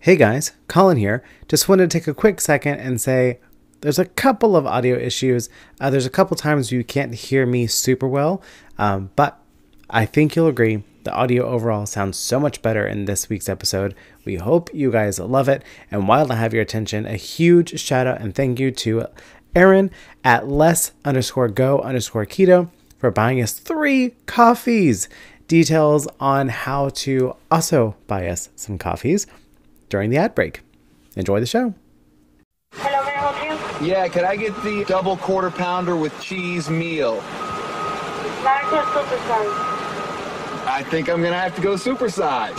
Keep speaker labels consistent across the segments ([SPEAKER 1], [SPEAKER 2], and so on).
[SPEAKER 1] Hey guys, Colin here. Just wanted to take a quick second and say there's a couple of audio issues. Uh, there's a couple times you can't hear me super well, um, but I think you'll agree the audio overall sounds so much better in this week's episode. We hope you guys love it. And while I have your attention, a huge shout out and thank you to Aaron at less underscore go underscore keto for buying us three coffees. Details on how to also buy us some coffees during the ad break. Enjoy the show.
[SPEAKER 2] Hello, may I help you?
[SPEAKER 3] Yeah, could I get the double quarter pounder with cheese meal?
[SPEAKER 2] Monica Superstar.
[SPEAKER 3] I think I'm gonna have to go supersize.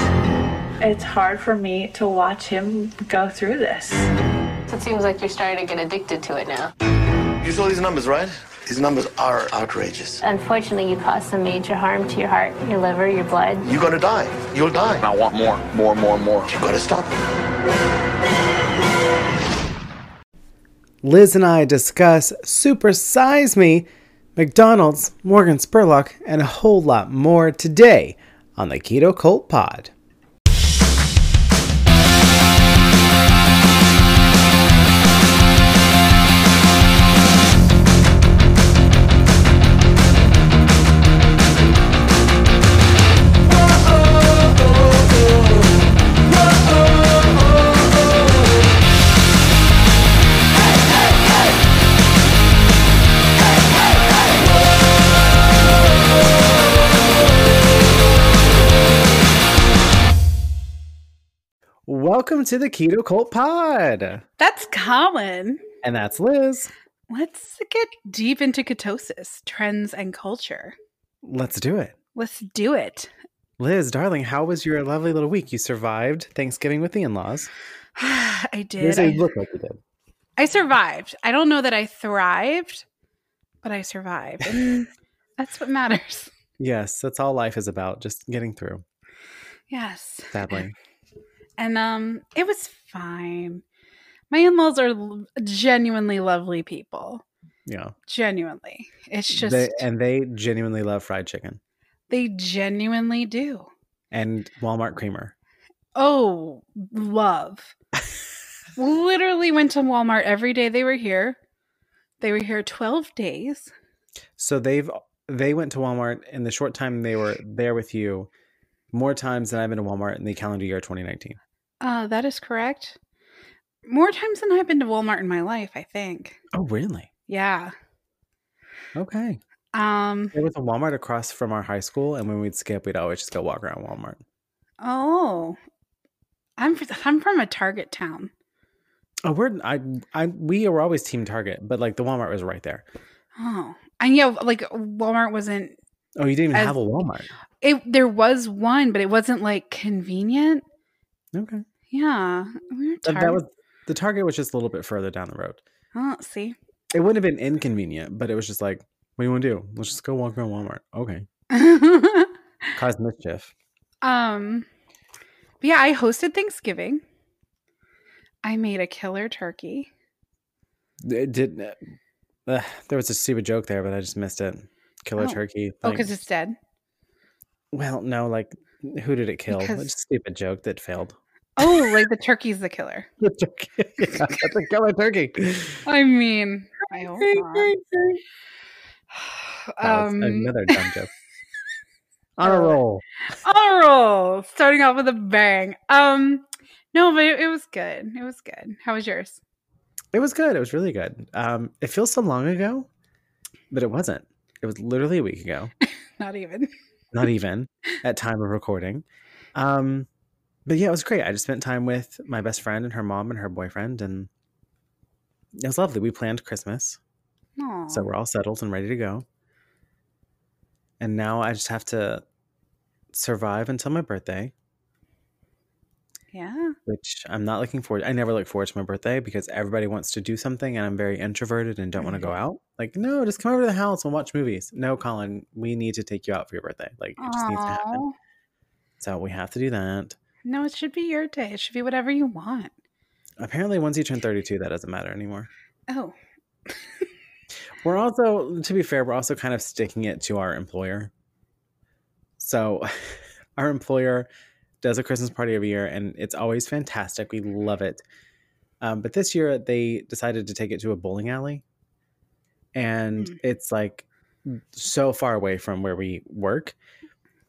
[SPEAKER 4] It's hard for me to watch him go through this.
[SPEAKER 5] It seems like you're starting to get addicted to it now.
[SPEAKER 6] You saw these numbers, right? These numbers are outrageous.
[SPEAKER 5] Unfortunately, you caused some major harm to your heart, your liver, your blood.
[SPEAKER 6] You're gonna die. You'll die.
[SPEAKER 3] I want more, more, more, more.
[SPEAKER 6] You gotta stop.
[SPEAKER 1] Liz and I discuss Super Size Me, McDonald's, Morgan Spurlock, and a whole lot more today on the Keto Cult Pod. Welcome to the Keto Cult Pod.
[SPEAKER 7] That's Colin.
[SPEAKER 1] And that's Liz.
[SPEAKER 7] Let's get deep into ketosis, trends, and culture.
[SPEAKER 1] Let's do it.
[SPEAKER 7] Let's do it.
[SPEAKER 1] Liz, darling, how was your lovely little week? You survived Thanksgiving with the in laws.
[SPEAKER 7] I did.
[SPEAKER 1] Liz, you
[SPEAKER 7] I,
[SPEAKER 1] look like you did.
[SPEAKER 7] I survived. I don't know that I thrived, but I survived. And that's what matters.
[SPEAKER 1] Yes, that's all life is about, just getting through,
[SPEAKER 7] Yes.
[SPEAKER 1] sadly.
[SPEAKER 7] And um it was fine. My in-laws are l- genuinely lovely people.
[SPEAKER 1] Yeah.
[SPEAKER 7] Genuinely. It's just
[SPEAKER 1] They-
[SPEAKER 7] they,
[SPEAKER 1] and they genuinely love fried chicken
[SPEAKER 7] genuinely do.
[SPEAKER 1] and Walmart creamer.
[SPEAKER 7] Oh, love. Literally went to Walmart every day they were here. They were here 12 days.
[SPEAKER 1] So they've they went to Walmart in the short time they were there with you more times than I've been to Walmart in the calendar year 2019.
[SPEAKER 7] Uh, that is correct. More times than I've been to Walmart in my life, I think.
[SPEAKER 1] Oh, really?
[SPEAKER 7] Yeah.
[SPEAKER 1] Okay.
[SPEAKER 7] Um,
[SPEAKER 1] There was a Walmart across from our high school, and when we'd skip, we'd always just go walk around Walmart.
[SPEAKER 7] oh. I'm fr- I'm from a Target town.
[SPEAKER 1] Oh, we're I I we were always Team Target, but like the Walmart was right there.
[SPEAKER 7] Oh. And yeah, like Walmart wasn't
[SPEAKER 1] Oh, you didn't even
[SPEAKER 7] As-
[SPEAKER 1] have a Walmart.
[SPEAKER 7] it there was one, but it wasn't like convenient.
[SPEAKER 1] Okay,
[SPEAKER 7] Yeah. We were
[SPEAKER 1] Th-
[SPEAKER 7] Target.
[SPEAKER 1] that was the Target was just a little bit further down the road.
[SPEAKER 7] oh, see.
[SPEAKER 1] It wouldn't have been inconvenient, but it was just like, what do you want to do? Let's just go walk around Walmart. Okay, cause mischief.
[SPEAKER 7] Um, but yeah, I hosted Thanksgiving. I made a killer turkey.
[SPEAKER 1] It did. Uh, there was a stupid joke there, but I just missed it. Killer
[SPEAKER 7] Oh.
[SPEAKER 1] turkey.
[SPEAKER 7] Oh,
[SPEAKER 1] like-
[SPEAKER 7] because it's dead.
[SPEAKER 1] well, no, like who did it kill?
[SPEAKER 7] Because-
[SPEAKER 1] It's a stupid joke that failed.
[SPEAKER 7] Oh, like the turkey's the killer.
[SPEAKER 1] The turkey. yeah, that's a killer turkey. Oh,
[SPEAKER 7] I mean, I hope not.
[SPEAKER 1] Wow, it's
[SPEAKER 7] um, Uh,
[SPEAKER 1] another dumb joke. On a roll.
[SPEAKER 7] all roll. Starting off with a bang. Um, no, but it, it was good. It was good. How was yours?
[SPEAKER 1] It was good. It was really good. Um, it feels so long ago, but it wasn't. It was literally a week ago,
[SPEAKER 7] Not even.
[SPEAKER 1] not even at time of recording. Um, but yeah, it was great. I just spent time with my best friend and her mom and her boyfriend, and it was lovely. We planned Christmas,
[SPEAKER 7] Aw.
[SPEAKER 1] so we're all settled and ready to go. And now I just have to survive until my birthday,
[SPEAKER 7] yeah.
[SPEAKER 1] which I'm not looking forward. I never look forward to my birthday because everybody wants to do something, and I'm very introverted and don't want to go out. Like, no, just come over to the house and watch movies. No, Colin, we need to take you out for your birthday. Like, it just needs to happen.
[SPEAKER 7] Aw.
[SPEAKER 1] So we have to do that.
[SPEAKER 7] No, it should be your day. It should be whatever you want.
[SPEAKER 1] Apparently, once you turn 32, that doesn't matter anymore.
[SPEAKER 7] Oh,
[SPEAKER 1] We're also, to be fair, we're also kind of sticking it to our employer. So, our employer does a Christmas party every year, and it's always fantastic. We love it. Um, but this year they decided to take it to a bowling alley, and it's like so far away from where we work.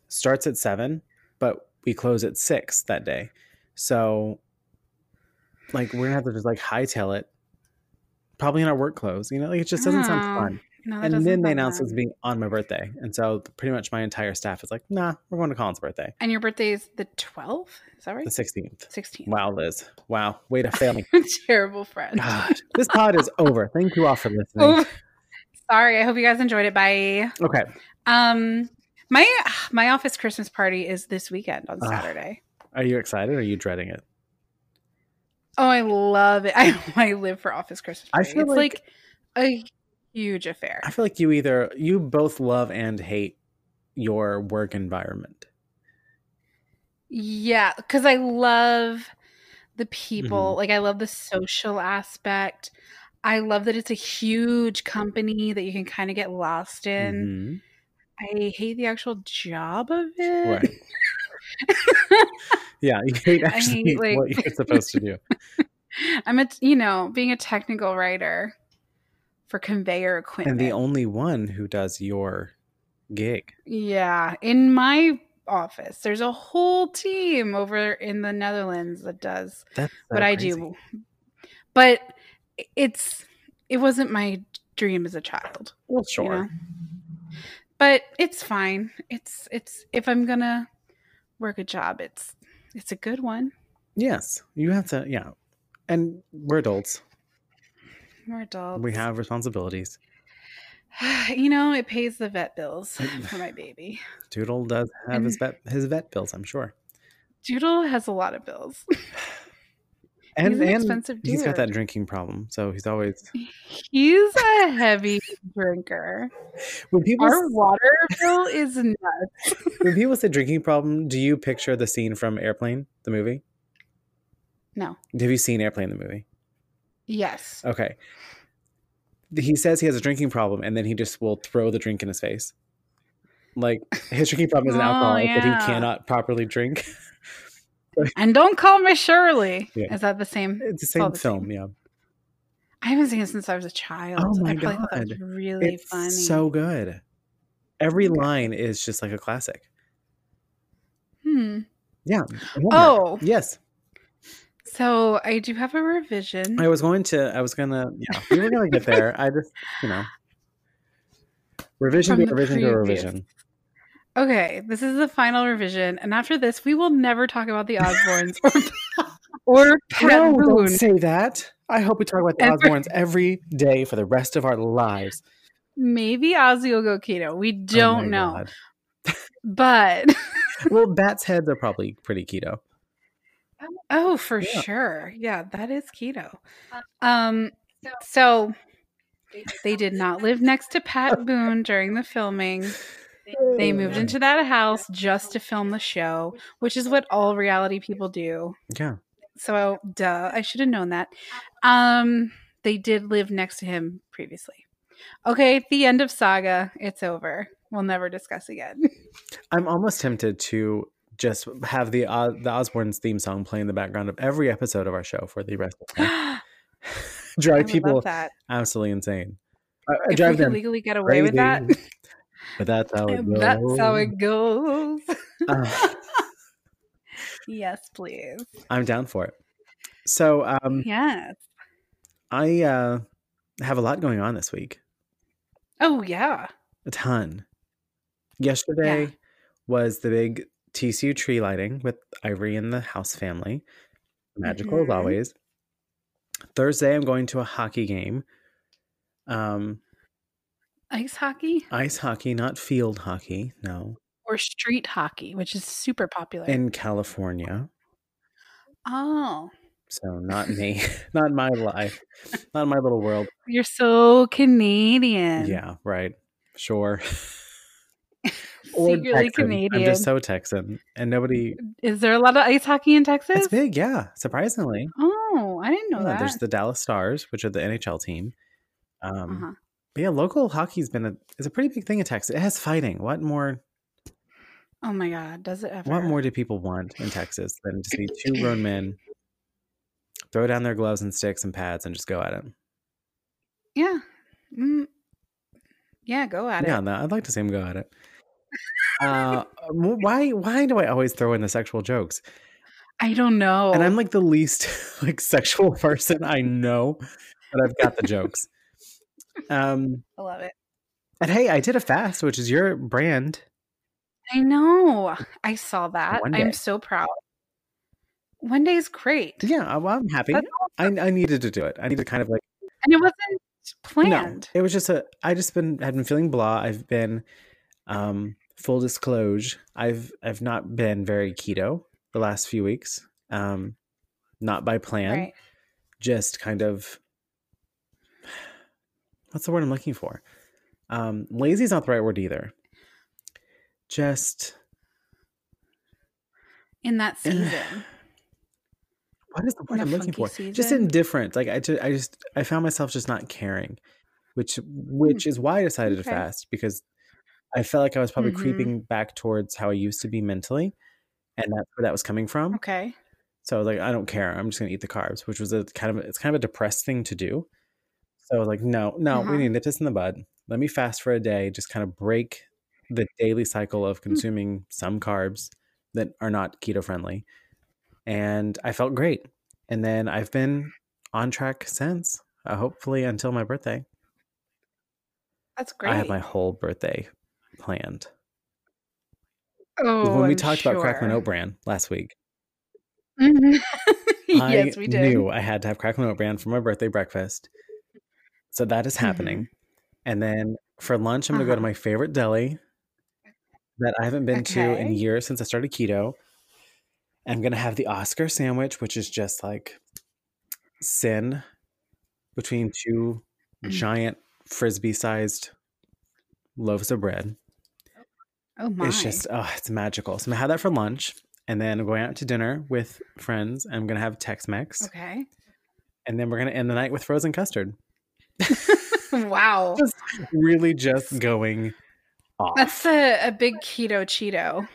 [SPEAKER 1] Starts at seven, but we close at six that day. So, like, we're gonna have to just like hightail it. Probably in our work clothes, you know. Like, it just doesn't sound
[SPEAKER 7] No.
[SPEAKER 1] fun
[SPEAKER 7] No, that
[SPEAKER 1] and
[SPEAKER 7] doesn't
[SPEAKER 1] then they
[SPEAKER 7] sound
[SPEAKER 1] announced
[SPEAKER 7] bad.
[SPEAKER 1] it's being on my birthday. And so pretty much my entire staff is like, nah, we're going to Colin's birthday,
[SPEAKER 7] And your birthday is the 12th? Is that right?
[SPEAKER 1] the 16th.
[SPEAKER 7] 16th.
[SPEAKER 1] Wow, Ah, Liz. Wow. Way to fail me.
[SPEAKER 7] Terrible friend.
[SPEAKER 1] God, this pod is over. Thank you all for listening.
[SPEAKER 7] Oh, sorry. I hope you guys enjoyed it. Bye.
[SPEAKER 1] Okay.
[SPEAKER 7] Um, my my office Christmas party is this weekend on
[SPEAKER 1] Ah.
[SPEAKER 7] Saturday.
[SPEAKER 1] Are you excited? Or are you dreading it?
[SPEAKER 7] Oh, I love it. I I live for office Christmas
[SPEAKER 1] I
[SPEAKER 7] party.
[SPEAKER 1] feel
[SPEAKER 7] it's
[SPEAKER 1] like-
[SPEAKER 7] like, a huge affair.
[SPEAKER 1] I feel like you either, you both love and hate your work environment.
[SPEAKER 7] Yeah, because I love the people.
[SPEAKER 1] Mm-hmm.
[SPEAKER 7] Like, I love the social aspect. I love that it's a huge company that you can kind of get lost
[SPEAKER 1] Mhm.
[SPEAKER 7] in. I hate the actual job of it.
[SPEAKER 1] Right. yeah. You hate actually
[SPEAKER 7] hate, like-
[SPEAKER 1] what you're supposed to do.
[SPEAKER 7] I'm a, you know, being a technical writer for conveyor
[SPEAKER 1] And
[SPEAKER 7] equipment.
[SPEAKER 1] the only one who does your gig.
[SPEAKER 7] yeah, in my office, there's a whole team over in the Netherlands that does
[SPEAKER 1] That's so
[SPEAKER 7] what I
[SPEAKER 1] crazy.
[SPEAKER 7] do. But it's it wasn't my dream as a child.
[SPEAKER 1] Well,
[SPEAKER 7] you
[SPEAKER 1] sure.
[SPEAKER 7] know? But it's fine. It's it's if I'm gonna work a job, it's it's a good one.
[SPEAKER 1] Yes, you have to. Yeah, and we're adults.
[SPEAKER 7] We're adults.
[SPEAKER 1] We have responsibilities.
[SPEAKER 7] you know, it pays the vet bills for my baby.
[SPEAKER 1] Doodle does have his vet his vet bills, I'm sure.
[SPEAKER 7] Doodle has a lot of bills.
[SPEAKER 1] And
[SPEAKER 7] He's an
[SPEAKER 1] and
[SPEAKER 7] expensive
[SPEAKER 1] he's got
[SPEAKER 7] dude.
[SPEAKER 1] that drinking problem, so he's always
[SPEAKER 7] He's a heavy drinker.
[SPEAKER 1] when people
[SPEAKER 7] Our
[SPEAKER 1] s-
[SPEAKER 7] water bill is nuts.
[SPEAKER 1] when people say drinking problem. Do you picture the scene from Airplane, the movie?
[SPEAKER 7] No.
[SPEAKER 1] Have you seen Airplane, the movie?
[SPEAKER 7] Yes.
[SPEAKER 1] Okay. He says he has a drinking problem, and then he just will throw the drink in his face. Like his drinking problem is an
[SPEAKER 7] Oh,
[SPEAKER 1] alcoholic that
[SPEAKER 7] yeah.
[SPEAKER 1] he cannot properly drink.
[SPEAKER 7] And don't call me Shirley.
[SPEAKER 1] Yeah.
[SPEAKER 7] Is that the same?
[SPEAKER 1] It's the
[SPEAKER 7] all
[SPEAKER 1] same
[SPEAKER 7] the same.
[SPEAKER 1] film, yeah.
[SPEAKER 7] I haven't seen it since I was a child.
[SPEAKER 1] Oh my
[SPEAKER 7] I probably thought that was
[SPEAKER 1] God.
[SPEAKER 7] really funny.
[SPEAKER 1] so good. Every line is just like a classic.
[SPEAKER 7] Hmm.
[SPEAKER 1] Yeah. homework.
[SPEAKER 7] Oh,
[SPEAKER 1] Yes.
[SPEAKER 7] so I do have a revision.
[SPEAKER 1] I was going to I was gonna yeah, we were gonna get there. I just you know. Revision
[SPEAKER 7] From
[SPEAKER 1] to
[SPEAKER 7] the
[SPEAKER 1] revision to
[SPEAKER 7] previous.
[SPEAKER 1] revision.
[SPEAKER 7] Okay, this is the final revision, and after this, we will never talk about the Osbournes or, or Pat
[SPEAKER 1] No, don't
[SPEAKER 7] Boone.
[SPEAKER 1] say that. I hope we talk about the
[SPEAKER 7] Ever.
[SPEAKER 1] Osbournes every day for the rest of our lives.
[SPEAKER 7] Maybe Ozzy will go keto. We
[SPEAKER 1] Oh
[SPEAKER 7] don't
[SPEAKER 1] my
[SPEAKER 7] know,
[SPEAKER 1] God.
[SPEAKER 7] but
[SPEAKER 1] Well, bats' heads are probably pretty keto.
[SPEAKER 7] oh, for
[SPEAKER 1] Yeah.
[SPEAKER 7] sure, yeah, that is keto. Um, so they did not live next to Pat Boone during the filming. They moved into that house just to film the show, which is what all reality people do.
[SPEAKER 1] Yeah.
[SPEAKER 7] So, duh, I should have known that. Um, they did live next to him previously. Okay, the end of saga. It's over. We'll never discuss again.
[SPEAKER 1] I'm almost tempted to just have the uh, the Osbournes theme song play in the background of every episode of our show for the rest of the time.
[SPEAKER 7] I
[SPEAKER 1] Drive
[SPEAKER 7] would
[SPEAKER 1] people
[SPEAKER 7] love that.
[SPEAKER 1] absolutely insane. Uh, uh,
[SPEAKER 7] If we
[SPEAKER 1] drive
[SPEAKER 7] could
[SPEAKER 1] them
[SPEAKER 7] legally get away with that,
[SPEAKER 1] crazy. But that's how it goes.
[SPEAKER 7] that's how it goes.
[SPEAKER 1] Uh,
[SPEAKER 7] yes, please.
[SPEAKER 1] I'm down for it. So um,
[SPEAKER 7] Yes.
[SPEAKER 1] I uh, have a lot going on this week.
[SPEAKER 7] Oh, yeah.
[SPEAKER 1] A ton. Yesterday
[SPEAKER 7] Yeah.
[SPEAKER 1] was the big TCU tree lighting with Ivory and the house family. Magical
[SPEAKER 7] Mhm.
[SPEAKER 1] as always. Thursday, I'm going to a hockey game. Um,
[SPEAKER 7] Ice hockey
[SPEAKER 1] ice hockey, not field hockey. No,
[SPEAKER 7] or street hockey, which is super popular.
[SPEAKER 1] in California.
[SPEAKER 7] oh,
[SPEAKER 1] So not me, not my life, not my little world.
[SPEAKER 7] you're so Canadian.
[SPEAKER 1] Yeah, right. Sure.
[SPEAKER 7] Secretly
[SPEAKER 1] Texan.
[SPEAKER 7] Canadian.
[SPEAKER 1] I'm just so Texan, and nobody.
[SPEAKER 7] Is there a lot of ice hockey in Texas?
[SPEAKER 1] It's big, yeah. Surprisingly,
[SPEAKER 7] Oh, I didn't know
[SPEAKER 1] Yeah,
[SPEAKER 7] that.
[SPEAKER 1] there's the Dallas Stars, which are the NHL team. Um,
[SPEAKER 7] Uh-huh.
[SPEAKER 1] but yeah, local hockey's been a is a pretty big thing in Texas. It has fighting. What more?
[SPEAKER 7] Oh my God, does it ever?
[SPEAKER 1] What more do people want in Texas than to see two grown men throw down their gloves and sticks and pads and just go at it?
[SPEAKER 7] Yeah. Mm. Yeah, go at
[SPEAKER 1] yeah,
[SPEAKER 7] it.
[SPEAKER 1] no, I'd like to see him go at it. Uh, wh- why? Why do I always throw in the sexual jokes?
[SPEAKER 7] I don't know.
[SPEAKER 1] And I'm like the least like sexual person I know, but I've got the jokes. Um,
[SPEAKER 7] I love it.
[SPEAKER 1] and hey, I did a fast, which is your brand.
[SPEAKER 7] I know. I saw that.
[SPEAKER 1] One day.
[SPEAKER 7] I'm so proud. One day is great.
[SPEAKER 1] Yeah, I- well, I'm happy.
[SPEAKER 7] That's awesome.
[SPEAKER 1] I, I needed to do it. I needed to kind of like.
[SPEAKER 7] And it wasn't planned.
[SPEAKER 1] No, it was just a. I just been had been feeling blah. I've been, um, full disclosure. I've I've not been very keto the last few weeks. Um, not by plan.
[SPEAKER 7] Right.
[SPEAKER 1] Just kind of. What's the word I'm looking for? Um, lazy is not the right word either. Just
[SPEAKER 7] In that season.
[SPEAKER 1] what is the word
[SPEAKER 7] In a
[SPEAKER 1] I'm looking
[SPEAKER 7] funky
[SPEAKER 1] for? Just
[SPEAKER 7] season?
[SPEAKER 1] indifferent. Like I, ju- I just I found myself just not caring, which which is why I decided
[SPEAKER 7] Hmm. Okay.
[SPEAKER 1] to fast because I felt like I was probably
[SPEAKER 7] Mhm.
[SPEAKER 1] creeping back towards how I used to be mentally, and that's where that was coming from.
[SPEAKER 7] okay.
[SPEAKER 1] So I was like, I don't care. I'm just gonna eat the carbs, which was a kind of it's kind of a depressed thing to do. So I was like, no, no,
[SPEAKER 7] Uh-huh.
[SPEAKER 1] we need to nip this in the bud. Let me fast for a day, just kind of break the daily cycle
[SPEAKER 7] Hmm.
[SPEAKER 1] of consuming some carbs that are not keto friendly. And I felt great. And then I've been on track since, uh, hopefully until my birthday.
[SPEAKER 7] That's great.
[SPEAKER 1] I have my whole birthday planned. 'Cause
[SPEAKER 7] oh,
[SPEAKER 1] when we
[SPEAKER 7] I'm
[SPEAKER 1] talked about Crackman
[SPEAKER 7] sure.
[SPEAKER 1] Oat Bran last week,
[SPEAKER 7] Mhm. yes,
[SPEAKER 1] I
[SPEAKER 7] we did.
[SPEAKER 1] knew I had to have Crackling Oat Bran for my birthday breakfast. So that is happening. And then for lunch, I'm going to go to
[SPEAKER 7] Mm-hmm. Uh-huh.
[SPEAKER 1] my favorite deli that I haven't been to in
[SPEAKER 7] Okay.
[SPEAKER 1] years since I started keto. I'm going to have the Oscar sandwich, which is just like sin between two
[SPEAKER 7] Mm.
[SPEAKER 1] giant frisbee sized loaves of bread.
[SPEAKER 7] Oh my.
[SPEAKER 1] It's just, oh, it's magical. So I'm going to have that for lunch. And then I'm going out to dinner with friends. I'm going to have Tex Mex
[SPEAKER 7] okay.
[SPEAKER 1] and then we're gonna end the night with frozen custard.
[SPEAKER 7] wow.
[SPEAKER 1] Just really just going off.
[SPEAKER 7] That's a, a big keto Cheeto.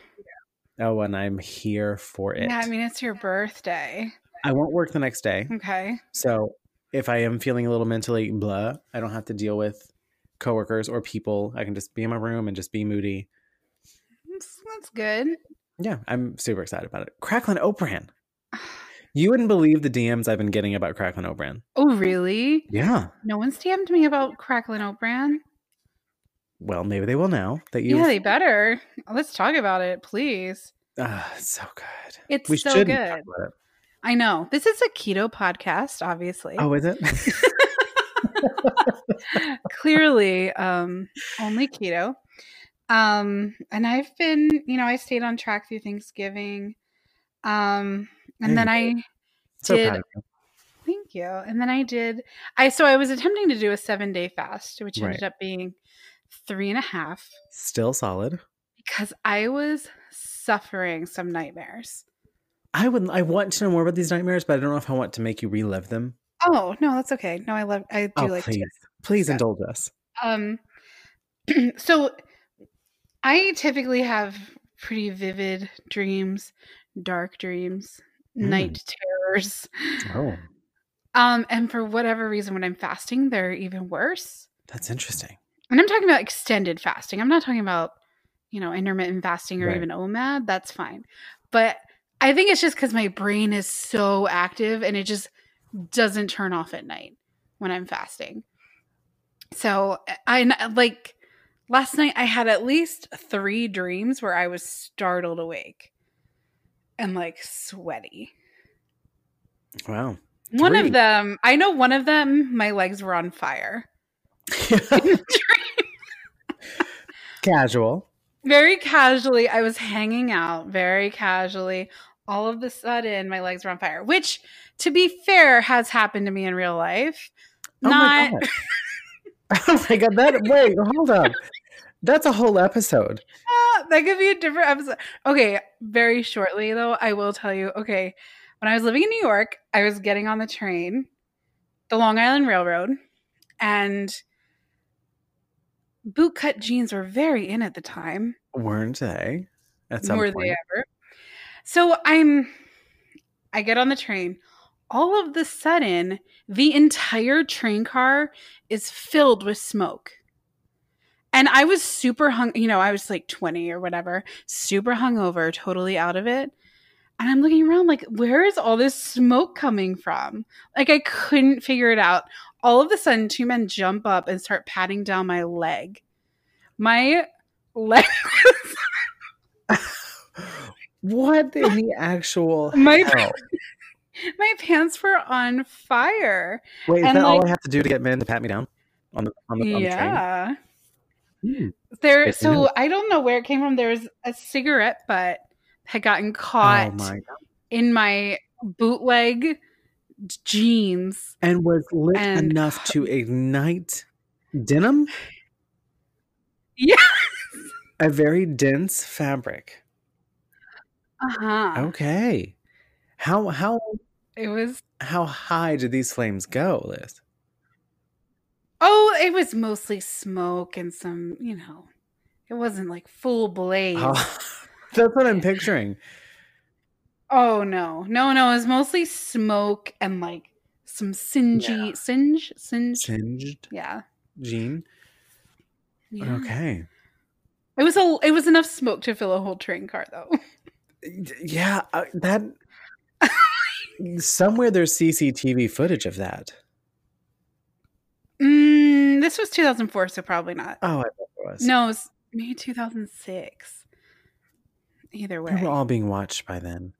[SPEAKER 1] oh, and I'm here for it.
[SPEAKER 7] Yeah, I mean, Mm-hmm. it's your birthday.
[SPEAKER 1] I won't work the next day,
[SPEAKER 7] Okay.
[SPEAKER 1] so if I am feeling a little mentally blah, I don't have to deal with coworkers or people. I can just be in my room and just be moody.
[SPEAKER 7] That's, that's good.
[SPEAKER 1] Yeah, I'm super excited about it. Cracklin O'Bran. You wouldn't believe the DMs I've been getting about Cracklin O'Bran.
[SPEAKER 7] Oh, really?
[SPEAKER 1] Yeah.
[SPEAKER 7] No one's DM'd me about Cracklin' Oat Bran.
[SPEAKER 1] Well, maybe they will now that you.
[SPEAKER 7] Yeah, they better. Let's talk about it, please.
[SPEAKER 1] Ah, it's so good.
[SPEAKER 7] It's
[SPEAKER 1] we
[SPEAKER 7] so
[SPEAKER 1] should
[SPEAKER 7] good.
[SPEAKER 1] talk about it.
[SPEAKER 7] I know. This is a keto podcast, obviously.
[SPEAKER 1] Oh, is it?
[SPEAKER 7] Clearly, um, only keto. Um, and I've been, you know, I stayed on track through Thanksgiving. Um, and then
[SPEAKER 1] There
[SPEAKER 7] I
[SPEAKER 1] so
[SPEAKER 7] Did-
[SPEAKER 1] proud of you.
[SPEAKER 7] Thank you. And then I did. I so I was attempting to do a seven day fast, which ended up being three and a half
[SPEAKER 1] Still solid.
[SPEAKER 7] because I was suffering some nightmares.
[SPEAKER 1] I would. I want to know more about these nightmares, but I don't know if I want to make you relive them.
[SPEAKER 7] Oh no, that's okay. No, I love. I do
[SPEAKER 1] oh,
[SPEAKER 7] like.
[SPEAKER 1] please,
[SPEAKER 7] To.
[SPEAKER 1] please
[SPEAKER 7] Yeah.
[SPEAKER 1] indulge us.
[SPEAKER 7] Um. so, I typically have pretty vivid dreams, dark dreams,
[SPEAKER 1] Mm.
[SPEAKER 7] night terrors.
[SPEAKER 1] Oh,
[SPEAKER 7] Um, and for whatever reason, when I'm fasting, they're even worse.
[SPEAKER 1] that's interesting.
[SPEAKER 7] and I'm talking about extended fasting. I'm not talking about, you know, intermittent fasting or
[SPEAKER 1] Right.
[SPEAKER 7] even OMAD. That's fine. But I think it's just because my brain is so active and it just doesn't turn off at night when I'm fasting. So I and, like last night I had at least three dreams where I was startled awake and like sweaty.
[SPEAKER 1] Wow.
[SPEAKER 7] One
[SPEAKER 1] Three.
[SPEAKER 7] of them, I know one of them, my legs were on fire.
[SPEAKER 1] Casual.
[SPEAKER 7] very casually i was hanging out very casually all of a sudden my legs were on fire which to be fair has happened to me in real life
[SPEAKER 1] Oh
[SPEAKER 7] not
[SPEAKER 1] my god. oh my god. That wait. Hold up. That's a whole episode.
[SPEAKER 7] Ah, that could be a different episode okay very shortly though i will tell you okay when i was living in new york i was getting on the train the long island railroad and bootcut jeans were very in at the time
[SPEAKER 1] Weren't they? At some
[SPEAKER 7] Were
[SPEAKER 1] point.
[SPEAKER 7] they ever? So I'm, I get on the train. All of the sudden, the entire train car is filled with smoke. And I was super hung, you know, I was like 20 or whatever, super hungover, totally out of it. And I'm looking around like, where is all this smoke coming from? Like, I couldn't figure it out. All of a sudden, two men jump up and start patting down my leg. My leg
[SPEAKER 1] What in the actual
[SPEAKER 7] My-
[SPEAKER 1] hell?
[SPEAKER 7] my pants were on fire.
[SPEAKER 1] Wait, is
[SPEAKER 7] and,
[SPEAKER 1] that all
[SPEAKER 7] like-
[SPEAKER 1] I have to do to get men to pat me down on the on the, on
[SPEAKER 7] yeah.
[SPEAKER 1] the train?
[SPEAKER 7] There
[SPEAKER 1] Good to
[SPEAKER 7] so
[SPEAKER 1] know.
[SPEAKER 7] I don't know where it came from. There was a cigarette butt had gotten
[SPEAKER 1] Oh
[SPEAKER 7] caught
[SPEAKER 1] my! God.
[SPEAKER 7] in my bootleg jeans.
[SPEAKER 1] And was lit
[SPEAKER 7] And-
[SPEAKER 1] enough to ignite denim.
[SPEAKER 7] Yeah.
[SPEAKER 1] a very dense fabric.
[SPEAKER 7] Uh-huh.
[SPEAKER 1] Okay, how how
[SPEAKER 7] It was
[SPEAKER 1] how high did these flames go, Liz?
[SPEAKER 7] oh, it was mostly smoke and some, you know, it wasn't like full blaze. Oh,
[SPEAKER 1] Oh, that's what I'm picturing.
[SPEAKER 7] Oh, no. No, no, it was mostly smoke and like some singy singe singe.
[SPEAKER 1] Singed
[SPEAKER 7] Yeah.
[SPEAKER 1] jean.
[SPEAKER 7] yeah.
[SPEAKER 1] Okay.
[SPEAKER 7] It was a it was enough smoke to fill a whole train car though.
[SPEAKER 1] D- Yeah, uh, that. somewhere there's CCTV footage of that.
[SPEAKER 7] Mm, this was 2004, so probably not.
[SPEAKER 1] Oh, I bet it was.
[SPEAKER 7] No, it was maybe 2006. Either way.
[SPEAKER 1] we were all being watched by then.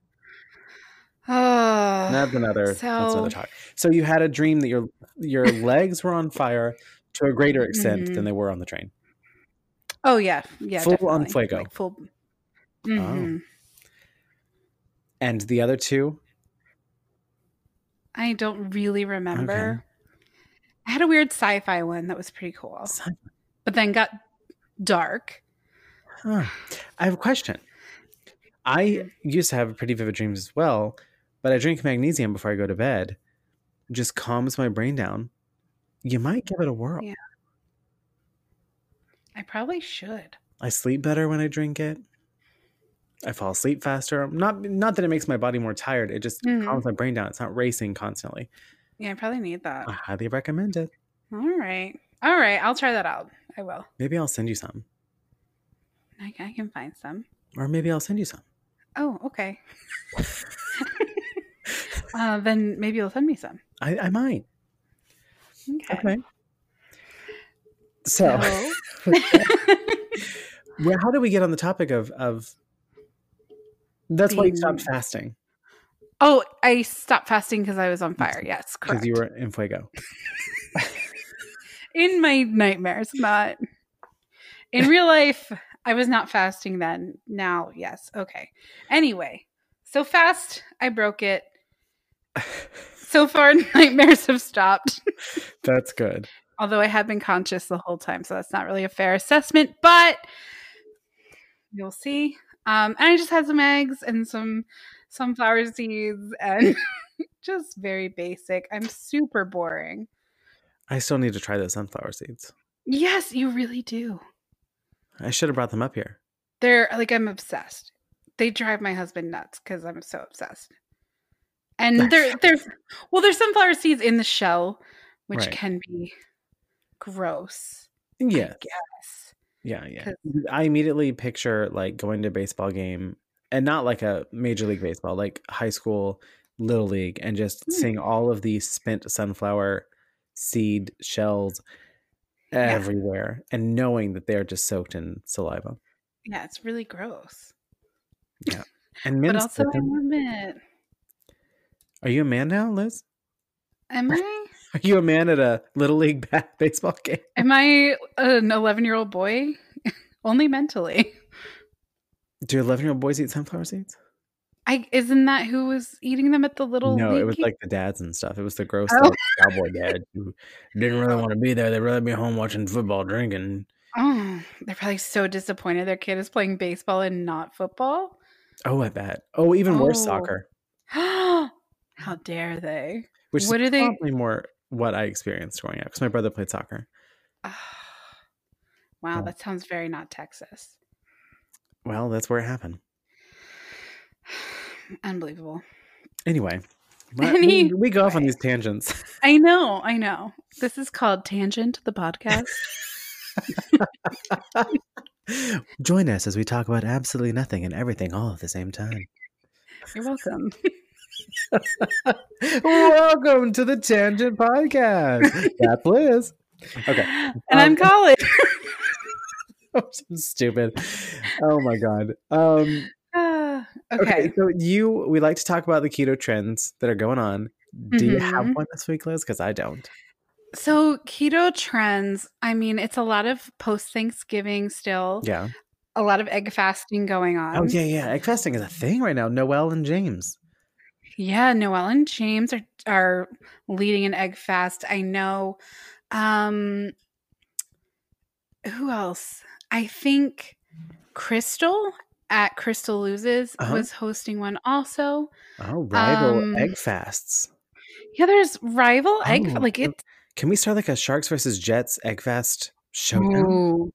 [SPEAKER 7] oh.
[SPEAKER 1] That's another. that's another
[SPEAKER 7] so-
[SPEAKER 1] talk. So you had a dream that your your legs were on fire to a greater extent
[SPEAKER 7] Mhm.
[SPEAKER 1] than they were on the train.
[SPEAKER 7] oh, yeah. Yeah.
[SPEAKER 1] Full on
[SPEAKER 7] definitely.
[SPEAKER 1] fuego. Oh.
[SPEAKER 7] Like full. Mhm.
[SPEAKER 1] And the other two,
[SPEAKER 7] I don't really remember. I had a weird sci fi one that was pretty cool,
[SPEAKER 1] Sci-
[SPEAKER 7] but then got dark.
[SPEAKER 1] Huh. I have a question. I used to have pretty vivid dreams as well, but I drink magnesium before I go to bed. Just calms my brain down. You might give it a whirl.
[SPEAKER 7] Yeah. I probably should.
[SPEAKER 1] I sleep better when I drink it. I fall asleep faster. Not not that it makes my body more tired. It just
[SPEAKER 7] Mhm.
[SPEAKER 1] calms my brain down. It's not racing constantly.
[SPEAKER 7] Yeah, I probably need that.
[SPEAKER 1] I highly recommend it.
[SPEAKER 7] All right. All right. I'll try that out. I will.
[SPEAKER 1] Maybe I'll send you some,
[SPEAKER 7] I, I can find some.
[SPEAKER 1] or maybe I'll send you some.
[SPEAKER 7] Oh, okay. uh, then maybe you'll send me some.
[SPEAKER 1] I, I might.
[SPEAKER 7] Okay.
[SPEAKER 1] Okay. So, well, how do we get on the topic of of? That's why you stopped
[SPEAKER 7] Being-
[SPEAKER 1] fasting
[SPEAKER 7] oh, I stopped fasting because I was on fire. Yes,
[SPEAKER 1] because
[SPEAKER 7] correct.
[SPEAKER 1] you were in fuego.
[SPEAKER 7] in my nightmares, not in real life. I was not fasting then. Now, yes. Okay. Anyway, so fast, I broke it. So far, nightmares have stopped.
[SPEAKER 1] That's good.
[SPEAKER 7] Although I have been conscious the whole time, so that's not really a fair assessment, but you'll see. Um, and I just had some eggs and some sunflower seeds and just very basic. I'm super boring.
[SPEAKER 1] I still need to try those sunflower seeds.
[SPEAKER 7] Yes, you really do.
[SPEAKER 1] I should have brought them up here.
[SPEAKER 7] They're like I'm obsessed. They drive my husband nuts because I'm so obsessed. And there, there's well, there's sunflower seeds in the shell, which
[SPEAKER 1] Right.
[SPEAKER 7] can be gross.
[SPEAKER 1] Yeah,
[SPEAKER 7] Yes.
[SPEAKER 1] yeah, yeah.
[SPEAKER 7] 'Cause-
[SPEAKER 1] I immediately picture like going to a baseball game and not like a major league baseball, like high school, little league, and just
[SPEAKER 7] Hmm.
[SPEAKER 1] seeing all of these spent sunflower seed shells everywhere and knowing that they're just soaked in saliva.
[SPEAKER 7] Yeah, it's really gross.
[SPEAKER 1] And
[SPEAKER 7] But
[SPEAKER 1] men,
[SPEAKER 7] also,
[SPEAKER 1] split
[SPEAKER 7] um I
[SPEAKER 1] them.
[SPEAKER 7] admit,
[SPEAKER 1] are you a man now, Liz?
[SPEAKER 7] am I
[SPEAKER 1] Are you a man at a little league ba- baseball game?
[SPEAKER 7] am I an 11 year old boy? Only mentally.
[SPEAKER 1] Do eleven year old boys eat sunflower seeds?
[SPEAKER 7] I isn't that who was eating them at the little?
[SPEAKER 1] no, it
[SPEAKER 7] league
[SPEAKER 1] was
[SPEAKER 7] game?
[SPEAKER 1] like the dads and stuff. It was the gross
[SPEAKER 7] Oh.
[SPEAKER 1] like, cowboy dad who didn't really want to be there. They'd rather be home watching football, drinking.
[SPEAKER 7] oh, they're probably so disappointed their kid is playing baseball and not football.
[SPEAKER 1] Oh, I bet. Oh, even worse,
[SPEAKER 7] Oh.
[SPEAKER 1] soccer,
[SPEAKER 7] How dare they?
[SPEAKER 1] which
[SPEAKER 7] What
[SPEAKER 1] is
[SPEAKER 7] do they-
[SPEAKER 1] probably more what I experienced growing up because my brother played soccer.
[SPEAKER 7] Ah, wow,
[SPEAKER 1] Yeah.
[SPEAKER 7] that sounds very not Texas.
[SPEAKER 1] Well, that's where it happened.
[SPEAKER 7] Unbelievable.
[SPEAKER 1] Anyway,
[SPEAKER 7] And
[SPEAKER 1] we-
[SPEAKER 7] he-
[SPEAKER 1] we go off on these tangents.
[SPEAKER 7] I know, I know. This is called Tangent, the podcast.
[SPEAKER 1] Join us as we talk about absolutely nothing and everything all at the same time.
[SPEAKER 7] You're welcome.
[SPEAKER 1] Welcome to the Tangent Podcast. That's Liz. Okay.
[SPEAKER 7] And I'm
[SPEAKER 1] Um,
[SPEAKER 7] Colin.
[SPEAKER 1] I'm so stupid. Oh my god. Um,
[SPEAKER 7] Ah,
[SPEAKER 1] okay.
[SPEAKER 7] okay.
[SPEAKER 1] So you, we like to talk about the keto trends that are going on. Do you have
[SPEAKER 7] Mhm.
[SPEAKER 1] one this week, Liz? Because I don't.
[SPEAKER 7] So, keto trends, I mean, it's a lot of post Thanksgiving still,
[SPEAKER 1] Yeah.
[SPEAKER 7] a lot of egg fasting going on.
[SPEAKER 1] Oh yeah, yeah. Egg fasting is a thing right now. Noel and James.
[SPEAKER 7] Yeah, Noelle and James are are leading an egg fast. I know. Um who else? I think Crystal at Crystal Loses
[SPEAKER 1] Uh-huh.
[SPEAKER 7] was hosting one also.
[SPEAKER 1] Oh, rival
[SPEAKER 7] Um,
[SPEAKER 1] egg fasts.
[SPEAKER 7] Yeah, there's rival egg
[SPEAKER 1] Oh,
[SPEAKER 7] like
[SPEAKER 1] yep.
[SPEAKER 7] it.
[SPEAKER 1] Can we start like a Sharks versus Jets egg fast showdown?
[SPEAKER 7] Ooh,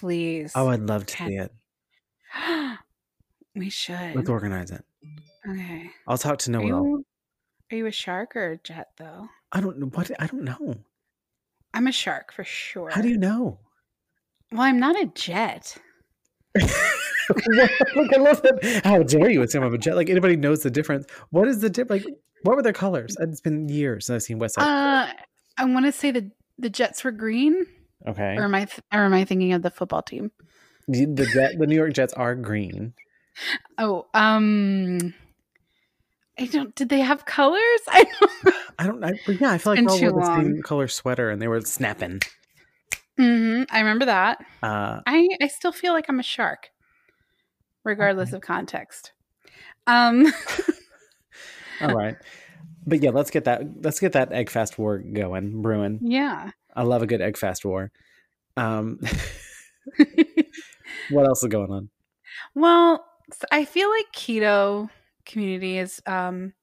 [SPEAKER 7] please.
[SPEAKER 1] Oh, I'd love to
[SPEAKER 7] Can-
[SPEAKER 1] see it.
[SPEAKER 7] we should.
[SPEAKER 1] Let's organize it.
[SPEAKER 7] Okay.
[SPEAKER 1] I'll talk to
[SPEAKER 7] Are
[SPEAKER 1] Noel.
[SPEAKER 7] you, are you a shark or a jet though?
[SPEAKER 1] I don't know what I don't know.
[SPEAKER 7] I'm a shark for sure.
[SPEAKER 1] How do you know?
[SPEAKER 7] Well, I'm not a jet.
[SPEAKER 1] Look, I love that. How dare you assume I'm a jet? Like anybody knows the difference. What is the difference? Like, what were their colors? It's been years since I've seen West Side.
[SPEAKER 7] Uh, I want to say the the Jets were green,
[SPEAKER 1] okay,
[SPEAKER 7] or am I th- or am I thinking of the football team?
[SPEAKER 1] the, the jet, the New York Jets are green.
[SPEAKER 7] Oh, um, I don't. Did they have colors? I don't.
[SPEAKER 1] I don't. I, but yeah, I feel like
[SPEAKER 7] Been
[SPEAKER 1] they all wore
[SPEAKER 7] too
[SPEAKER 1] the same
[SPEAKER 7] long.
[SPEAKER 1] color sweater and they were snapping.
[SPEAKER 7] hmm I remember that.
[SPEAKER 1] Uh,
[SPEAKER 7] I I still feel like I'm a shark, regardless of context. Um,
[SPEAKER 1] all right, but yeah, let's get that. Let's get that egg fast war going, brewing.
[SPEAKER 7] yeah.
[SPEAKER 1] I love a good egg fast war. Um, what else is going on?
[SPEAKER 7] Well, s- I feel like keto community is um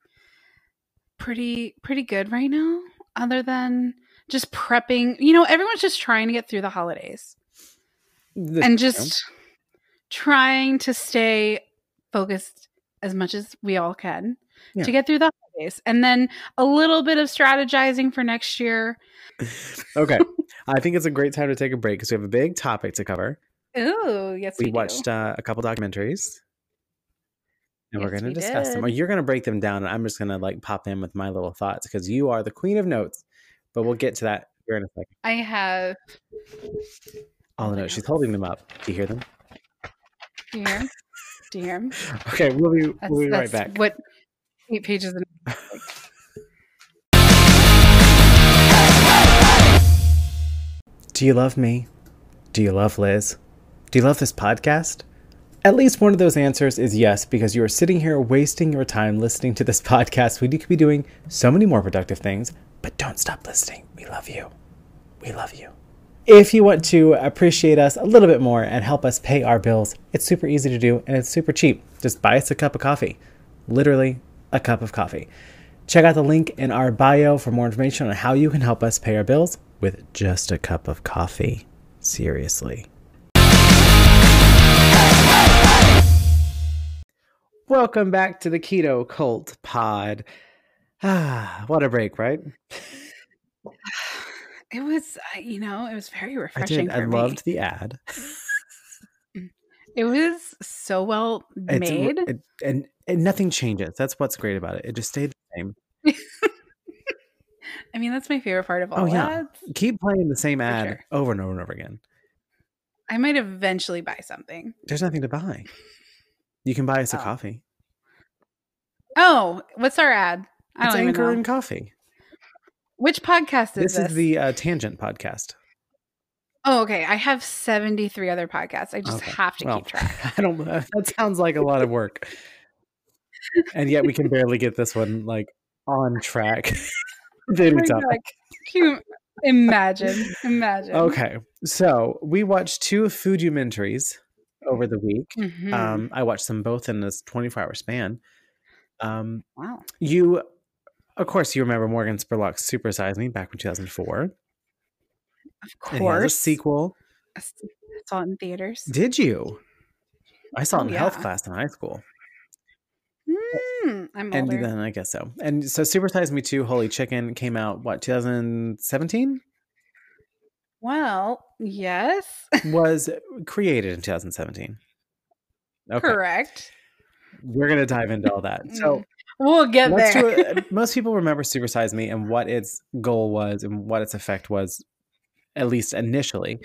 [SPEAKER 7] pretty pretty good right now other than just prepping. You know, everyone's just trying to get through the holidays
[SPEAKER 1] This-
[SPEAKER 7] and just trying to stay focused as much as we all can
[SPEAKER 1] Yeah.
[SPEAKER 7] to get through the holidays and then a little bit of strategizing for next year.
[SPEAKER 1] okay, I think it's a great time to take a break because we have a big topic to cover.
[SPEAKER 7] Ooh, yes we,
[SPEAKER 1] we
[SPEAKER 7] do.
[SPEAKER 1] watched uh, a couple documentaries and we're
[SPEAKER 7] Yes,
[SPEAKER 1] going to
[SPEAKER 7] we
[SPEAKER 1] discuss them
[SPEAKER 7] did.
[SPEAKER 1] well you're going to break them down and i'm just going to like pop in with my little thoughts because you are the queen of notes but we'll get to that here in a second
[SPEAKER 7] I have
[SPEAKER 1] all the notes Oh, she's holding them up do you hear them
[SPEAKER 7] dear dear
[SPEAKER 1] okay we'll be,
[SPEAKER 7] That's,
[SPEAKER 1] we'll be right
[SPEAKER 7] that's
[SPEAKER 1] back
[SPEAKER 7] what eight pages in
[SPEAKER 1] Do you love me? Do you love Liz? Do you love this podcast? At least one of those answers is yes, because you are sitting here wasting your time listening to this podcast when you could be doing so many more productive things. But don't stop listening. We love you. We love you. If you want to appreciate us a little bit more and help us pay our bills, it's super easy to do and it's super cheap. Just buy us a cup of coffee. Literally, a cup of coffee. Check out the link in our bio for more information on how you can help us pay our bills with just a cup of coffee. Seriously. Welcome back to the Keto Cult Pod. Ah, what a break, right?
[SPEAKER 7] It was, uh, you know, it was very
[SPEAKER 1] I
[SPEAKER 7] refreshing.
[SPEAKER 1] did. I
[SPEAKER 7] for me.
[SPEAKER 1] loved the ad.
[SPEAKER 7] it. Was so well
[SPEAKER 1] It's-
[SPEAKER 7] made.
[SPEAKER 1] it- and, and nothing changes. That's what's great about it. It just stayed the same.
[SPEAKER 7] I mean, that's my favorite part of all
[SPEAKER 1] Oh, yeah.
[SPEAKER 7] ads.
[SPEAKER 1] Keep playing the same ad
[SPEAKER 7] sure.
[SPEAKER 1] over and over and over again.
[SPEAKER 7] I might eventually buy something.
[SPEAKER 1] There's nothing to buy. You can buy us a
[SPEAKER 7] Oh.
[SPEAKER 1] coffee.
[SPEAKER 7] Oh, what's our ad? I
[SPEAKER 1] It's
[SPEAKER 7] don't even
[SPEAKER 1] Anchor
[SPEAKER 7] know.
[SPEAKER 1] and Coffee.
[SPEAKER 7] Which podcast is
[SPEAKER 1] This
[SPEAKER 7] this?
[SPEAKER 1] is the uh, Tangent podcast.
[SPEAKER 7] Oh, okay. I have seventy-three other podcasts. I just
[SPEAKER 1] Okay.
[SPEAKER 7] have to
[SPEAKER 1] Well,
[SPEAKER 7] keep track.
[SPEAKER 1] I don't. That sounds like a lot of work, and yet we can barely get this one like on track. Daily
[SPEAKER 7] Oh my
[SPEAKER 1] topic.
[SPEAKER 7] God, Can you imagine? Imagine.
[SPEAKER 1] Okay, so we watched two documentaries over the week.
[SPEAKER 7] Mhm.
[SPEAKER 1] Um, I watched them both in this 24 hour span. Um,
[SPEAKER 7] wow.
[SPEAKER 1] you, of course, you remember Morgan Spurlock's Super Size Me back in 2004.
[SPEAKER 7] Of
[SPEAKER 1] And he has a
[SPEAKER 7] course.
[SPEAKER 1] sequel.
[SPEAKER 7] I s- I saw it in theaters.
[SPEAKER 1] Did you? I saw it in
[SPEAKER 7] Oh,
[SPEAKER 1] health
[SPEAKER 7] yeah.
[SPEAKER 1] class in high school.
[SPEAKER 7] Mm, I'm
[SPEAKER 1] And
[SPEAKER 7] older.
[SPEAKER 1] then I guess so. And so Super Size Me 2 Holy Chicken came out, what, 2017?
[SPEAKER 7] well, yes,
[SPEAKER 1] Was created in 2017. Okay.
[SPEAKER 7] correct.
[SPEAKER 1] We're going to dive into all that. So
[SPEAKER 7] Mm. We'll get
[SPEAKER 1] let's
[SPEAKER 7] there.
[SPEAKER 1] do it. most people remember Super Size Me and what its goal was and what its effect was, at least initially.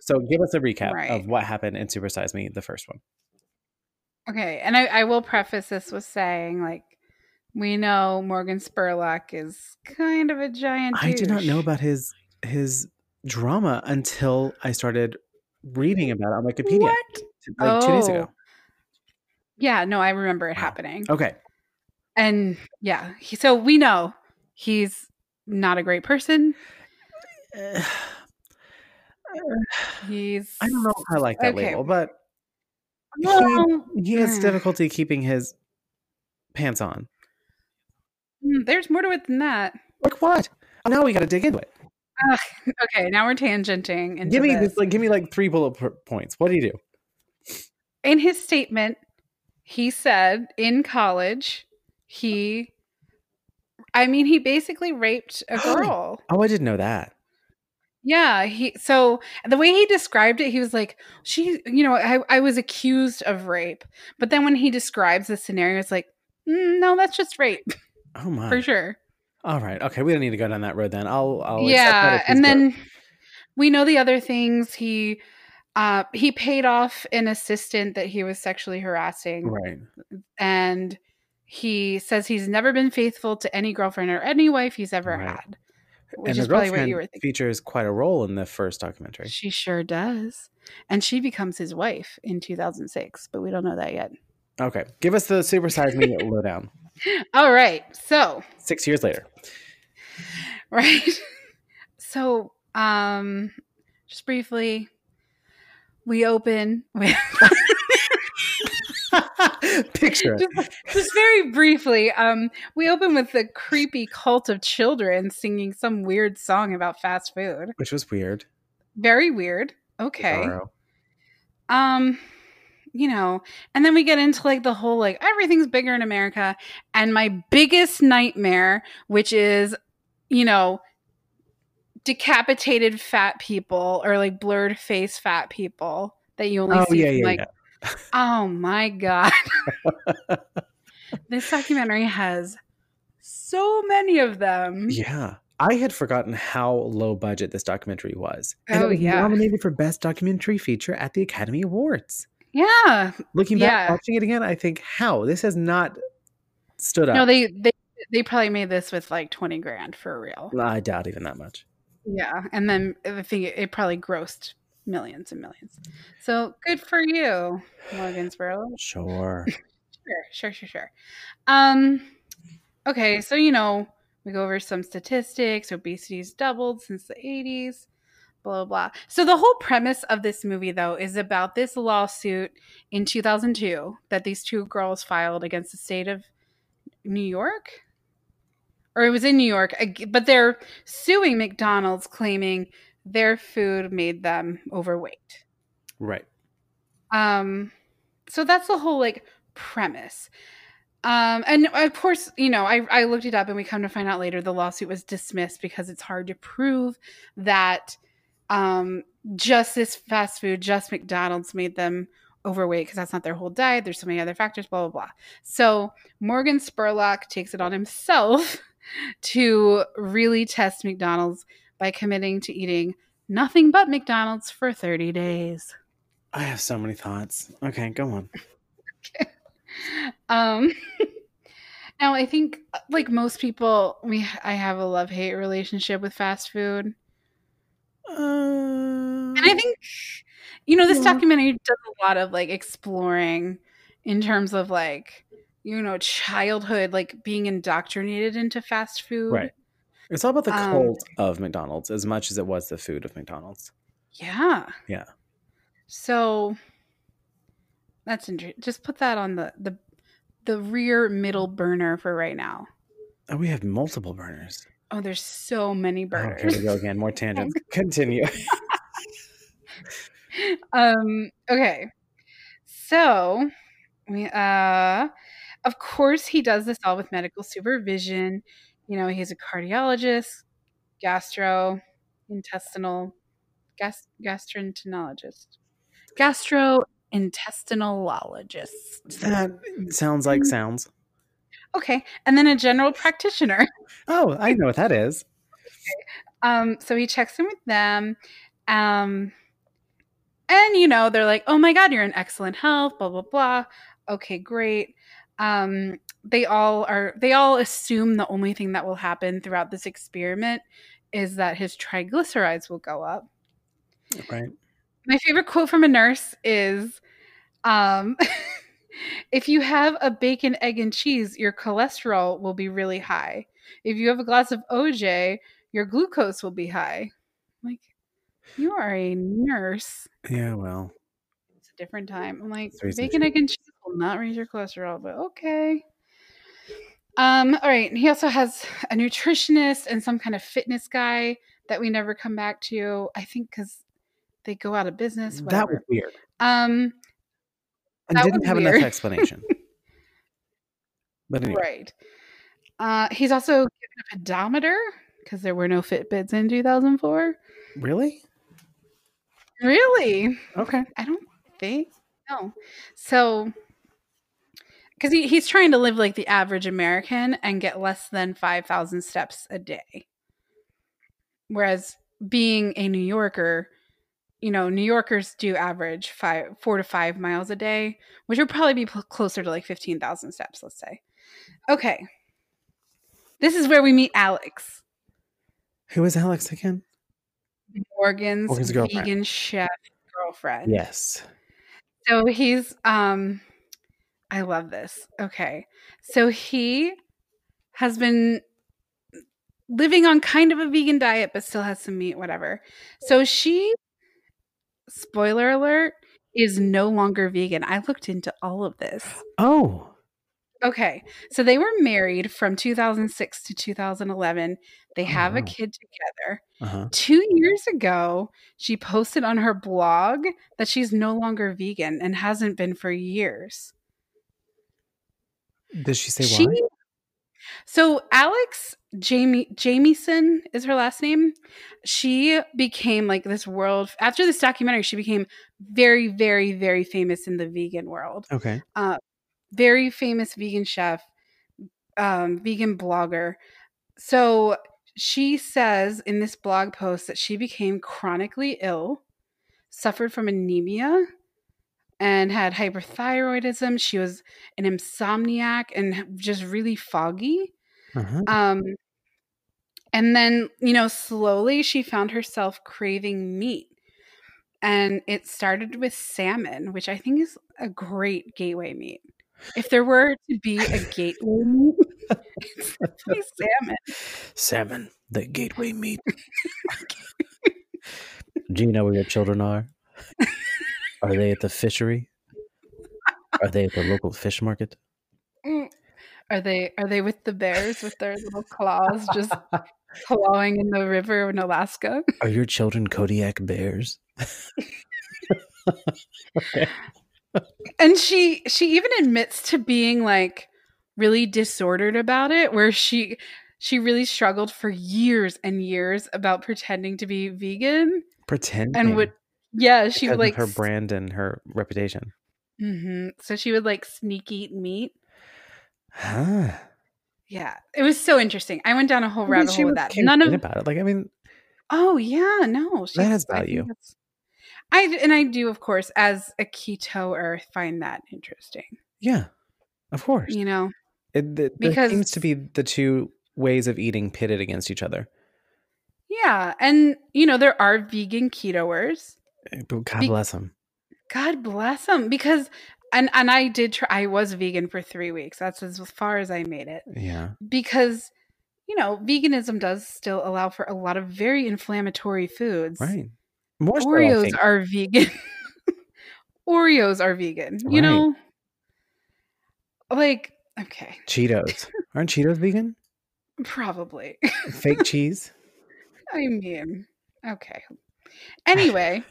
[SPEAKER 1] So give us a recap
[SPEAKER 7] Right.
[SPEAKER 1] of what happened in Super Size Me, the first one.
[SPEAKER 7] Okay, and I, I will preface this with saying, like, we know Morgan Spurlock is kind of a giant.
[SPEAKER 1] I did not know
[SPEAKER 7] douche.
[SPEAKER 1] about his his drama until I started reading about it on Wikipedia
[SPEAKER 7] What?
[SPEAKER 1] t- like two days ago.
[SPEAKER 7] Oh. Yeah, no, I remember it
[SPEAKER 1] Wow.
[SPEAKER 7] happening.
[SPEAKER 1] Okay.
[SPEAKER 7] And yeah, he, so we know he's not a great person.
[SPEAKER 1] Uh,
[SPEAKER 7] He's
[SPEAKER 1] I don't know if I like that
[SPEAKER 7] Okay.
[SPEAKER 1] label, but he-
[SPEAKER 7] Well,
[SPEAKER 1] he, has
[SPEAKER 7] mm.
[SPEAKER 1] difficulty keeping his pants on.
[SPEAKER 7] mm, there's more to it than that.
[SPEAKER 1] Like what? Oh, now we got to dig into it.
[SPEAKER 7] Okay, now we're tangenting. Into
[SPEAKER 1] give me
[SPEAKER 7] this.
[SPEAKER 1] this. like give me like three bullet po- points. What do you do?
[SPEAKER 7] in his statement, he said in college, he, I mean, he basically raped a girl.
[SPEAKER 1] Oh, I didn't know that.
[SPEAKER 7] Yeah, he so the way he described it, he was like, she, you know, I, I was accused of rape. But then when he describes the scenario, it's like, "Mm, no, that's just rape
[SPEAKER 1] Oh my.
[SPEAKER 7] for sure.
[SPEAKER 1] All right. Okay, we don't need to go down that road then. I'll I'll accept that
[SPEAKER 7] yeah,
[SPEAKER 1] if he's
[SPEAKER 7] and
[SPEAKER 1] good.
[SPEAKER 7] then we know the other things he uh he paid off an assistant that he was sexually harassing.
[SPEAKER 1] right.
[SPEAKER 7] and he says he's never been faithful to any girlfriend or any wife he's ever
[SPEAKER 1] Right.
[SPEAKER 7] had, which
[SPEAKER 1] and
[SPEAKER 7] is
[SPEAKER 1] the
[SPEAKER 7] probably
[SPEAKER 1] girlfriend
[SPEAKER 7] what you were thinking.
[SPEAKER 1] features quite a role in the first documentary.
[SPEAKER 7] She sure does. And she becomes his wife in 2006, but we don't know that yet.
[SPEAKER 1] Okay, give us the Super Size Me lowdown.
[SPEAKER 7] All right. So,
[SPEAKER 1] Six years later.
[SPEAKER 7] right. so, um just briefly, we open with
[SPEAKER 1] Picture it.
[SPEAKER 7] just, just very briefly, um, we open with the creepy cult of children singing some weird song about fast food.
[SPEAKER 1] which was weird.
[SPEAKER 7] Very weird. Okay.
[SPEAKER 1] Bizarro.
[SPEAKER 7] um you know and then we get into like the whole like everything's bigger in america and my biggest nightmare which is you know decapitated fat people or like blurred face fat people that you only
[SPEAKER 1] Oh
[SPEAKER 7] see
[SPEAKER 1] yeah,
[SPEAKER 7] from,
[SPEAKER 1] yeah,
[SPEAKER 7] like
[SPEAKER 1] yeah.
[SPEAKER 7] oh my god this documentary has so many of them
[SPEAKER 1] Yeah. I had forgotten how low budget this documentary was.
[SPEAKER 7] Oh,
[SPEAKER 1] it was
[SPEAKER 7] yeah.
[SPEAKER 1] nominated for Best Documentary Feature at the Academy Awards.
[SPEAKER 7] yeah
[SPEAKER 1] Looking back,
[SPEAKER 7] Yeah.
[SPEAKER 1] watching it again, I think, how? This has not stood up.
[SPEAKER 7] no they they they probably made this with like 20 grand for real
[SPEAKER 1] I doubt even that much.
[SPEAKER 7] Yeah, and then I think it, it probably grossed millions and millions. So good for you, Morgan Spurlock.
[SPEAKER 1] Sure.
[SPEAKER 7] Sure, sure, sure, sure. Um, okay, so you know we go over some statistics. Obesity's doubled since the '80s. Blah blah. blah. So the whole premise of this movie, though, is about this lawsuit in 2002 that these two girls filed against the state of New York, or it was in New York, ag- but they're suing McDonald's, claiming their food made them overweight.
[SPEAKER 1] right.
[SPEAKER 7] Um, so that's the whole like premise. Um, and of course, you know, I, I looked it up and we come to find out later the lawsuit was dismissed because it's hard to prove that um, just this fast food, just McDonald's made them overweight because that's not their whole diet. There's so many other factors, blah, blah, blah. So Morgan Spurlock takes it on himself to really test McDonald's by committing to eating nothing but McDonald's for 30 days.
[SPEAKER 1] I have so many thoughts. Okay, go on.
[SPEAKER 7] um now i think like most people we i have a love hate relationship with fast food and
[SPEAKER 1] Uh,
[SPEAKER 7] i think you know this
[SPEAKER 1] Yeah.
[SPEAKER 7] documentary does a lot of like exploring in terms of like you know childhood like being indoctrinated into fast food
[SPEAKER 1] Uh, Right. it's all about the
[SPEAKER 7] um,
[SPEAKER 1] cult of McDonald's as much as it was the food of McDonald's.
[SPEAKER 7] yeah
[SPEAKER 1] Yeah.
[SPEAKER 7] so that's interesting just put that on the the the rear middle burner for right now
[SPEAKER 1] Oh, we have multiple burners.
[SPEAKER 7] oh there's so many
[SPEAKER 1] Oh,
[SPEAKER 7] burners
[SPEAKER 1] here we go again. More tangents. Continue.
[SPEAKER 7] um okay So, we, uh, of course, he does this all with medical supervision. You know, he's a cardiologist, gastrointestinal, gas, gastroenterologist, gastrointestinalologist.
[SPEAKER 1] That sounds
[SPEAKER 7] Mm.
[SPEAKER 1] like sounds.
[SPEAKER 7] Okay, and then a general practitioner.
[SPEAKER 1] Oh, I know what that is.
[SPEAKER 7] Um, so he checks in with them. Um, and you know, they're like, "Oh my god, you're in excellent health." Blah blah blah. Okay, great. Um, they all are. They all assume the only thing that will happen throughout this experiment is that his triglycerides will go up.
[SPEAKER 1] Right.
[SPEAKER 7] My favorite quote from a nurse is, um, "If you have a bacon, egg, and cheese, your cholesterol will be really high. If you have a glass of OJ, your glucose will be high." I'm like, you are a nurse.
[SPEAKER 1] Yeah, well.
[SPEAKER 7] It's a different time. I'm like,
[SPEAKER 1] Sorry,
[SPEAKER 7] bacon, egg, and cheese will not raise your cholesterol, but okay. Um, all right. and He also has a nutritionist and some kind of fitness guy that we never come back to. I think because they go out of business.
[SPEAKER 1] That was
[SPEAKER 7] Whatever.
[SPEAKER 1] weird.
[SPEAKER 7] um,
[SPEAKER 1] And
[SPEAKER 7] That
[SPEAKER 1] didn't
[SPEAKER 7] was
[SPEAKER 1] have
[SPEAKER 7] weird.
[SPEAKER 1] enough explanation. but anyway.
[SPEAKER 7] Right. Uh, he's also given a pedometer because there were no Fitbits in 2004.
[SPEAKER 1] Really?
[SPEAKER 7] Really?
[SPEAKER 1] Okay.
[SPEAKER 7] I don't think no. So because he, he's trying to live like the average American and get less than five thousand steps a day. Whereas being a New Yorker, you know, New Yorkers do average five four to five miles a day, which would probably be pl- closer to like fifteen thousand steps, let's say. Okay. This is where we meet Alex,
[SPEAKER 1] Who is Alex again?
[SPEAKER 7] Morgan's,
[SPEAKER 1] Morgan's girlfriend.
[SPEAKER 7] vegan chef girlfriend.
[SPEAKER 1] Yes.
[SPEAKER 7] So he's um I love this. Okay. So he has been living on kind of a vegan diet but still has some meat whatever. So she spoiler alert is no longer vegan. I looked into all of this.
[SPEAKER 1] Oh.
[SPEAKER 7] Okay. So they were married from 2006 to 2011. They
[SPEAKER 1] Oh,
[SPEAKER 7] have a
[SPEAKER 1] wow.
[SPEAKER 7] kid together.
[SPEAKER 1] Uh-huh.
[SPEAKER 7] Two years ago, she posted on her blog that she's no longer vegan and hasn't been for years.
[SPEAKER 1] Did she say
[SPEAKER 7] She-
[SPEAKER 1] why?
[SPEAKER 7] So Alex Jamie Jamieson is her last name. She became like this world after this documentary. She became very, very, very famous in the vegan world.
[SPEAKER 1] Okay.
[SPEAKER 7] uh, Very famous vegan chef, um, vegan blogger. So she says in this blog post that she became chronically ill, suffered from anemia, and had hyperthyroidism. She was an insomniac and just really foggy.
[SPEAKER 1] Uh-huh.
[SPEAKER 7] Um, and then, you know, slowly she found herself craving meat. And it started with salmon, which I think is a great gateway meat. If there were to be a gateway meat, it's definitely salmon.
[SPEAKER 1] Salmon, the gateway meat. Do you know where your children are? Are they at the fishery? Are they at the local fish market?
[SPEAKER 7] Mm. Are they are they with the bears with their little claws just clawing in the river in Alaska?
[SPEAKER 1] Are your children Kodiak bears?
[SPEAKER 7] and she she even admits to being like really disordered about it where she she really struggled for years and years about pretending to be vegan
[SPEAKER 1] Pretend
[SPEAKER 7] and would yeah she would like
[SPEAKER 1] her brand and her reputation.
[SPEAKER 7] hmm so she would like sneak eat meat
[SPEAKER 1] Huh.
[SPEAKER 7] yeah it was so interesting i went down a whole
[SPEAKER 1] I mean,
[SPEAKER 7] rabbit
[SPEAKER 1] she
[SPEAKER 7] hole with
[SPEAKER 1] was
[SPEAKER 7] that
[SPEAKER 1] campaigning
[SPEAKER 7] none of
[SPEAKER 1] about it. Like I mean,
[SPEAKER 7] Oh yeah, no, she's-
[SPEAKER 1] has
[SPEAKER 7] I think
[SPEAKER 1] value.
[SPEAKER 7] that's- I d- and I do, of course, as a keto earth, find that interesting.
[SPEAKER 1] yeah, of course.
[SPEAKER 7] You know,
[SPEAKER 1] It, th- there
[SPEAKER 7] Because-
[SPEAKER 1] seems to be the two ways of eating pitted against each other.
[SPEAKER 7] yeah, and you know there are vegan ketoers.
[SPEAKER 1] Eh, God
[SPEAKER 7] Be-
[SPEAKER 1] bless them.
[SPEAKER 7] God bless them, because and and I did try. I was vegan for three weeks. That's as far as I made it
[SPEAKER 1] Yeah.
[SPEAKER 7] because you know veganism does still allow for a lot of very inflammatory foods.
[SPEAKER 1] Right. More so, I
[SPEAKER 7] Oreos
[SPEAKER 1] think.
[SPEAKER 7] are vegan. Oreos are vegan. You
[SPEAKER 1] Right.
[SPEAKER 7] know, like okay,
[SPEAKER 1] Cheetos. Aren't Cheetos vegan?
[SPEAKER 7] probably.
[SPEAKER 1] Fake cheese.
[SPEAKER 7] I mean, okay. Anyway,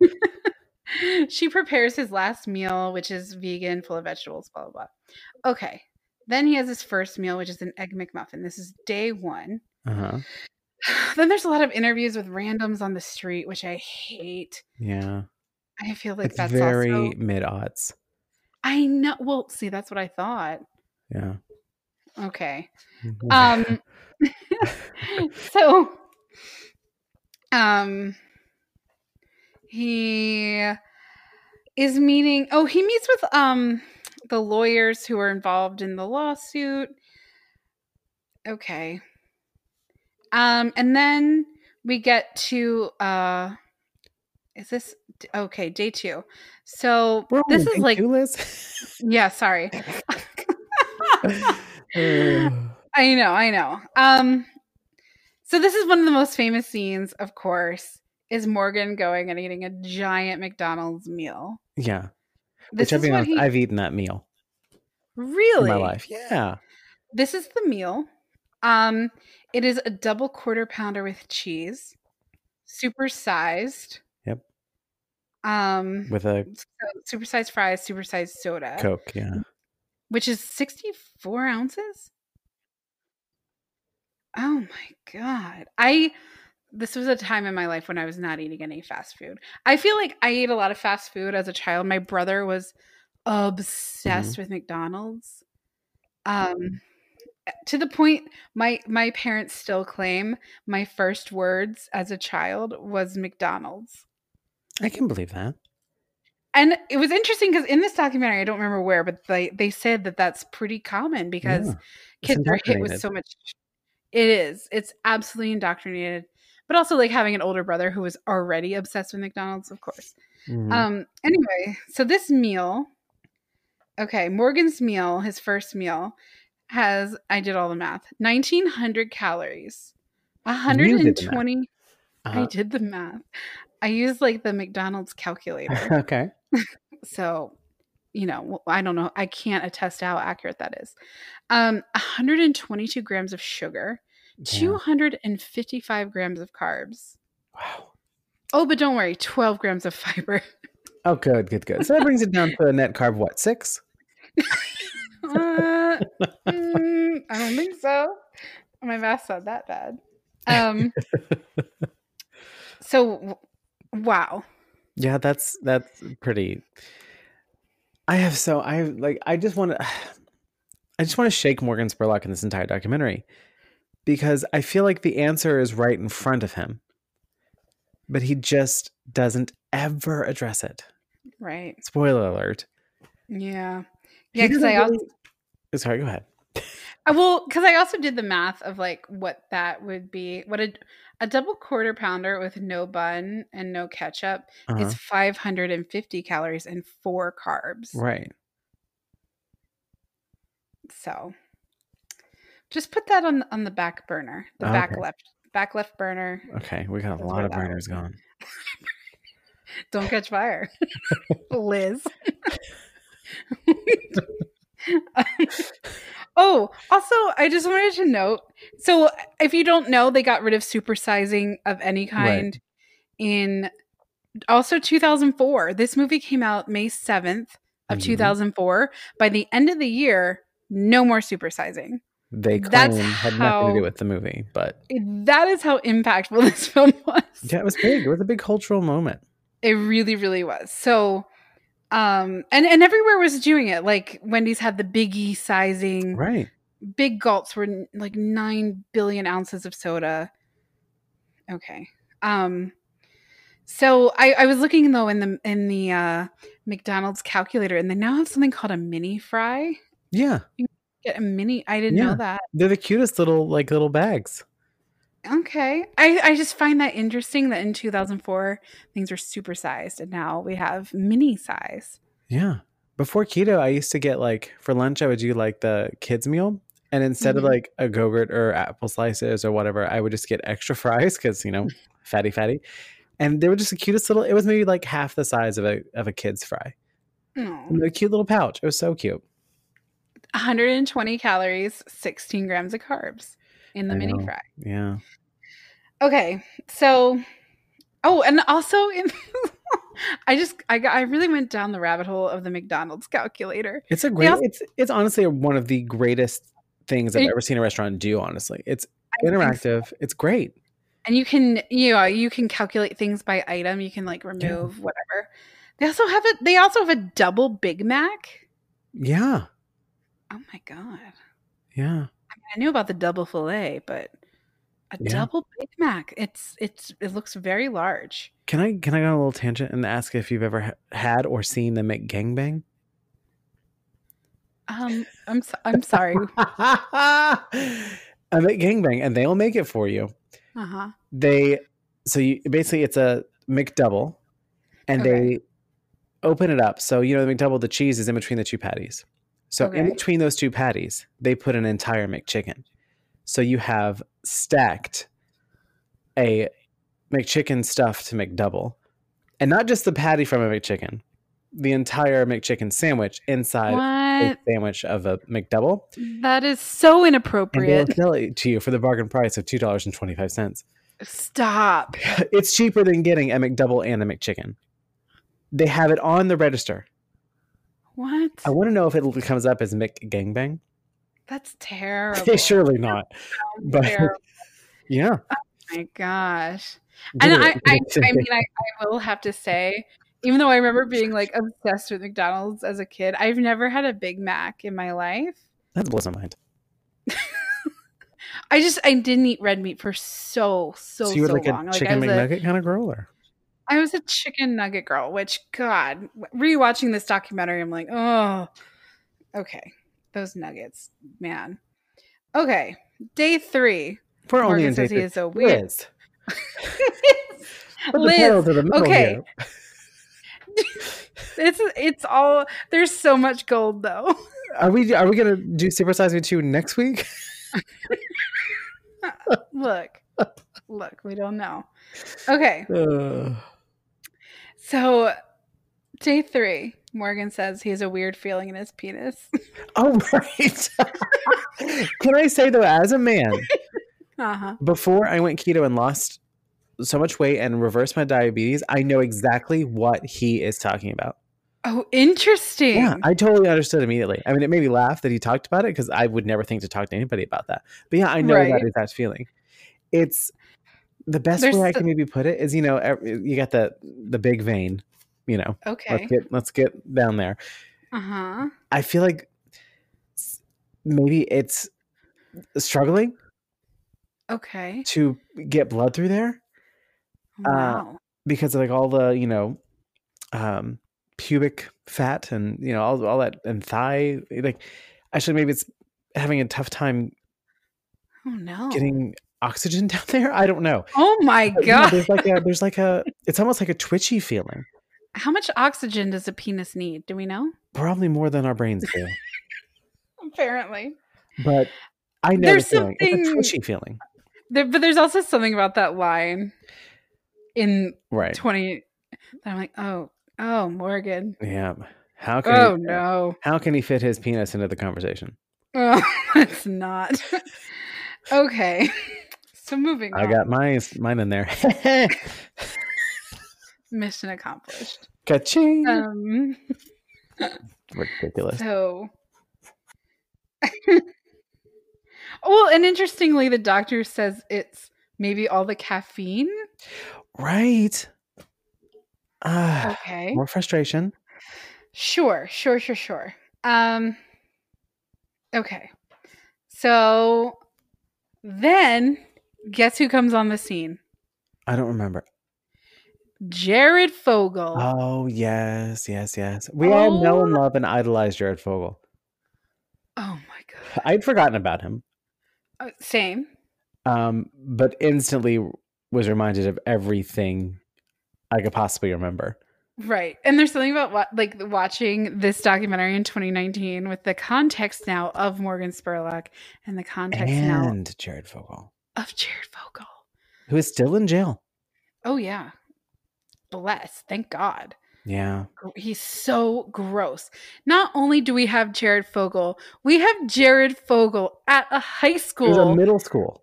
[SPEAKER 7] she prepares his last meal, which is vegan, full of vegetables, blah, blah, blah. Okay. Then he has his first meal, which is an egg McMuffin. This is day one.
[SPEAKER 1] Uh huh.
[SPEAKER 7] Then there's a lot of interviews with randoms on the street, which I hate.
[SPEAKER 1] Yeah.
[SPEAKER 7] I feel like
[SPEAKER 1] it's
[SPEAKER 7] that's
[SPEAKER 1] very
[SPEAKER 7] also.
[SPEAKER 1] mid aughts.
[SPEAKER 7] I know. Well, see, that's what I thought.
[SPEAKER 1] Yeah.
[SPEAKER 7] Okay. Um. so. Um. He is meeting. Oh, he meets with um the lawyers who are involved in the lawsuit. Okay. Um, and then we get to uh, is this okay? Day two. So
[SPEAKER 1] We're on
[SPEAKER 7] this
[SPEAKER 1] the
[SPEAKER 7] is
[SPEAKER 1] day
[SPEAKER 7] like
[SPEAKER 1] two list.
[SPEAKER 7] yeah. Sorry.
[SPEAKER 1] Ugh.
[SPEAKER 7] I know, I know. Um, so this is one of the most famous scenes, of course, is Morgan going and eating a giant McDonald's meal.
[SPEAKER 1] yeah. Which
[SPEAKER 7] This
[SPEAKER 1] I'll
[SPEAKER 7] is
[SPEAKER 1] be
[SPEAKER 7] what
[SPEAKER 1] honest,
[SPEAKER 7] he-
[SPEAKER 1] I've eaten that meal
[SPEAKER 7] really
[SPEAKER 1] in my life. Yeah.
[SPEAKER 7] This is the meal. Um, it is a double quarter pounder with cheese, supersized.
[SPEAKER 1] Yep.
[SPEAKER 7] Um,
[SPEAKER 1] With a
[SPEAKER 7] so supersized fries, supersized soda,
[SPEAKER 1] Coke. Yeah.
[SPEAKER 7] which is sixty-four ounces. Oh my god! I this was a time in my life when I was not eating any fast food. I feel like I ate a lot of fast food as a child. My brother was obsessed with McDonald's. Um to the point my my parents still claim my first words as a child was McDonald's.
[SPEAKER 1] I can believe that.
[SPEAKER 7] And it was interesting cuz in this documentary I don't remember where but they they said that that's pretty common because
[SPEAKER 1] Yeah. It's
[SPEAKER 7] kids are hit with
[SPEAKER 1] indoctrinated.
[SPEAKER 7] so much it is it's absolutely indoctrinated but also like having an older brother who was already obsessed with mcdonald's of course
[SPEAKER 1] Mhm.
[SPEAKER 7] um anyway so this meal okay morgan's meal his first meal has i did all the math 1900 calories
[SPEAKER 1] You did the math.
[SPEAKER 7] 120 i
[SPEAKER 1] Uh,
[SPEAKER 7] did the math i used like the mcdonald's calculator
[SPEAKER 1] okay.
[SPEAKER 7] so, you know, well, I don't know. I can't attest to how accurate that is. Um, 122 grams of sugar,
[SPEAKER 1] Yeah.
[SPEAKER 7] 255 grams of carbs.
[SPEAKER 1] Wow.
[SPEAKER 7] Oh, but don't worry, 12 grams of fiber.
[SPEAKER 1] Oh, good, good, good. So that brings it down to a net carb, what, six?
[SPEAKER 7] Uh, mm, I don't think so. My math's not that bad. Um, so, w- wow.
[SPEAKER 1] Yeah, that's that's pretty. I have so I have, like I just want to I just want to shake Morgan Spurlock in this entire documentary because I feel like the answer is right in front of him, but he just doesn't ever address it.
[SPEAKER 7] Right.
[SPEAKER 1] Spoiler alert.
[SPEAKER 7] Yeah.
[SPEAKER 1] He
[SPEAKER 7] Yeah. Cause
[SPEAKER 1] doesn't
[SPEAKER 7] I also,
[SPEAKER 1] really- Sorry, go ahead.
[SPEAKER 7] I- well, because I also did the math of like what that would be. What a a double quarter pounder with no bun and no ketchup
[SPEAKER 1] Uh-huh.
[SPEAKER 7] is 550 calories and four carbs.
[SPEAKER 1] Right.
[SPEAKER 7] So just put that on on the back burner, the back
[SPEAKER 1] Ah, Okay.
[SPEAKER 7] left back left burner.
[SPEAKER 1] Okay, we got a
[SPEAKER 7] That's
[SPEAKER 1] lot
[SPEAKER 7] where
[SPEAKER 1] of
[SPEAKER 7] that
[SPEAKER 1] burners going.
[SPEAKER 7] Don't catch fire, Liz. oh, also, I just wanted to note. So, if you don't know, they got rid of supersizing of any kind in also 2004. This movie came out May 7th of
[SPEAKER 1] Mhm.
[SPEAKER 7] 2004. By the end of the year, no more supersizing.
[SPEAKER 1] They claim
[SPEAKER 7] That's
[SPEAKER 1] had nothing to do
[SPEAKER 7] how-
[SPEAKER 1] with the movie, but
[SPEAKER 7] That is how impactful this film was.
[SPEAKER 1] yeah, it was big. It was a big cultural moment.
[SPEAKER 7] It really, really was. So, um, and and everywhere was doing it. Like Wendy's had the biggie sizing.
[SPEAKER 1] Right.
[SPEAKER 7] Big gulps were n- like nine billion ounces of soda. Okay. Um. So I, I was looking though in the in the uh, McDonald's calculator, and they now have something called a mini fry.
[SPEAKER 1] Yeah.
[SPEAKER 7] Get a mini. I didn't
[SPEAKER 1] Yeah.
[SPEAKER 7] know that.
[SPEAKER 1] They're the cutest little like little bags.
[SPEAKER 7] Okay. I, I just find that interesting that in 2004 things were supersized and now we have mini size.
[SPEAKER 1] Yeah. Before keto, I used to get like for lunch I would do like the kids meal, and instead
[SPEAKER 7] Mhm.
[SPEAKER 1] of like a gogurt or apple slices or whatever, I would just get extra fries because you know fatty fatty, and they were just the cutest little. It was maybe like half the size of a of a kid's fry.
[SPEAKER 7] Oh.
[SPEAKER 1] And a cute little pouch. It was so cute.
[SPEAKER 7] 120 calories, 16 grams of carbs in the
[SPEAKER 1] I
[SPEAKER 7] mini
[SPEAKER 1] know.
[SPEAKER 7] fry.
[SPEAKER 1] Yeah.
[SPEAKER 7] Okay. So, oh, and also in I just I got, I really went down the rabbit hole of the McDonald's calculator.
[SPEAKER 1] It's a great.
[SPEAKER 7] also-
[SPEAKER 1] it's it's honestly one of the greatest things I've
[SPEAKER 7] It-
[SPEAKER 1] ever seen a restaurant do. Honestly, it's
[SPEAKER 7] I think
[SPEAKER 1] interactive. It's great.
[SPEAKER 7] and you can you know you can calculate things by item you can like remove whatever they also have it they also have a double big mac
[SPEAKER 1] Yeah,
[SPEAKER 7] oh my god
[SPEAKER 1] yeah.
[SPEAKER 7] i knew about the double fillet but a
[SPEAKER 1] Yeah.
[SPEAKER 7] double big mac it's it's it looks very large
[SPEAKER 1] Can I can I go on a little tangent and ask if you've ever ha- had or seen the McGangbang?
[SPEAKER 7] um i'm so, i'm sorry
[SPEAKER 1] a McGangbang, and they'll make it for you.
[SPEAKER 7] uh-huh
[SPEAKER 1] they so you basically it's a McDouble, and
[SPEAKER 7] Okay.
[SPEAKER 1] they open it up. So you know the McDouble, the cheese is in between the two patties. So in
[SPEAKER 7] Okay.
[SPEAKER 1] between those two patties, they put an entire McChicken. So you have stacked a McChicken stuffed McDouble, and not just the patty from a McChicken, the entire McChicken sandwich inside a
[SPEAKER 7] what
[SPEAKER 1] sandwich of a McDouble,
[SPEAKER 7] that is so
[SPEAKER 1] and they'll
[SPEAKER 7] inappropriate
[SPEAKER 1] sell it to you for the bargain price of two dollars and twenty five cents.
[SPEAKER 7] stop
[SPEAKER 1] it's cheaper than getting a McDouble and a McChicken. They have it on the register.
[SPEAKER 7] what
[SPEAKER 1] I want to know if it comes up as McGangbang.
[SPEAKER 7] that's terrible
[SPEAKER 1] They surely not. But
[SPEAKER 7] terrible.
[SPEAKER 1] yeah,
[SPEAKER 7] my gosh
[SPEAKER 1] do
[SPEAKER 7] and I,
[SPEAKER 1] it.
[SPEAKER 7] I, I mean, I, I will have to say, even though I remember being like obsessed with McDonald's as a kid, I've never had a Big Mac in my life.
[SPEAKER 1] that blows my mind.
[SPEAKER 7] I just I didn't eat red meat for so so
[SPEAKER 1] So
[SPEAKER 7] so,
[SPEAKER 1] you were like
[SPEAKER 7] long.
[SPEAKER 1] a
[SPEAKER 7] Like I
[SPEAKER 1] chicken
[SPEAKER 7] was a,
[SPEAKER 1] McNugget kind of girl, or
[SPEAKER 7] I was a chicken nugget girl. Which God, rewatching this documentary, I'm like, oh, okay, those nuggets, man. Okay, day three.
[SPEAKER 1] we're only
[SPEAKER 7] Morgan
[SPEAKER 1] in day
[SPEAKER 7] says he
[SPEAKER 1] three.
[SPEAKER 7] is so weird.
[SPEAKER 1] Liz, put the pedal
[SPEAKER 7] Liz,
[SPEAKER 1] to the metal
[SPEAKER 7] okay.
[SPEAKER 1] here.
[SPEAKER 7] it's it's all there's so much gold though.
[SPEAKER 1] Are we are we gonna do Super Size Me two next week?
[SPEAKER 7] look, look, we don't know. Okay,
[SPEAKER 1] Uh,
[SPEAKER 7] so day three, Morgan says he has a weird feeling in his penis.
[SPEAKER 1] all right. Can I say though, as a man,
[SPEAKER 7] uh huh.
[SPEAKER 1] before I went keto and lost so much weight and reversed my diabetes, I know exactly what he is talking about.
[SPEAKER 7] Oh, interesting.
[SPEAKER 1] Yeah, I totally understood immediately. I mean, it made me laugh that he talked about it because I would never think to talk to anybody about that. But yeah, I know that
[SPEAKER 7] Right.
[SPEAKER 1] is that feeling. It's the best
[SPEAKER 7] There's
[SPEAKER 1] way I
[SPEAKER 7] so-
[SPEAKER 1] can maybe put it is you know ev- you got the the big vein, you know.
[SPEAKER 7] okay.
[SPEAKER 1] Let's get let's get down there.
[SPEAKER 7] Uh huh.
[SPEAKER 1] I feel like s- maybe it's struggling
[SPEAKER 7] Okay. Oh,
[SPEAKER 1] to get blood through there. Uh,
[SPEAKER 7] Wow.
[SPEAKER 1] because of like all the you know um pubic fat and you know all, all that and thigh like actually maybe it's having a tough time
[SPEAKER 7] oh no.
[SPEAKER 1] getting oxygen down there i don't know
[SPEAKER 7] oh my
[SPEAKER 1] But, you know,
[SPEAKER 7] god.
[SPEAKER 1] there's like a there's like a it's almost like a twitchy feeling
[SPEAKER 7] How much oxygen does a penis need? Do we know?
[SPEAKER 1] probably more than our brains do
[SPEAKER 7] Apparently.
[SPEAKER 1] but i know
[SPEAKER 7] There's
[SPEAKER 1] the feeling. it's a
[SPEAKER 7] something-
[SPEAKER 1] twitchy feeling
[SPEAKER 7] There, but there's also something about that line in
[SPEAKER 1] right
[SPEAKER 7] 20 that I'm like, "Oh, oh, Morgan.
[SPEAKER 1] yeah how can
[SPEAKER 7] Oh
[SPEAKER 1] he,
[SPEAKER 7] no.
[SPEAKER 1] how can he fit his penis into the conversation
[SPEAKER 7] Oh, it's not. okay. So moving
[SPEAKER 1] i
[SPEAKER 7] on.
[SPEAKER 1] got mine mine in there
[SPEAKER 7] Mission accomplished.
[SPEAKER 1] ka-ching
[SPEAKER 7] Um,
[SPEAKER 1] ridiculous
[SPEAKER 7] so. well, and interestingly, the doctor says it's maybe all the caffeine.
[SPEAKER 1] Right. Ah,
[SPEAKER 7] Okay.
[SPEAKER 1] more frustration.
[SPEAKER 7] Sure, sure, sure, sure. Um, okay. So then, guess who comes on the scene?
[SPEAKER 1] I don't remember.
[SPEAKER 7] Jared Fogle.
[SPEAKER 1] Oh yes, yes, yes. We all know and love and idolize Jared Fogle.
[SPEAKER 7] oh my God.
[SPEAKER 1] I'd forgotten about him,
[SPEAKER 7] Uh, same.
[SPEAKER 1] um, but instantly was reminded of everything I could possibly remember.
[SPEAKER 7] Right. And there's something about wa- like watching this documentary in 2019 with the context now of Morgan Spurlock and the context now
[SPEAKER 1] And Jared Fogle,
[SPEAKER 7] of Jared Fogle.
[SPEAKER 1] who is still in jail.
[SPEAKER 7] Oh yeah. Bless. Thank God.
[SPEAKER 1] Yeah.
[SPEAKER 7] Gr- He's so gross. Not only do we have Jared Fogle, we have Jared Fogle at a high
[SPEAKER 1] It was a
[SPEAKER 7] school.
[SPEAKER 1] middle school.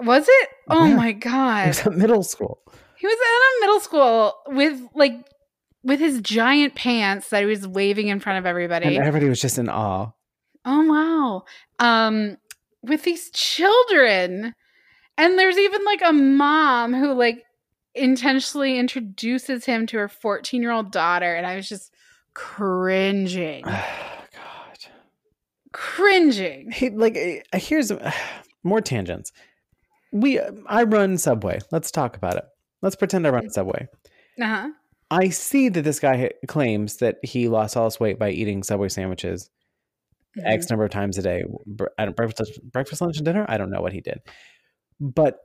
[SPEAKER 7] was it? Oh
[SPEAKER 1] Yeah.
[SPEAKER 7] my
[SPEAKER 1] It
[SPEAKER 7] God.
[SPEAKER 1] was a middle school.
[SPEAKER 7] He was in a middle school with like with his giant pants that he was waving in front of
[SPEAKER 1] And
[SPEAKER 7] everybody.
[SPEAKER 1] everybody was just in awe.
[SPEAKER 7] oh wow. Um with these children. And there's even like a mom who like intentionally introduces him to her 14-year-old daughter and I was just cringing.
[SPEAKER 1] Oh, God.
[SPEAKER 7] cringing.
[SPEAKER 1] He like eh, here's more tangents. We uh, I run Subway. Let's talk about it. Let's pretend I run Subway.
[SPEAKER 7] Uh-huh.
[SPEAKER 1] I see that this guy ha- claims that he lost all his weight by eating Subway sandwiches
[SPEAKER 7] Mhm.
[SPEAKER 1] X number of times a day. Br- I don't breakfast, lunch- breakfast, lunch, and dinner. I don't know what he did, but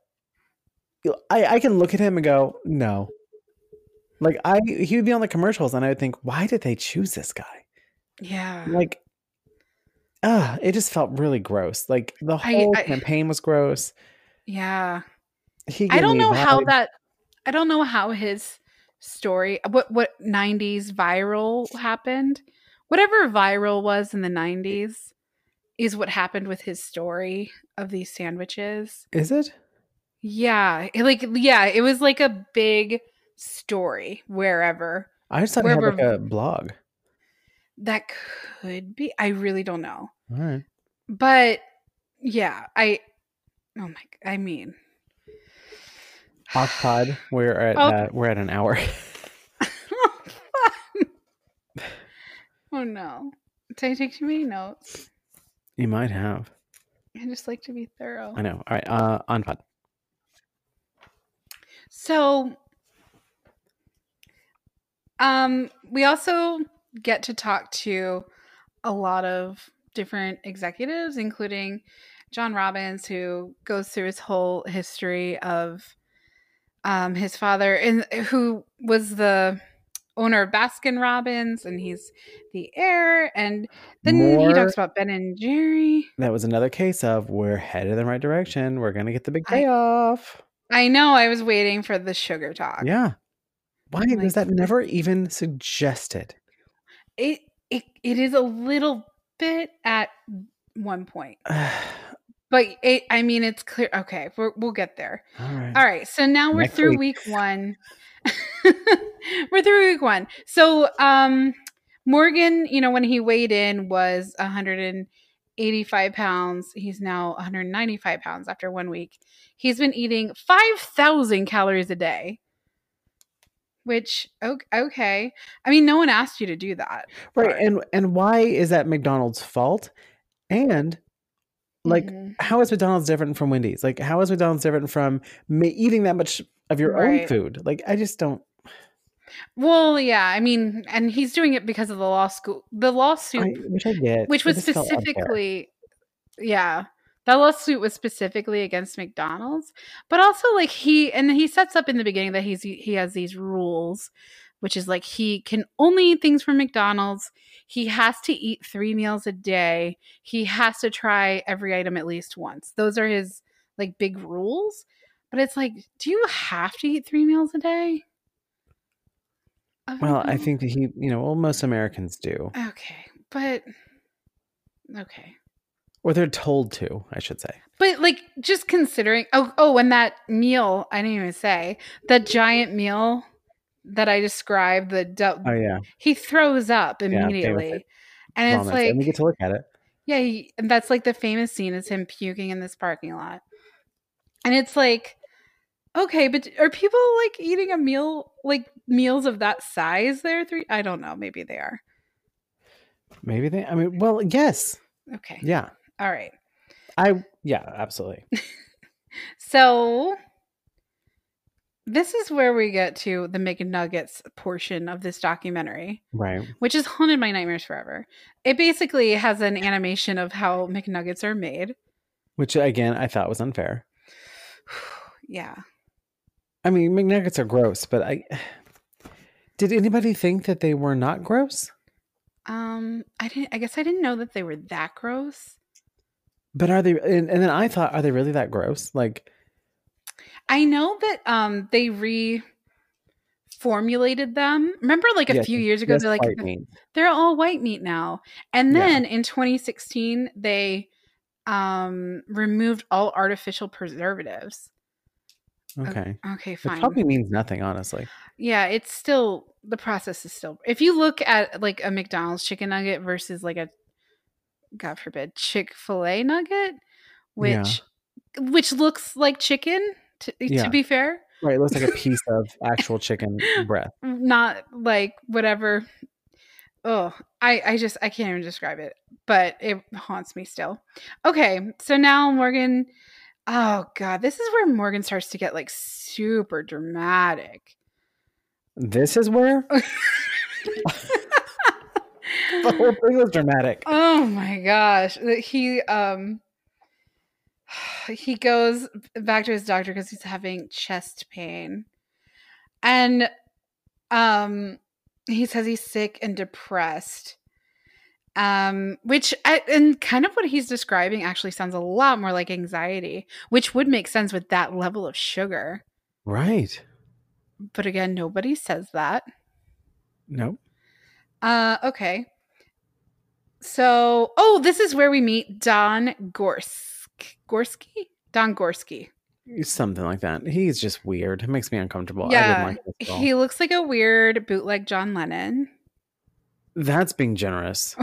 [SPEAKER 1] you- I, I can look at him and go, no. Like I, he would be on the commercials, and I would think, why did they choose this guy?
[SPEAKER 7] Yeah.
[SPEAKER 1] Like, ah, it just felt really gross. Like the
[SPEAKER 7] I-
[SPEAKER 1] whole
[SPEAKER 7] I-
[SPEAKER 1] campaign was gross.
[SPEAKER 7] Yeah.
[SPEAKER 1] He,
[SPEAKER 7] I
[SPEAKER 1] gave
[SPEAKER 7] don't
[SPEAKER 1] me
[SPEAKER 7] know how
[SPEAKER 1] vibes-
[SPEAKER 7] that I don't know how his story what what 90s viral happened. Whatever viral was in the 90s is what happened with his story of these sandwiches.
[SPEAKER 1] is it.
[SPEAKER 7] Yeah, it, like yeah, it was like a big story wherever
[SPEAKER 1] I just thought he had
[SPEAKER 7] Wherever-
[SPEAKER 1] like a blog.
[SPEAKER 7] that could be. I really don't know.
[SPEAKER 1] All right,
[SPEAKER 7] But yeah, I oh my I mean
[SPEAKER 1] Hawk Pod. We're at
[SPEAKER 7] Oh.
[SPEAKER 1] uh, we're at an hour.
[SPEAKER 7] oh no. Did I take too many notes?
[SPEAKER 1] you might have.
[SPEAKER 7] I just like to be thorough.
[SPEAKER 1] I know. All right, uh, on pod.
[SPEAKER 7] So, um, we also get to talk to a lot of different executives, including John Robbins, who goes through his whole history of um, his father, and who was the owner of Baskin Robbins, and he's the heir. And then he
[SPEAKER 1] More-
[SPEAKER 7] talks about Ben and Jerry.
[SPEAKER 1] That was another case of we're headed in the right direction. We're gonna get the big
[SPEAKER 7] I-
[SPEAKER 1] payoff.
[SPEAKER 7] I know I was waiting for the sugar talk.
[SPEAKER 1] yeah. Why
[SPEAKER 7] I'm
[SPEAKER 1] was
[SPEAKER 7] like-
[SPEAKER 1] that never even suggested?
[SPEAKER 7] it it, it is a little bit at one point but it i mean it's clear okay we're, we'll get there
[SPEAKER 1] All right.
[SPEAKER 7] all right so now we're
[SPEAKER 1] Next
[SPEAKER 7] through week, one we're through week one so um morgan you know when he weighed in was 185 pounds he's now 195 pounds after one week he's been eating 5000 calories a day which o- okay i mean no one asked you to do that
[SPEAKER 1] Right. And and why is that McDonald's fault? And like
[SPEAKER 7] Mhm.
[SPEAKER 1] how is McDonald's different from Wendy's? Like how is McDonald's different from ma- eating that much of your own
[SPEAKER 7] Right.
[SPEAKER 1] food? Like I just don't
[SPEAKER 7] Well, yeah, I mean, and he's doing it because of the law school, the lawsuit,
[SPEAKER 1] I, which I get.
[SPEAKER 7] which
[SPEAKER 1] it
[SPEAKER 7] was
[SPEAKER 1] just felt unfair.
[SPEAKER 7] specifically, yeah, that lawsuit was specifically against McDonald's, but also like he and he sets up in the beginning that he's he has these rules, which is like he can only eat things from McDonald's, he has to eat three meals a day, he has to try every item at least once. Those are his like big rules, but it's like, do you have to eat three meals a day? of
[SPEAKER 1] Well, I
[SPEAKER 7] McDonald's?
[SPEAKER 1] think that he, you know, well, most Americans do,
[SPEAKER 7] Okay, but okay,
[SPEAKER 1] or they're told to, I should say.
[SPEAKER 7] but like just considering. Oh, oh, and that meal I didn't even say that giant meal that I described. The du-
[SPEAKER 1] Oh yeah,
[SPEAKER 7] he throws up
[SPEAKER 1] they have
[SPEAKER 7] immediately,
[SPEAKER 1] it.
[SPEAKER 7] and it's
[SPEAKER 1] Vomits.
[SPEAKER 7] like
[SPEAKER 1] and we get to look at it.
[SPEAKER 7] yeah, he, and that's like the famous scene is him puking in this parking lot, and it's like. Okay, but are people like eating a meal like meals of that size there? Three I don't know, maybe they are.
[SPEAKER 1] Maybe they. I mean, well, yes,
[SPEAKER 7] Okay.
[SPEAKER 1] yeah,
[SPEAKER 7] All right.
[SPEAKER 1] I, yeah, absolutely.
[SPEAKER 7] So this is where we get to the McNuggets portion of this documentary,
[SPEAKER 1] Right.
[SPEAKER 7] which is haunted my nightmares forever. It basically has an animation of how McNuggets are made.
[SPEAKER 1] Which again, I thought was unfair.
[SPEAKER 7] yeah.
[SPEAKER 1] I mean, McNuggets are gross, but I. Did anybody think that they were not gross?
[SPEAKER 7] Um I didn't I guess I didn't know that they were that gross.
[SPEAKER 1] But are they? And, and then I thought, are they really that gross? Like,
[SPEAKER 7] I know that um they reformulated them. Remember like a
[SPEAKER 1] yes,
[SPEAKER 7] few years ago
[SPEAKER 1] yes,
[SPEAKER 7] they're like
[SPEAKER 1] white meat.
[SPEAKER 7] they're all white meat now. And
[SPEAKER 1] Yeah.
[SPEAKER 7] then in 2016, they um, removed all artificial preservatives,
[SPEAKER 1] Okay.
[SPEAKER 7] Okay,
[SPEAKER 1] It
[SPEAKER 7] fine.
[SPEAKER 1] probably means nothing, honestly.
[SPEAKER 7] yeah, it's still the process is still. If you look at like a McDonald's chicken nugget versus like a, God forbid, Chick Fil A nugget,
[SPEAKER 1] Yeah.
[SPEAKER 7] which which looks like chicken. To,
[SPEAKER 1] Yeah.
[SPEAKER 7] to be fair,
[SPEAKER 1] Right. It looks like a piece of actual chicken breast.
[SPEAKER 7] not like whatever. Oh, I I just I can't even describe it, but it haunts me still. Okay, so now Morgan. Oh God, this is where Morgan starts to get like super dramatic.
[SPEAKER 1] This is where the whole thing was dramatic.
[SPEAKER 7] Oh my gosh. That He um he goes back to his doctor because he's having chest pain. And um he says he's sick and depressed. Um which I, and kind of what he's describing actually sounds a lot more like anxiety, which would make sense with that level of sugar.
[SPEAKER 1] Right.
[SPEAKER 7] But again, nobody says that.
[SPEAKER 1] No.
[SPEAKER 7] Uh, okay. So, oh, this is where we meet Don Gorsk. Gorsky? Don Gorsky.
[SPEAKER 1] Something like that. He's just weird. It makes me uncomfortable.
[SPEAKER 7] Yeah,
[SPEAKER 1] I didn't like this at all.
[SPEAKER 7] He looks like a weird bootleg John Lennon.
[SPEAKER 1] That's being generous.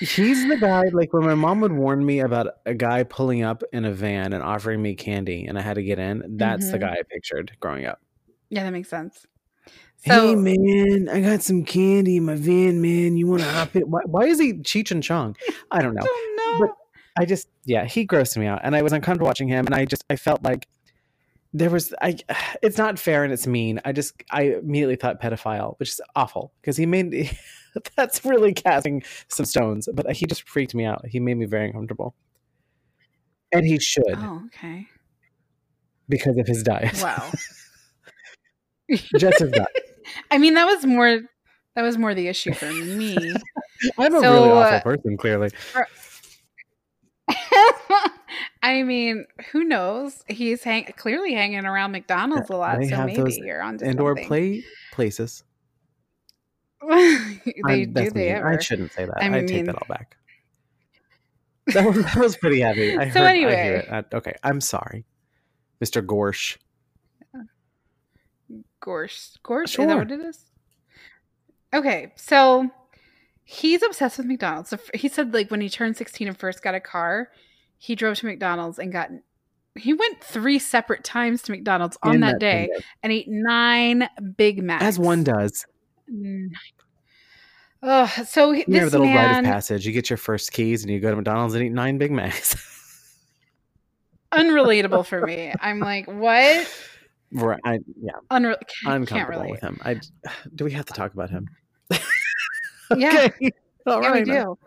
[SPEAKER 1] He's the guy, like when my mom would warn me about a guy pulling up in a van and offering me candy and I had to get in, that's the
[SPEAKER 7] Mhm.
[SPEAKER 1] guy I pictured growing up.
[SPEAKER 7] Yeah, that makes sense. So,
[SPEAKER 1] hey man, I got some candy in my van, man. You want to hop in? Why, why is he Cheech and Chong? I don't know.
[SPEAKER 7] oh
[SPEAKER 1] But- I just, yeah, he grossed me out, and I was uncomfortable watching him, and I just, I felt like there was, I, it's not fair and it's mean. I just, I immediately thought pedophile, which is awful because he made, that's really casting some stones, but he just freaked me out. He made me very uncomfortable, and he should
[SPEAKER 7] no. Oh, okay.
[SPEAKER 1] because of his diet,
[SPEAKER 7] Wow.
[SPEAKER 1] just his diet.
[SPEAKER 7] I mean, that was more. That was more the issue for me.
[SPEAKER 1] I'm a
[SPEAKER 7] So,
[SPEAKER 1] really awful
[SPEAKER 7] uh,
[SPEAKER 1] person, clearly.
[SPEAKER 7] I mean, who knows? He's hang- clearly hanging around McDonald's a lot,
[SPEAKER 1] They
[SPEAKER 7] so
[SPEAKER 1] have
[SPEAKER 7] maybe
[SPEAKER 1] those
[SPEAKER 7] you're onto
[SPEAKER 1] And or
[SPEAKER 7] something.
[SPEAKER 1] play places.
[SPEAKER 7] they
[SPEAKER 1] I'm-
[SPEAKER 7] do
[SPEAKER 1] that's
[SPEAKER 7] they
[SPEAKER 1] mean.
[SPEAKER 7] ever?
[SPEAKER 1] I shouldn't say that.
[SPEAKER 7] I
[SPEAKER 1] I, take
[SPEAKER 7] mean-
[SPEAKER 1] that all back. That was, that was pretty heavy. I
[SPEAKER 7] So
[SPEAKER 1] heard, I hear
[SPEAKER 7] anyway.
[SPEAKER 1] it. Uh, okay, I'm sorry, Mr. Gorsh.
[SPEAKER 7] Gorse. Gorse? Is
[SPEAKER 1] Sure.
[SPEAKER 7] that what it is? Okay, so he's obsessed with McDonald's. So f- he said like when he turned 16 and first got a car, he drove to McDonald's and got he went three separate times to McDonald's on
[SPEAKER 1] In
[SPEAKER 7] that, day
[SPEAKER 1] thing,
[SPEAKER 7] and ate nine Big Macs.
[SPEAKER 1] as one does.
[SPEAKER 7] Oh, so he,
[SPEAKER 1] You have
[SPEAKER 7] this
[SPEAKER 1] the little rite of
[SPEAKER 7] man,
[SPEAKER 1] passage. You get your first keys and you go to McDonald's and eat nine Big Macs.
[SPEAKER 7] unrelatable for me. I'm like, what?
[SPEAKER 1] right? I, yeah,
[SPEAKER 7] Unre-
[SPEAKER 1] I'm
[SPEAKER 7] I can't
[SPEAKER 1] comfortable
[SPEAKER 7] relate.
[SPEAKER 1] with him. I do we have to talk about him?
[SPEAKER 7] Yeah.
[SPEAKER 1] Okay. All
[SPEAKER 7] Yeah,
[SPEAKER 1] right.
[SPEAKER 7] we do.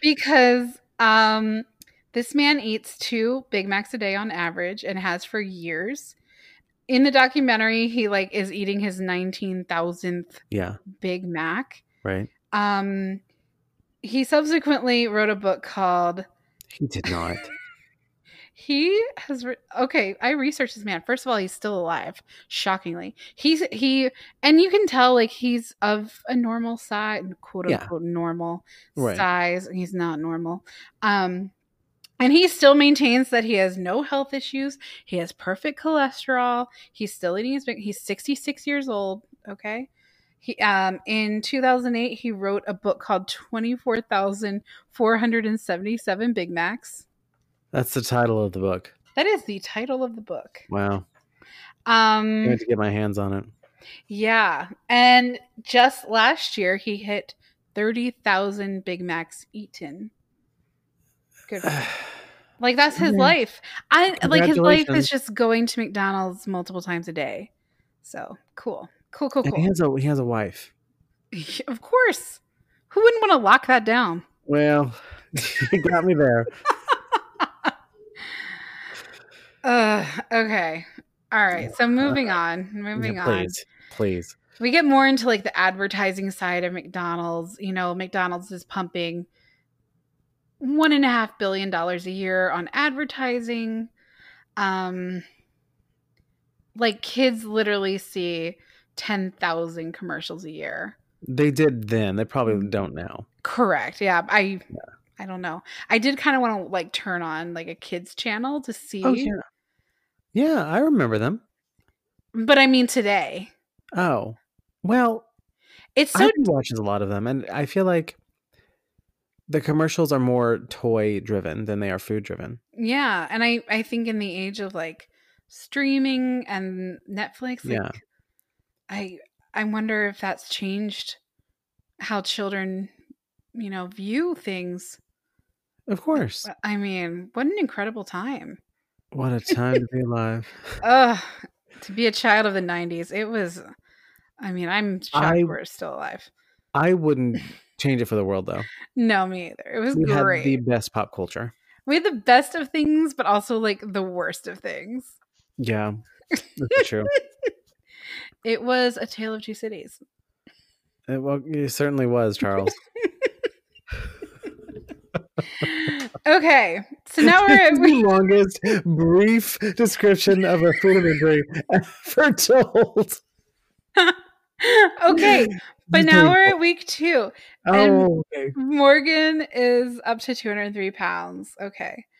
[SPEAKER 7] Because um, this man eats two Big Macs a day on average and has for years. In the documentary, he like is eating his 19,000th
[SPEAKER 1] Yeah.
[SPEAKER 7] Big Mac.
[SPEAKER 1] Right.
[SPEAKER 7] Um, he subsequently wrote a book called
[SPEAKER 1] He did not.
[SPEAKER 7] he has re- okay. I researched this man. First of all, he's still alive. Shockingly, he's he, and you can tell like he's of a normal size, quote
[SPEAKER 1] Yeah.
[SPEAKER 7] unquote normal
[SPEAKER 1] Right.
[SPEAKER 7] size. He's not normal, um, and he still maintains that he has no health issues. He has perfect cholesterol. He's still eating his. big- He's sixty six years old. Okay. He, um, in 2008, he wrote a book called 24,477 Big Macs.
[SPEAKER 1] That's the title of the book.
[SPEAKER 7] That is the title of the book.
[SPEAKER 1] Wow. I
[SPEAKER 7] Um
[SPEAKER 1] had to get my hands on it.
[SPEAKER 7] Oh, yeah. And just last year he hit 30,000 Big Macs eaten. Good. for him. Like that's his
[SPEAKER 1] Yeah.
[SPEAKER 7] life. I like his life
[SPEAKER 1] Congratulations.
[SPEAKER 7] is just going to McDonald's multiple times a day. So, cool. Cool, cool,
[SPEAKER 1] And he
[SPEAKER 7] cool.
[SPEAKER 1] has a he has a wife.
[SPEAKER 7] of course. Who wouldn't want to lock that down?
[SPEAKER 1] Well, you got me there.
[SPEAKER 7] Uh, okay. All right. So moving on. Moving
[SPEAKER 1] Uh, Yeah,
[SPEAKER 7] on.
[SPEAKER 1] please, please.
[SPEAKER 7] We get more into like the advertising side of McDonald's. You know, McDonald's is pumping one and a half billion dollars a year on advertising. Um, like kids literally see ten thousand commercials a year.
[SPEAKER 1] They did then. They probably don't now.
[SPEAKER 7] Correct. Yeah. I I don't know. I did kind of want to like turn on like a kids channel to see.
[SPEAKER 1] Oh, yeah. Yeah, I remember them.
[SPEAKER 7] But I mean today.
[SPEAKER 1] Oh, well,
[SPEAKER 7] It's so
[SPEAKER 1] I watches a lot of them, and I feel like the commercials are more toy driven than they are food driven.
[SPEAKER 7] yeah, and I I think in the age of like streaming and Netflix, like,
[SPEAKER 1] Yeah.
[SPEAKER 7] I I wonder if that's changed how children, you know, view things. Uh,
[SPEAKER 1] Of course.
[SPEAKER 7] I mean, what an incredible time.
[SPEAKER 1] What a time to be alive.
[SPEAKER 7] Ugh, to be a child of the 90s, it was I mean, I'm shocked
[SPEAKER 1] I-
[SPEAKER 7] we're still alive.
[SPEAKER 1] I wouldn't change it for the world though.
[SPEAKER 7] No, me either. It was
[SPEAKER 1] We had
[SPEAKER 7] great.
[SPEAKER 1] the best pop culture.
[SPEAKER 7] we had the best of things, but also like the worst of things.
[SPEAKER 1] Yeah. That's true.
[SPEAKER 7] It was a tale of two cities.
[SPEAKER 1] It, well, it certainly was, Charles.
[SPEAKER 7] Okay, so now we're at,
[SPEAKER 1] the longest brief description of a food imagery ever told.
[SPEAKER 7] okay, but
[SPEAKER 1] Just
[SPEAKER 7] now
[SPEAKER 1] doing-
[SPEAKER 7] we're at week two.
[SPEAKER 1] Oh, okay.
[SPEAKER 7] Morgan is up to 203 pounds. Okay.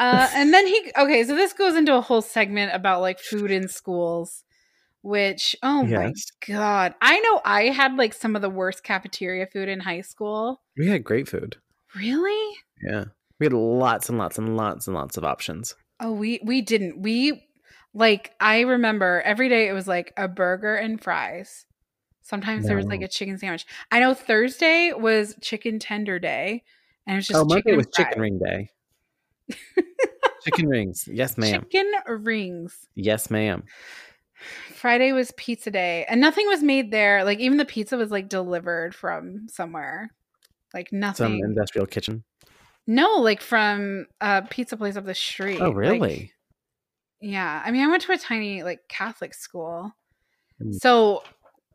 [SPEAKER 7] Uh, and then he, okay, so this goes into a whole segment about like food in schools, which, oh
[SPEAKER 1] Yes.
[SPEAKER 7] my God. I know I had like some of the worst cafeteria food in high school.
[SPEAKER 1] we had great food.
[SPEAKER 7] Really?
[SPEAKER 1] Yeah. We had lots and lots and lots and lots of options.
[SPEAKER 7] Oh, we, we didn't. We, like, I remember every day it was like a burger and fries. Sometimes there was like
[SPEAKER 1] Wow.
[SPEAKER 7] a chicken sandwich. I know Thursday was chicken tender day, and it was just
[SPEAKER 1] oh, Monday
[SPEAKER 7] chicken
[SPEAKER 1] was
[SPEAKER 7] and
[SPEAKER 1] chicken
[SPEAKER 7] fries.
[SPEAKER 1] ring day. chicken rings. Yes, ma'am.
[SPEAKER 7] Chicken rings.
[SPEAKER 1] Yes, ma'am.
[SPEAKER 7] Friday was pizza day, and nothing was made there. Like even the pizza was like delivered from somewhere. Like
[SPEAKER 1] Some
[SPEAKER 7] nothing.
[SPEAKER 1] industrial kitchen.
[SPEAKER 7] no, like from a pizza place up the street.
[SPEAKER 1] Oh,
[SPEAKER 7] Like,
[SPEAKER 1] really?
[SPEAKER 7] yeah. I mean, I went to a tiny like Catholic school.
[SPEAKER 1] Mm.
[SPEAKER 7] So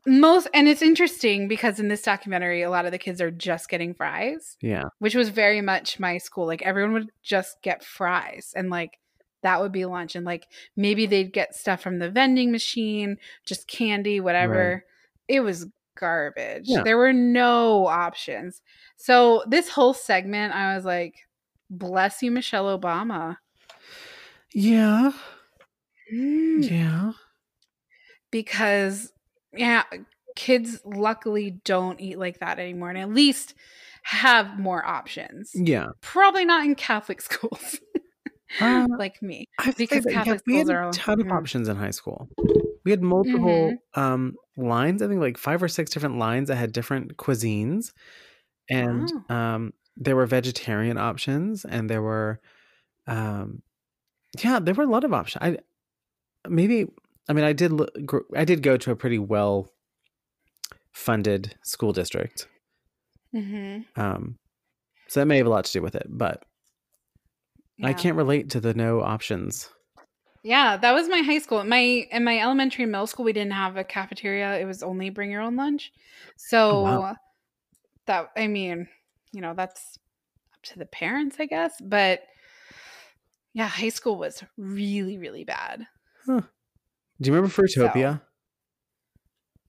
[SPEAKER 7] most and it's interesting because in this documentary a lot of the kids are just getting fries,
[SPEAKER 1] yeah.
[SPEAKER 7] which was very much my school. Like everyone would just get fries and like that would be lunch and like maybe they'd get stuff from the vending machine just candy whatever it was garbage
[SPEAKER 1] Yeah.
[SPEAKER 7] there were no options so this whole segment i was like bless you michelle obama
[SPEAKER 1] Yeah.
[SPEAKER 7] Mm,
[SPEAKER 1] Yeah.
[SPEAKER 7] because yeah kids luckily don't eat like that anymore and at least have more options
[SPEAKER 1] Yeah.
[SPEAKER 7] probably not in catholic schools
[SPEAKER 1] Uh,
[SPEAKER 7] like me
[SPEAKER 1] I feel
[SPEAKER 7] Because
[SPEAKER 1] that, yeah,
[SPEAKER 7] Catholic
[SPEAKER 1] we had
[SPEAKER 7] schools are
[SPEAKER 1] a
[SPEAKER 7] all-
[SPEAKER 1] ton of
[SPEAKER 7] mm.
[SPEAKER 1] options in high school. We had multiple
[SPEAKER 7] Mm-hmm.
[SPEAKER 1] um, lines. I think like five or six different lines that had different cuisines, and um, there were vegetarian options, and there were, um, yeah, there were a lot of options. I maybe I mean I did lo- gr- I did go to a pretty well funded school district,
[SPEAKER 7] mm-hmm.
[SPEAKER 1] um, so that may have a lot to do with it. But I can't relate to the no options.
[SPEAKER 7] Yeah, that was my high school. At My in my elementary and middle school, we didn't have a cafeteria. It was only bring your own lunch. So
[SPEAKER 1] Oh, wow.
[SPEAKER 7] that I mean, you know, that's up to the parents, I guess. But yeah, high school was really, really bad.
[SPEAKER 1] Do you remember Fruitopia?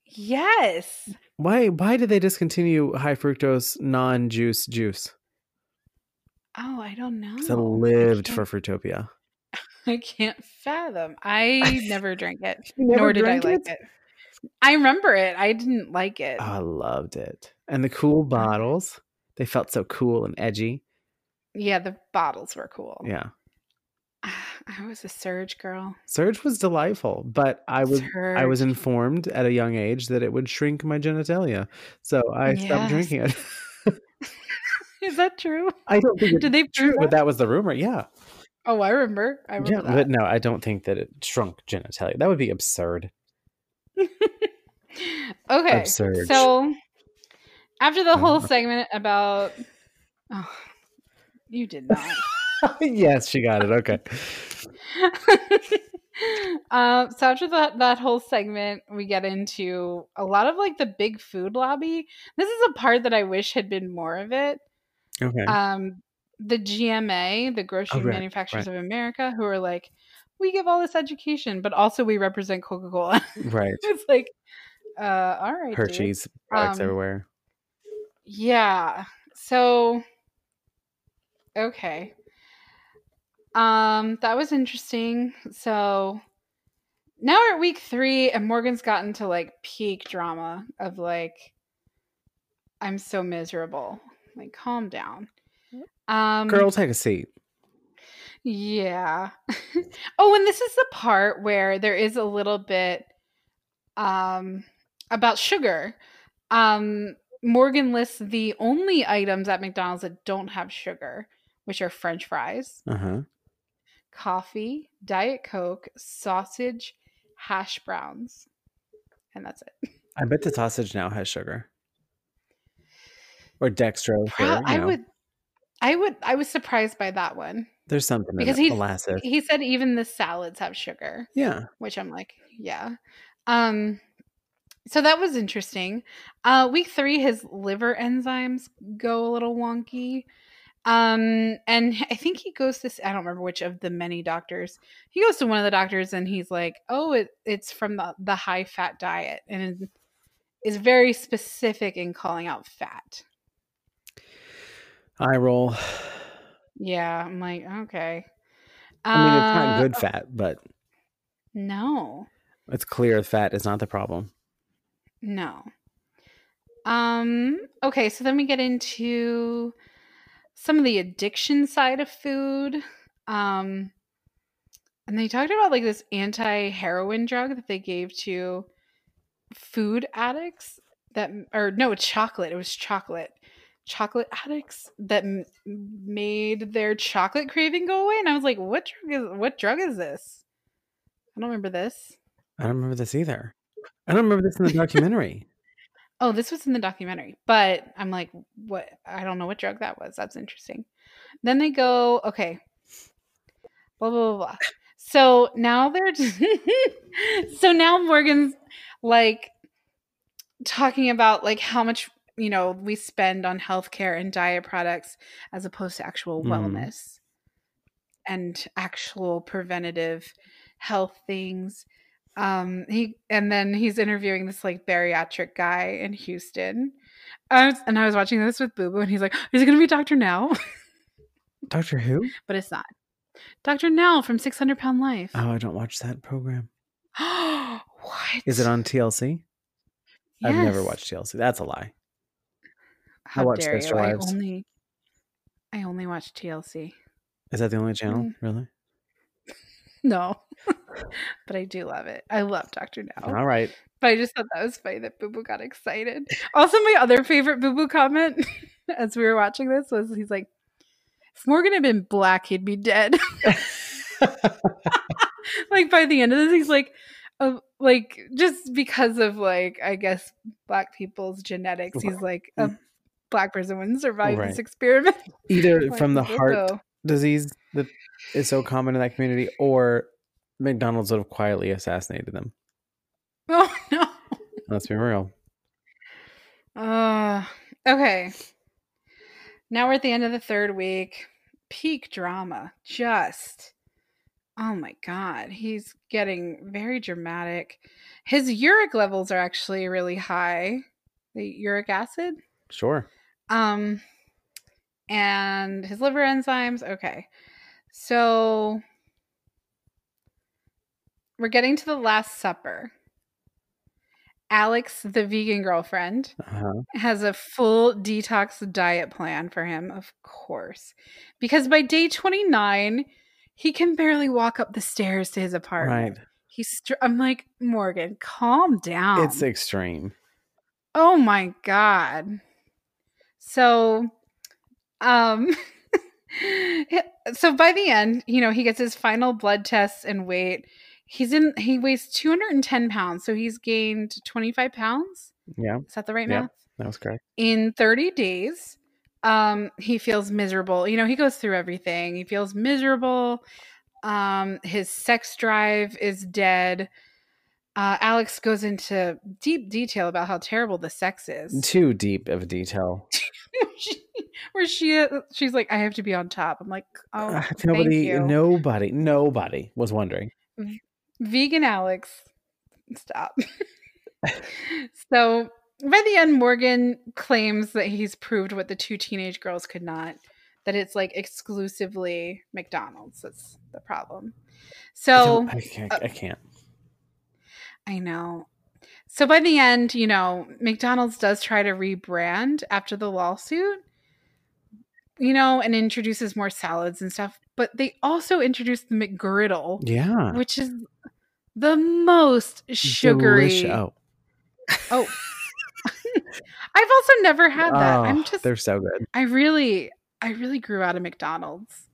[SPEAKER 7] Yes.
[SPEAKER 1] Why why did they discontinue high fructose non juice juice?
[SPEAKER 7] Oh, I don't know.
[SPEAKER 1] 'Cause I
[SPEAKER 7] I
[SPEAKER 1] lived
[SPEAKER 7] can't-
[SPEAKER 1] for Fruitopia.
[SPEAKER 7] I can't fathom. I never drank it,
[SPEAKER 1] You never
[SPEAKER 7] nor did I
[SPEAKER 1] drank
[SPEAKER 7] like it? I remember it. I didn't like it.
[SPEAKER 1] Oh, I loved it. And the cool bottles. They felt so cool and edgy.
[SPEAKER 7] yeah, the bottles were cool.
[SPEAKER 1] Yeah.
[SPEAKER 7] I was a surge girl.
[SPEAKER 1] Surge was delightful, but I was I was
[SPEAKER 7] Surge.
[SPEAKER 1] informed at a young age that it would shrink my genitalia. So I stopped
[SPEAKER 7] Yes.
[SPEAKER 1] drinking it.
[SPEAKER 7] Is that true?
[SPEAKER 1] I don't think it's
[SPEAKER 7] Did they
[SPEAKER 1] true,
[SPEAKER 7] prove
[SPEAKER 1] but
[SPEAKER 7] that?
[SPEAKER 1] that was the rumor. Yeah.
[SPEAKER 7] Oh, I remember. I
[SPEAKER 1] Yeah.
[SPEAKER 7] remember
[SPEAKER 1] But
[SPEAKER 7] that.
[SPEAKER 1] no, I don't think that it shrunk genitalia. That would be absurd.
[SPEAKER 7] okay.
[SPEAKER 1] Absurd.
[SPEAKER 7] So after the whole
[SPEAKER 1] Mhm.
[SPEAKER 7] segment about oh, you did not.
[SPEAKER 1] yes, she got it. Okay.
[SPEAKER 7] um, so after that that whole segment, we get into a lot of like the big food lobby. This is a part that I wish had been more of it.
[SPEAKER 1] Okay. Oh,
[SPEAKER 7] um, the GMA, the Grocery
[SPEAKER 1] right,
[SPEAKER 7] Manufacturers of America, who are like, we give all this education, but also we represent Coca Cola.
[SPEAKER 1] right.
[SPEAKER 7] it's like, uh, all right,
[SPEAKER 1] Her
[SPEAKER 7] dude.
[SPEAKER 1] cheese products
[SPEAKER 7] Um,
[SPEAKER 1] everywhere.
[SPEAKER 7] Yeah. So, okay. Um, that was interesting. So now we're at week three, and Morgan's gotten to like peak drama of like, I'm so miserable. Like, calm down. Um,
[SPEAKER 1] Girl, take a seat.
[SPEAKER 7] yeah. oh, and this is the part where there is a little bit um, about sugar. Um, Morgan lists the only items at McDonald's that don't have sugar, which are French fries,
[SPEAKER 1] Uh huh.
[SPEAKER 7] coffee, Diet Coke, sausage, hash browns. And that's it.
[SPEAKER 1] I bet the sausage now has sugar or dextrose.
[SPEAKER 7] Pro-
[SPEAKER 1] or, you
[SPEAKER 7] I
[SPEAKER 1] know,
[SPEAKER 7] would I would I was surprised by that one.
[SPEAKER 1] there's something
[SPEAKER 7] because
[SPEAKER 1] in it,
[SPEAKER 7] he-
[SPEAKER 1] molasses.
[SPEAKER 7] He said even the salads have sugar,
[SPEAKER 1] yeah,
[SPEAKER 7] which I'm like, yeah. Um so that was interesting. Uh week 3 his liver enzymes go a little wonky. Um and I think he goes this I don't remember which of the many doctors. He goes to one of the doctors and he's like, "Oh, it, it's from the the high fat diet." And is- is very specific in calling out fat.
[SPEAKER 1] eye roll.
[SPEAKER 7] Yeah, I'm like, okay.
[SPEAKER 1] I mean, it's not
[SPEAKER 7] Uh,
[SPEAKER 1] good fat, but
[SPEAKER 7] No,
[SPEAKER 1] it's clear fat is not the problem.
[SPEAKER 7] no. Um. Okay, so then we get into some of the addiction side of food. Um, and they talked about like this anti heroin drug that they gave to food addicts that, or no, chocolate. It was chocolate. Chocolate addicts that m- made their chocolate craving go away. And I was like, what drug is, what drug is this? I don't remember this.
[SPEAKER 1] I don't remember this either. I don't remember this in the documentary.
[SPEAKER 7] Oh, this was in the documentary, but I'm like, what? I don't know what drug that was. That's interesting. Then they go, okay, blah blah blah. blah. So now they're so now Morgan's like talking about like how much you know we spend on healthcare and diet products as opposed to actual
[SPEAKER 1] Mhm.
[SPEAKER 7] wellness and actual preventative health things. Um, he and then he's interviewing this like bariatric guy in Houston. I was, and I was watching this with Boo Boo, and he's like, "Is it going to be Doctor Now?"
[SPEAKER 1] Doctor Who?
[SPEAKER 7] but it's not. Doctor Now from Six Hundred Pound Life.
[SPEAKER 1] Oh, I don't watch that program.
[SPEAKER 7] what
[SPEAKER 1] Uh-huh. Is it on TLC? I've never
[SPEAKER 7] Yes.
[SPEAKER 1] watched TLC. That's a lie.
[SPEAKER 7] How
[SPEAKER 1] watched
[SPEAKER 7] dare
[SPEAKER 1] Sister
[SPEAKER 7] you? I
[SPEAKER 1] Wives.
[SPEAKER 7] only, I only watch TLC.
[SPEAKER 1] Is that the only channel?
[SPEAKER 7] Mm.
[SPEAKER 1] Really?
[SPEAKER 7] No, but I do love it. I love Doctor Now.
[SPEAKER 1] All right.
[SPEAKER 7] But I just thought that was funny that Boo Boo got excited. Also, my other favorite Boo Boo comment as we were watching this was he's like, if Morgan had been black, he'd be dead. like by the end of this, he's like, of like just because of like I guess black people's genetics, he's like a black person wouldn't survive
[SPEAKER 1] Right.
[SPEAKER 7] this experiment.
[SPEAKER 1] Either
[SPEAKER 7] Like,
[SPEAKER 1] from the
[SPEAKER 7] Boo
[SPEAKER 1] heart
[SPEAKER 7] Boo.
[SPEAKER 1] disease that is so common in that community, or McDonald's would have quietly assassinated them.
[SPEAKER 7] Oh no.
[SPEAKER 1] Let's be real.
[SPEAKER 7] Uh, okay. Now we're at the end of the third week. Peak drama. Just. Oh my God. He's getting very dramatic. His uric levels are actually really high. The uric acid.
[SPEAKER 1] Sure.
[SPEAKER 7] Um, and his liver enzymes. Okay. So we're getting to the Last Supper. Alex, the vegan girlfriend,
[SPEAKER 1] Uh-huh.
[SPEAKER 7] has a full detox diet plan for him, of course. Because by day 29, he can barely walk up the stairs to his apartment.
[SPEAKER 1] Right.
[SPEAKER 7] He's str- I'm like, "Morgan, calm down."
[SPEAKER 1] It's extreme.
[SPEAKER 7] oh my god. So um so by the end, you know, he gets his final blood tests and weight. He's in he weighs 210 pounds, so he's gained 25 pounds.
[SPEAKER 1] Yeah,
[SPEAKER 7] Is that the right
[SPEAKER 1] Yep.
[SPEAKER 7] math?
[SPEAKER 1] that was correct.
[SPEAKER 7] in 30 days um he feels miserable you know he goes through everything he feels miserable um his sex drive is dead uh alex goes into deep detail about how terrible the sex is
[SPEAKER 1] Too deep of a detail.
[SPEAKER 7] where she uh, she's like i have to be on top i'm like oh
[SPEAKER 1] Uh, nobody,
[SPEAKER 7] thank you.
[SPEAKER 1] nobody, nobody was wondering.
[SPEAKER 7] vegan Alex, stop. so by the end, Morgan claims that he's proved what the two teenage girls could not that it's like exclusively McDonald's. That's the problem. So
[SPEAKER 1] I, can't, I can't.
[SPEAKER 7] I know. So by the end, you know, McDonald's does try to rebrand after the lawsuit, you know, and introduces more salads and stuff. But they also introduced the McGriddle,
[SPEAKER 1] Yeah.
[SPEAKER 7] which is the most sugary.
[SPEAKER 1] Delish- oh,
[SPEAKER 7] Oh. I've also never had that. I'm
[SPEAKER 1] Oh,
[SPEAKER 7] just
[SPEAKER 1] They're so good.
[SPEAKER 7] I really I really grew out of McDonald's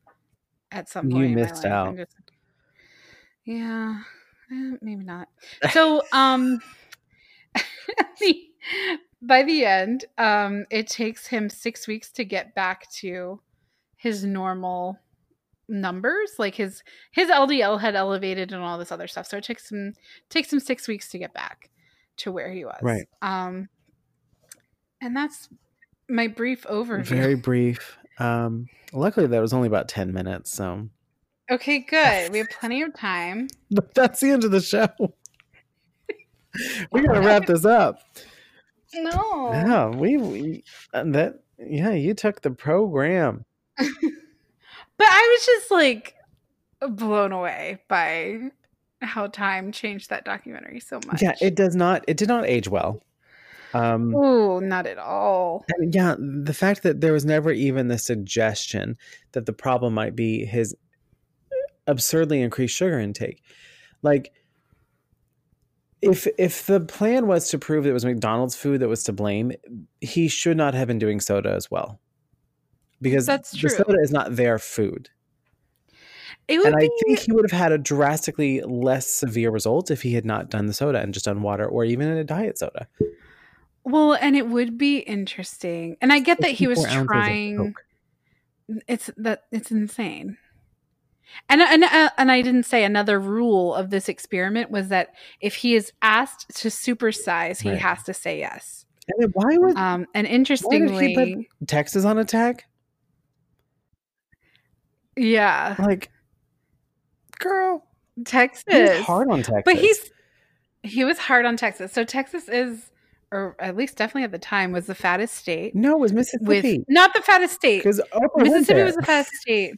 [SPEAKER 7] at some
[SPEAKER 1] You
[SPEAKER 7] point. in my
[SPEAKER 1] missed
[SPEAKER 7] life. I'm
[SPEAKER 1] out.
[SPEAKER 7] just- yeah. eh, Maybe not. So um the, by the end, um it takes him six weeks to get back to his normal numbers. Like his his LDL had elevated and all this other stuff. So it takes him takes him six weeks to get back to where he was.
[SPEAKER 1] Right.
[SPEAKER 7] Um and that's my brief overview.
[SPEAKER 1] Very brief. Um, luckily, that was only about 10 minutes. So
[SPEAKER 7] Okay, good. We have plenty of time.
[SPEAKER 1] But that's the end of the show. we got to wrap this up.
[SPEAKER 7] No.
[SPEAKER 1] Yeah, we, we and that yeah, you took the program.
[SPEAKER 7] But I was just like blown away by how time changed that documentary so much.
[SPEAKER 1] Yeah, it does not it did not age well. Um
[SPEAKER 7] Ooh, not at all.
[SPEAKER 1] and yeah, the fact that there was never even the suggestion that the problem might be his uh, absurdly increased sugar intake. Like if if the plan was to prove that it was McDonald's food that was to blame, he should not have been doing soda as well. Because
[SPEAKER 7] That's
[SPEAKER 1] the
[SPEAKER 7] true.
[SPEAKER 1] soda is not their food.
[SPEAKER 7] It would
[SPEAKER 1] and
[SPEAKER 7] be
[SPEAKER 1] I think he would have had a drastically less severe result if he had not done the soda and just done water or even a diet soda.
[SPEAKER 7] well, and it would be interesting. And I get that he was
[SPEAKER 1] 54 ounces of
[SPEAKER 7] trying.
[SPEAKER 1] Coke.
[SPEAKER 7] It's that it's insane. And and uh, and I didn't say another rule of this experiment was that if he is asked to supersize, he
[SPEAKER 1] Right.
[SPEAKER 7] has to say yes.
[SPEAKER 1] I mean, why was
[SPEAKER 7] Um, and interestingly,
[SPEAKER 1] Texas on attack?
[SPEAKER 7] yeah,
[SPEAKER 1] Like, girl,
[SPEAKER 7] Texas.
[SPEAKER 1] he was hard on Texas.
[SPEAKER 7] but he's he was hard on Texas. So Texas is, or at least definitely at the time, was the fattest state.
[SPEAKER 1] no, it was
[SPEAKER 7] With
[SPEAKER 1] Mississippi
[SPEAKER 7] not the fattest state.
[SPEAKER 1] because
[SPEAKER 7] Mississippi was the fattest state,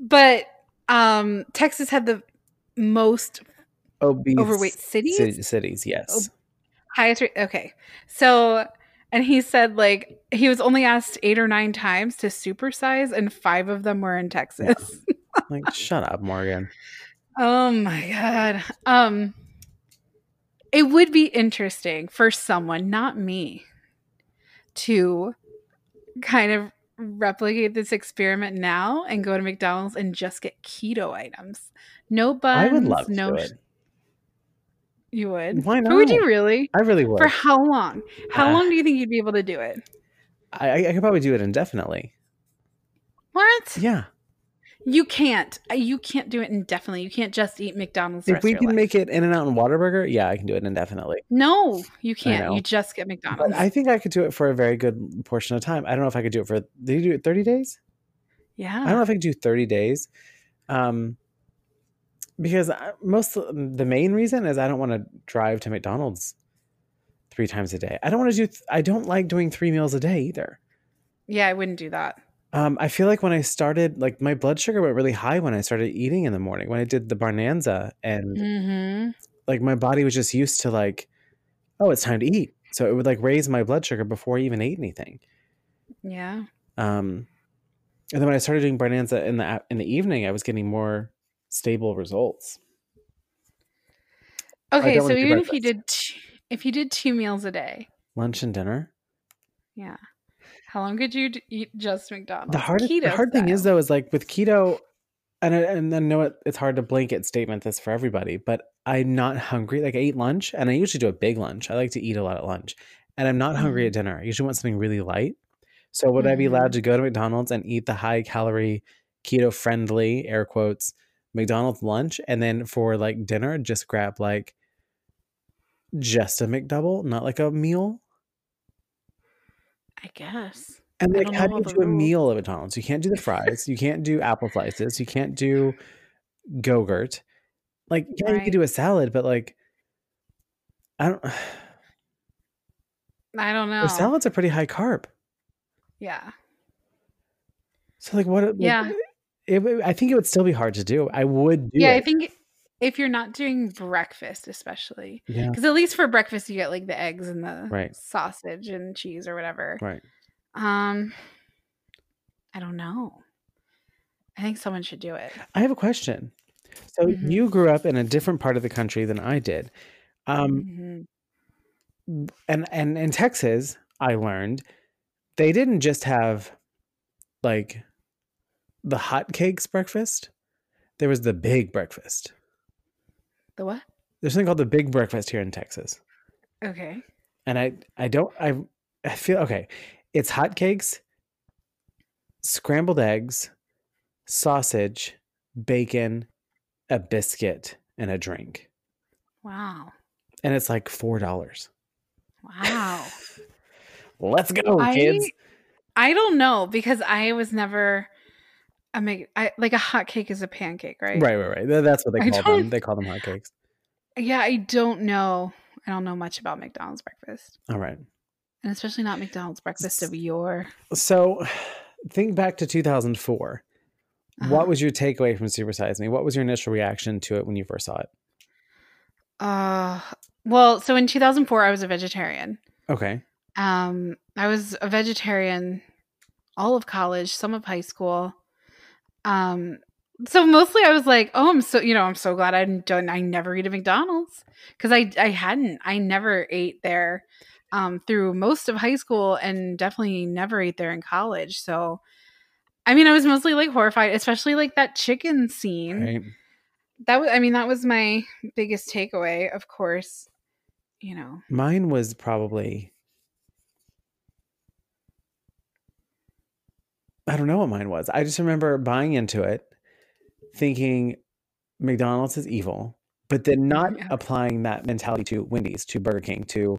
[SPEAKER 7] but um, Texas had the most
[SPEAKER 1] obese
[SPEAKER 7] overweight cities.
[SPEAKER 1] ci- cities. Yes,
[SPEAKER 7] Highest rate. Okay. So, and he said like he was only asked eight or nine times to supersize, and five of them were in Texas.
[SPEAKER 1] like shut up, Morgan.
[SPEAKER 7] Oh my god. Um it would be interesting for someone, not me, to kind of replicate this experiment now and go to McDonald's and just get keto items. No buns,
[SPEAKER 1] I would love
[SPEAKER 7] no
[SPEAKER 1] to do
[SPEAKER 7] sh-
[SPEAKER 1] it.
[SPEAKER 7] you would.
[SPEAKER 1] Why
[SPEAKER 7] But would
[SPEAKER 1] not?
[SPEAKER 7] you really?
[SPEAKER 1] I really would.
[SPEAKER 7] For how long? How
[SPEAKER 1] Uh,
[SPEAKER 7] long do you think you'd be able to do it?
[SPEAKER 1] I, I- I could probably do it indefinitely.
[SPEAKER 7] What?
[SPEAKER 1] Yeah,
[SPEAKER 7] You can't. Uh, You can't do it indefinitely. You can't just eat McDonald's. the
[SPEAKER 1] if
[SPEAKER 7] rest
[SPEAKER 1] we
[SPEAKER 7] of your
[SPEAKER 1] can
[SPEAKER 7] life.
[SPEAKER 1] make it in and out and Waterburger, yeah, I can do it indefinitely.
[SPEAKER 7] No, you can't.
[SPEAKER 1] know.
[SPEAKER 7] You just get
[SPEAKER 1] But
[SPEAKER 7] McDonald's.
[SPEAKER 1] I think I could do it for a very good portion of time. I don't know if I could do it for. Do you do it thirty days?
[SPEAKER 7] yeah.
[SPEAKER 1] I don't know if I could do thirty days, um, because I, most the main reason is I don't want to drive to McDonald's three times a day. I don't want to do. th- I don't like doing three meals a day either.
[SPEAKER 7] Yeah, I wouldn't do that.
[SPEAKER 1] Um, I feel like when I started, like my blood sugar went really high when I started eating in the morning. When I did the Barnanza, and
[SPEAKER 7] Mm-hmm.
[SPEAKER 1] like my body was just used to like, oh, it's time to eat. So it would like raise my blood sugar before I even ate anything.
[SPEAKER 7] Yeah.
[SPEAKER 1] Um, and then when I started doing Bonanza in the a- in the evening, I was getting more stable results.
[SPEAKER 7] Okay,
[SPEAKER 1] don't
[SPEAKER 7] so
[SPEAKER 1] wanna do
[SPEAKER 7] even if you
[SPEAKER 1] breakfast.
[SPEAKER 7] did t- if you did two meals a day,
[SPEAKER 1] Lunch and dinner.
[SPEAKER 7] yeah, how long could you d- eat just McDonald's?
[SPEAKER 1] The hard the
[SPEAKER 7] Keto
[SPEAKER 1] hard thing is
[SPEAKER 7] style.
[SPEAKER 1] though is like with keto, and I, and I know it, it's hard to blanket statement this for everybody, but I'm not hungry. Like I eat lunch, and I usually do a big lunch. I like to eat a lot at lunch, and I'm not
[SPEAKER 7] Mm.
[SPEAKER 1] hungry at dinner. I usually want something really light. So would I be
[SPEAKER 7] Mm-hmm.
[SPEAKER 1] allowed to go to McDonald's and eat the high calorie, keto friendly air quotes McDonald's lunch, and then for like dinner just grab like just a McDouble, not like a meal?
[SPEAKER 7] I guess.
[SPEAKER 1] And
[SPEAKER 7] I
[SPEAKER 1] like,
[SPEAKER 7] don't
[SPEAKER 1] how
[SPEAKER 7] know
[SPEAKER 1] do you
[SPEAKER 7] all the
[SPEAKER 1] do a
[SPEAKER 7] rules.
[SPEAKER 1] meal at McDonald's? You can't do the fries. you can't do apple slices. You can't do Go-Gurt. Like, yeah, you
[SPEAKER 7] Right.
[SPEAKER 1] could do a salad, but like, I don't.
[SPEAKER 7] I don't know.
[SPEAKER 1] Their salads are pretty high carb.
[SPEAKER 7] Yeah.
[SPEAKER 1] So like what? like,
[SPEAKER 7] Yeah.
[SPEAKER 1] It, would- I think it would still be hard to do. I would do.
[SPEAKER 7] yeah,
[SPEAKER 1] it.
[SPEAKER 7] I think if you're not doing breakfast, especially
[SPEAKER 1] yeah.
[SPEAKER 7] because at least for breakfast you get like the eggs and the
[SPEAKER 1] Right.
[SPEAKER 7] sausage and cheese or whatever.
[SPEAKER 1] Right.
[SPEAKER 7] Um, I don't know. I think someone should do it.
[SPEAKER 1] I have a question. So
[SPEAKER 7] Mhm.
[SPEAKER 1] you grew up in a different part of the country than I did. Um,
[SPEAKER 7] Mhm.
[SPEAKER 1] and and in Texas, I learned they didn't just have like the hotcakes breakfast. There was the big breakfast.
[SPEAKER 7] The what?
[SPEAKER 1] There's something called the big breakfast here in Texas.
[SPEAKER 7] Okay.
[SPEAKER 1] and I I don't I I feel okay. It's hotcakes, scrambled eggs, sausage, bacon, a biscuit, and a drink.
[SPEAKER 7] Wow.
[SPEAKER 1] And it's like four dollars.
[SPEAKER 7] Wow.
[SPEAKER 1] Let's go, kids.
[SPEAKER 7] I don't know because I was never. I make I like a hot cake is a pancake, right?
[SPEAKER 1] Right, right, right. Th- That's what they
[SPEAKER 7] I
[SPEAKER 1] call them.
[SPEAKER 7] don't-
[SPEAKER 1] They call them hotcakes.
[SPEAKER 7] Yeah, I don't know. I don't know much about McDonald's breakfast,
[SPEAKER 1] All right.
[SPEAKER 7] and especially not McDonald's breakfast of yore.
[SPEAKER 1] So think back to 2004.
[SPEAKER 7] Uh-huh.
[SPEAKER 1] What was your takeaway from Super Size Me? What was your initial reaction to it when you first saw it?
[SPEAKER 7] Uh, well, so in 2004, I was a vegetarian.
[SPEAKER 1] Okay.
[SPEAKER 7] Um, I was a vegetarian all of college, some of high school. Um, so mostly I was like, oh, I'm so you know, I'm so glad I don't I never eat at McDonald's because I I hadn't I never ate there um, through most of high school and definitely never ate there in college. So, I mean, I was mostly like horrified, especially like that chicken scene
[SPEAKER 1] Right.
[SPEAKER 7] that was i mean that was my biggest takeaway of course you know
[SPEAKER 1] Mine was probably. I don't know what mine was. I just remember buying into it, thinking McDonald's is evil, but then not
[SPEAKER 7] Yeah.
[SPEAKER 1] applying that mentality to Wendy's, to Burger King, to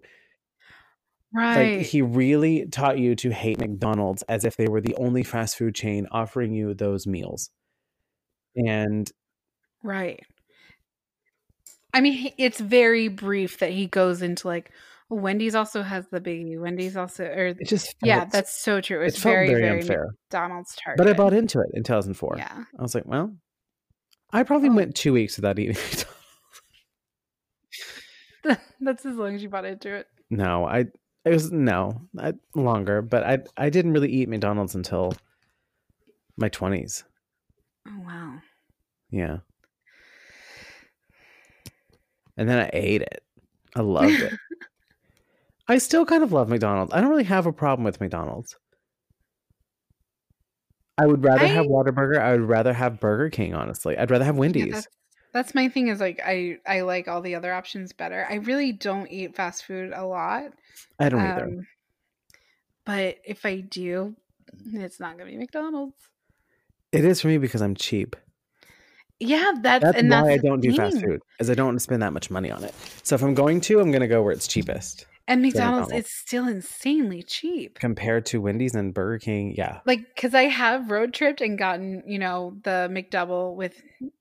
[SPEAKER 7] right
[SPEAKER 1] like he really taught you to hate McDonald's as if they were the only fast food chain offering you those meals. And
[SPEAKER 7] right i mean he- it's very brief that he goes into like oh, wendy's also has the biggie wendy's also or
[SPEAKER 1] it just felt,
[SPEAKER 7] yeah that's so true
[SPEAKER 1] it
[SPEAKER 7] it's
[SPEAKER 1] felt
[SPEAKER 7] very
[SPEAKER 1] very,
[SPEAKER 7] very,
[SPEAKER 1] unfair.
[SPEAKER 7] mcdonald's target
[SPEAKER 1] But I bought into it in 2004.
[SPEAKER 7] yeah
[SPEAKER 1] I was like, well, I probably
[SPEAKER 7] Oh.
[SPEAKER 1] went two weeks without eating. McDonald's.
[SPEAKER 7] that's as long as you bought into it
[SPEAKER 1] No, I it was no I, longer, but I I didn't really eat McDonald's until my twenties.
[SPEAKER 7] oh wow
[SPEAKER 1] Yeah, and then I ate it. I loved it. I still kind of love McDonald's. I don't really have a problem with McDonald's. I would rather have
[SPEAKER 7] I-
[SPEAKER 1] Whataburger. I would rather have Burger King. Honestly, I'd rather have
[SPEAKER 7] Yeah,
[SPEAKER 1] Wendy's.
[SPEAKER 7] that's, that's my thing is like i i like all the other options better i really don't eat fast food a lot
[SPEAKER 1] I don't either.
[SPEAKER 7] Um, But if I do, it's not gonna be McDonald's.
[SPEAKER 1] It is for me because I'm cheap.
[SPEAKER 7] Yeah, that's,
[SPEAKER 1] That's
[SPEAKER 7] and
[SPEAKER 1] why
[SPEAKER 7] that's
[SPEAKER 1] I
[SPEAKER 7] the
[SPEAKER 1] don't do fast
[SPEAKER 7] thing.
[SPEAKER 1] food, is I don't spend that much money on it. So if I'm going to, I'm going to go where it's cheapest.
[SPEAKER 7] And McDonald's
[SPEAKER 1] McDonald's.
[SPEAKER 7] is still insanely cheap.
[SPEAKER 1] compared to Wendy's and Burger King, yeah,
[SPEAKER 7] Like, cause I have road tripped and gotten you know the McDouble with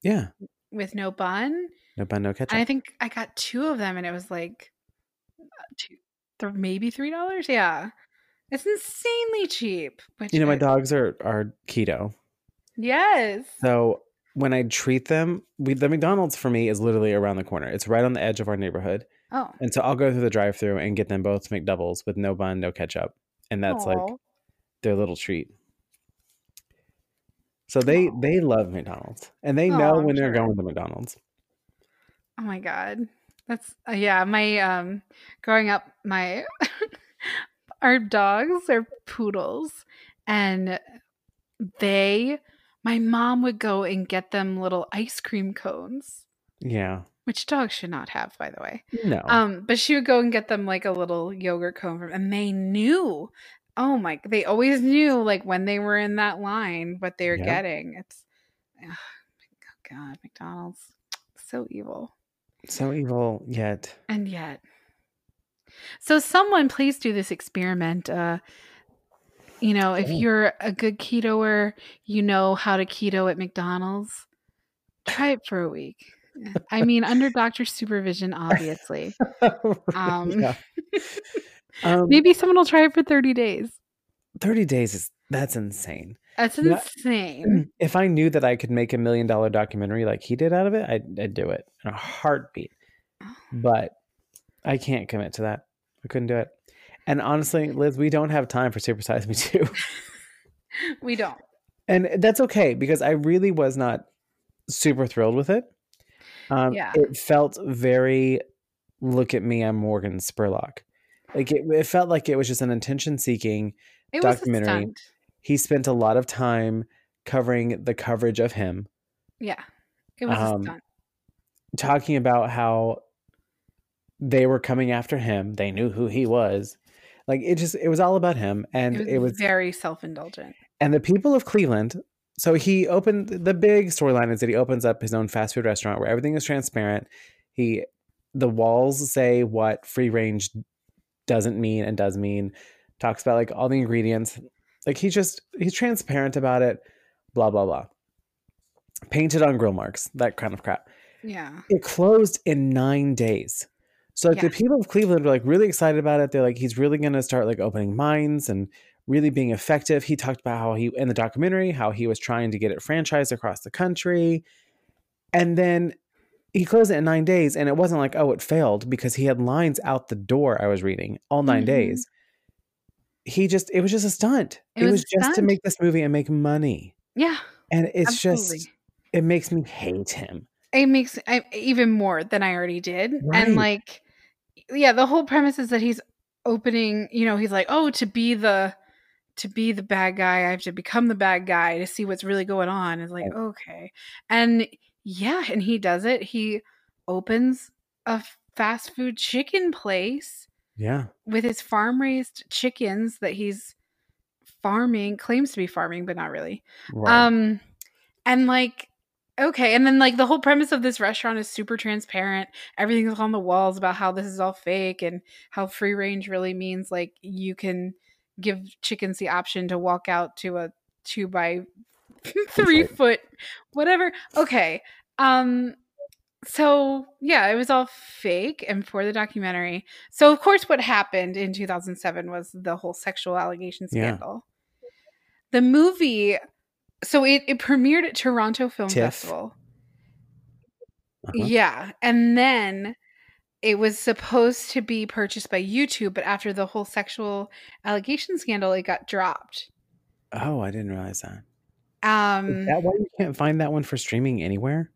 [SPEAKER 1] yeah,
[SPEAKER 7] with no bun,
[SPEAKER 1] no bun, no ketchup.
[SPEAKER 7] and I think I got two of them, and it was like two, th- maybe three dollars. Yeah, it's insanely cheap. Which
[SPEAKER 1] you know, my
[SPEAKER 7] I-
[SPEAKER 1] dogs are are keto,
[SPEAKER 7] Yes.
[SPEAKER 1] so when I treat them, we, the McDonald's for me is literally around the corner. It's right on the edge of our neighborhood,
[SPEAKER 7] Oh,
[SPEAKER 1] and so I'll go through the drive-through and get them both McDoubles with no bun, no ketchup, and that's like
[SPEAKER 7] aw.
[SPEAKER 1] their little treat. So they
[SPEAKER 7] Aw.
[SPEAKER 1] they love McDonald's, and they
[SPEAKER 7] Aw,
[SPEAKER 1] know
[SPEAKER 7] I'm
[SPEAKER 1] when they're
[SPEAKER 7] sure.
[SPEAKER 1] going to McDonald's.
[SPEAKER 7] Oh my god. That's uh, yeah, my um growing up my our dogs are poodles and they my mom would go and get them little ice cream cones,
[SPEAKER 1] Yeah,
[SPEAKER 7] which dogs should not have by the way.
[SPEAKER 1] no,
[SPEAKER 7] Um but she would go and get them like a little yogurt cone from and they knew. Oh my they always knew like when they were in that line what they were
[SPEAKER 1] Yep.
[SPEAKER 7] getting. It's oh god, McDonald's so evil.
[SPEAKER 1] so evil yet.
[SPEAKER 7] And yet. So someone please do this experiment. Uh you know,
[SPEAKER 1] Oh.
[SPEAKER 7] if you're a good ketoer, you know how to keto at McDonald's. Try it for a week. I mean, under doctor's supervision, obviously. Um,
[SPEAKER 1] Yeah. Um,
[SPEAKER 7] Maybe someone will try it for 30 days.
[SPEAKER 1] 30 days is that's insane.
[SPEAKER 7] That's
[SPEAKER 1] Yeah.
[SPEAKER 7] insane.
[SPEAKER 1] Mm-hmm. if I knew that I could make a million dollar documentary like he did out of it, I'd, I'd do it in a heartbeat. But I can't commit to that. I couldn't do it. And honestly, Liz, we don't have time for Super Size Me Too.
[SPEAKER 7] We don't.
[SPEAKER 1] And that's okay because I really was not super thrilled with it. Um,
[SPEAKER 7] Yeah.
[SPEAKER 1] It felt very, look at me, I'm Morgan Spurlock. Like it, it felt like it was just an attention seeking
[SPEAKER 7] It was a
[SPEAKER 1] Documentary.
[SPEAKER 7] stunt.
[SPEAKER 1] he spent a lot of time covering the coverage of him,
[SPEAKER 7] Yeah. It was
[SPEAKER 1] Um,
[SPEAKER 7] a stunt.
[SPEAKER 1] talking about how they were coming after him. They knew who he was. Like it just, it was all about him. And
[SPEAKER 7] It was, very self indulgent.
[SPEAKER 1] and the people of Cleveland. So he opened the big storyline is that he opens up his own fast food restaurant where everything is transparent. He, the walls say what free range doesn't mean and does mean. Talks about like all the ingredients. Like he just he's transparent about it. Blah blah blah. Painted on grill marks, that kind of crap.
[SPEAKER 7] Yeah.
[SPEAKER 1] It closed in nine days. So like the
[SPEAKER 7] Yeah.
[SPEAKER 1] people of Cleveland were like really excited about it. They're like, he's really gonna start like opening minds and really being effective. He talked about how he in the documentary, how he was trying to get it franchised across the country. And then he closed it in nine days, and it wasn't like, oh, it failed because he had lines out the door I was reading all 9
[SPEAKER 7] Mhm.
[SPEAKER 1] days. He just it was just a stunt. It,
[SPEAKER 7] Mm-hmm.
[SPEAKER 1] was,
[SPEAKER 7] It was a
[SPEAKER 1] just to
[SPEAKER 7] stunt.
[SPEAKER 1] make this movie and make money.
[SPEAKER 7] Yeah.
[SPEAKER 1] And it's
[SPEAKER 7] absolutely.
[SPEAKER 1] just it makes me hate him.
[SPEAKER 7] it makes I, even more than I already did.
[SPEAKER 1] Right.
[SPEAKER 7] And like, yeah, the whole premise is that he's opening, you know, he's like, oh, to be the to be the bad guy, I have to become the bad guy to see what's really going on. It's like, okay. And yeah, and he does it. He opens a fast food chicken place
[SPEAKER 1] Yeah.
[SPEAKER 7] with his farm raised chickens that he's farming, claims to be farming, but not really.
[SPEAKER 1] Right.
[SPEAKER 7] Um, and like, okay, and then like the whole premise of this restaurant is super transparent. Everything's on the walls about how this is all fake and how free range really means like you can give chickens the option to walk out to a two by three
[SPEAKER 1] Right.
[SPEAKER 7] foot, whatever. Okay. Um, so yeah, it was all fake and for the documentary. So of course, what happened in 2007 was the whole sexual allegation
[SPEAKER 1] Yeah.
[SPEAKER 7] scandal. The movie, so it, it premiered at Toronto Film
[SPEAKER 1] TIFF.
[SPEAKER 7] Festival.
[SPEAKER 1] Uh-huh.
[SPEAKER 7] Yeah, and then it was supposed to be purchased by YouTube, but after the whole sexual allegation scandal, it got dropped.
[SPEAKER 1] oh, I didn't realize that.
[SPEAKER 7] Um,
[SPEAKER 1] Is that why you can't find that one for streaming anywhere?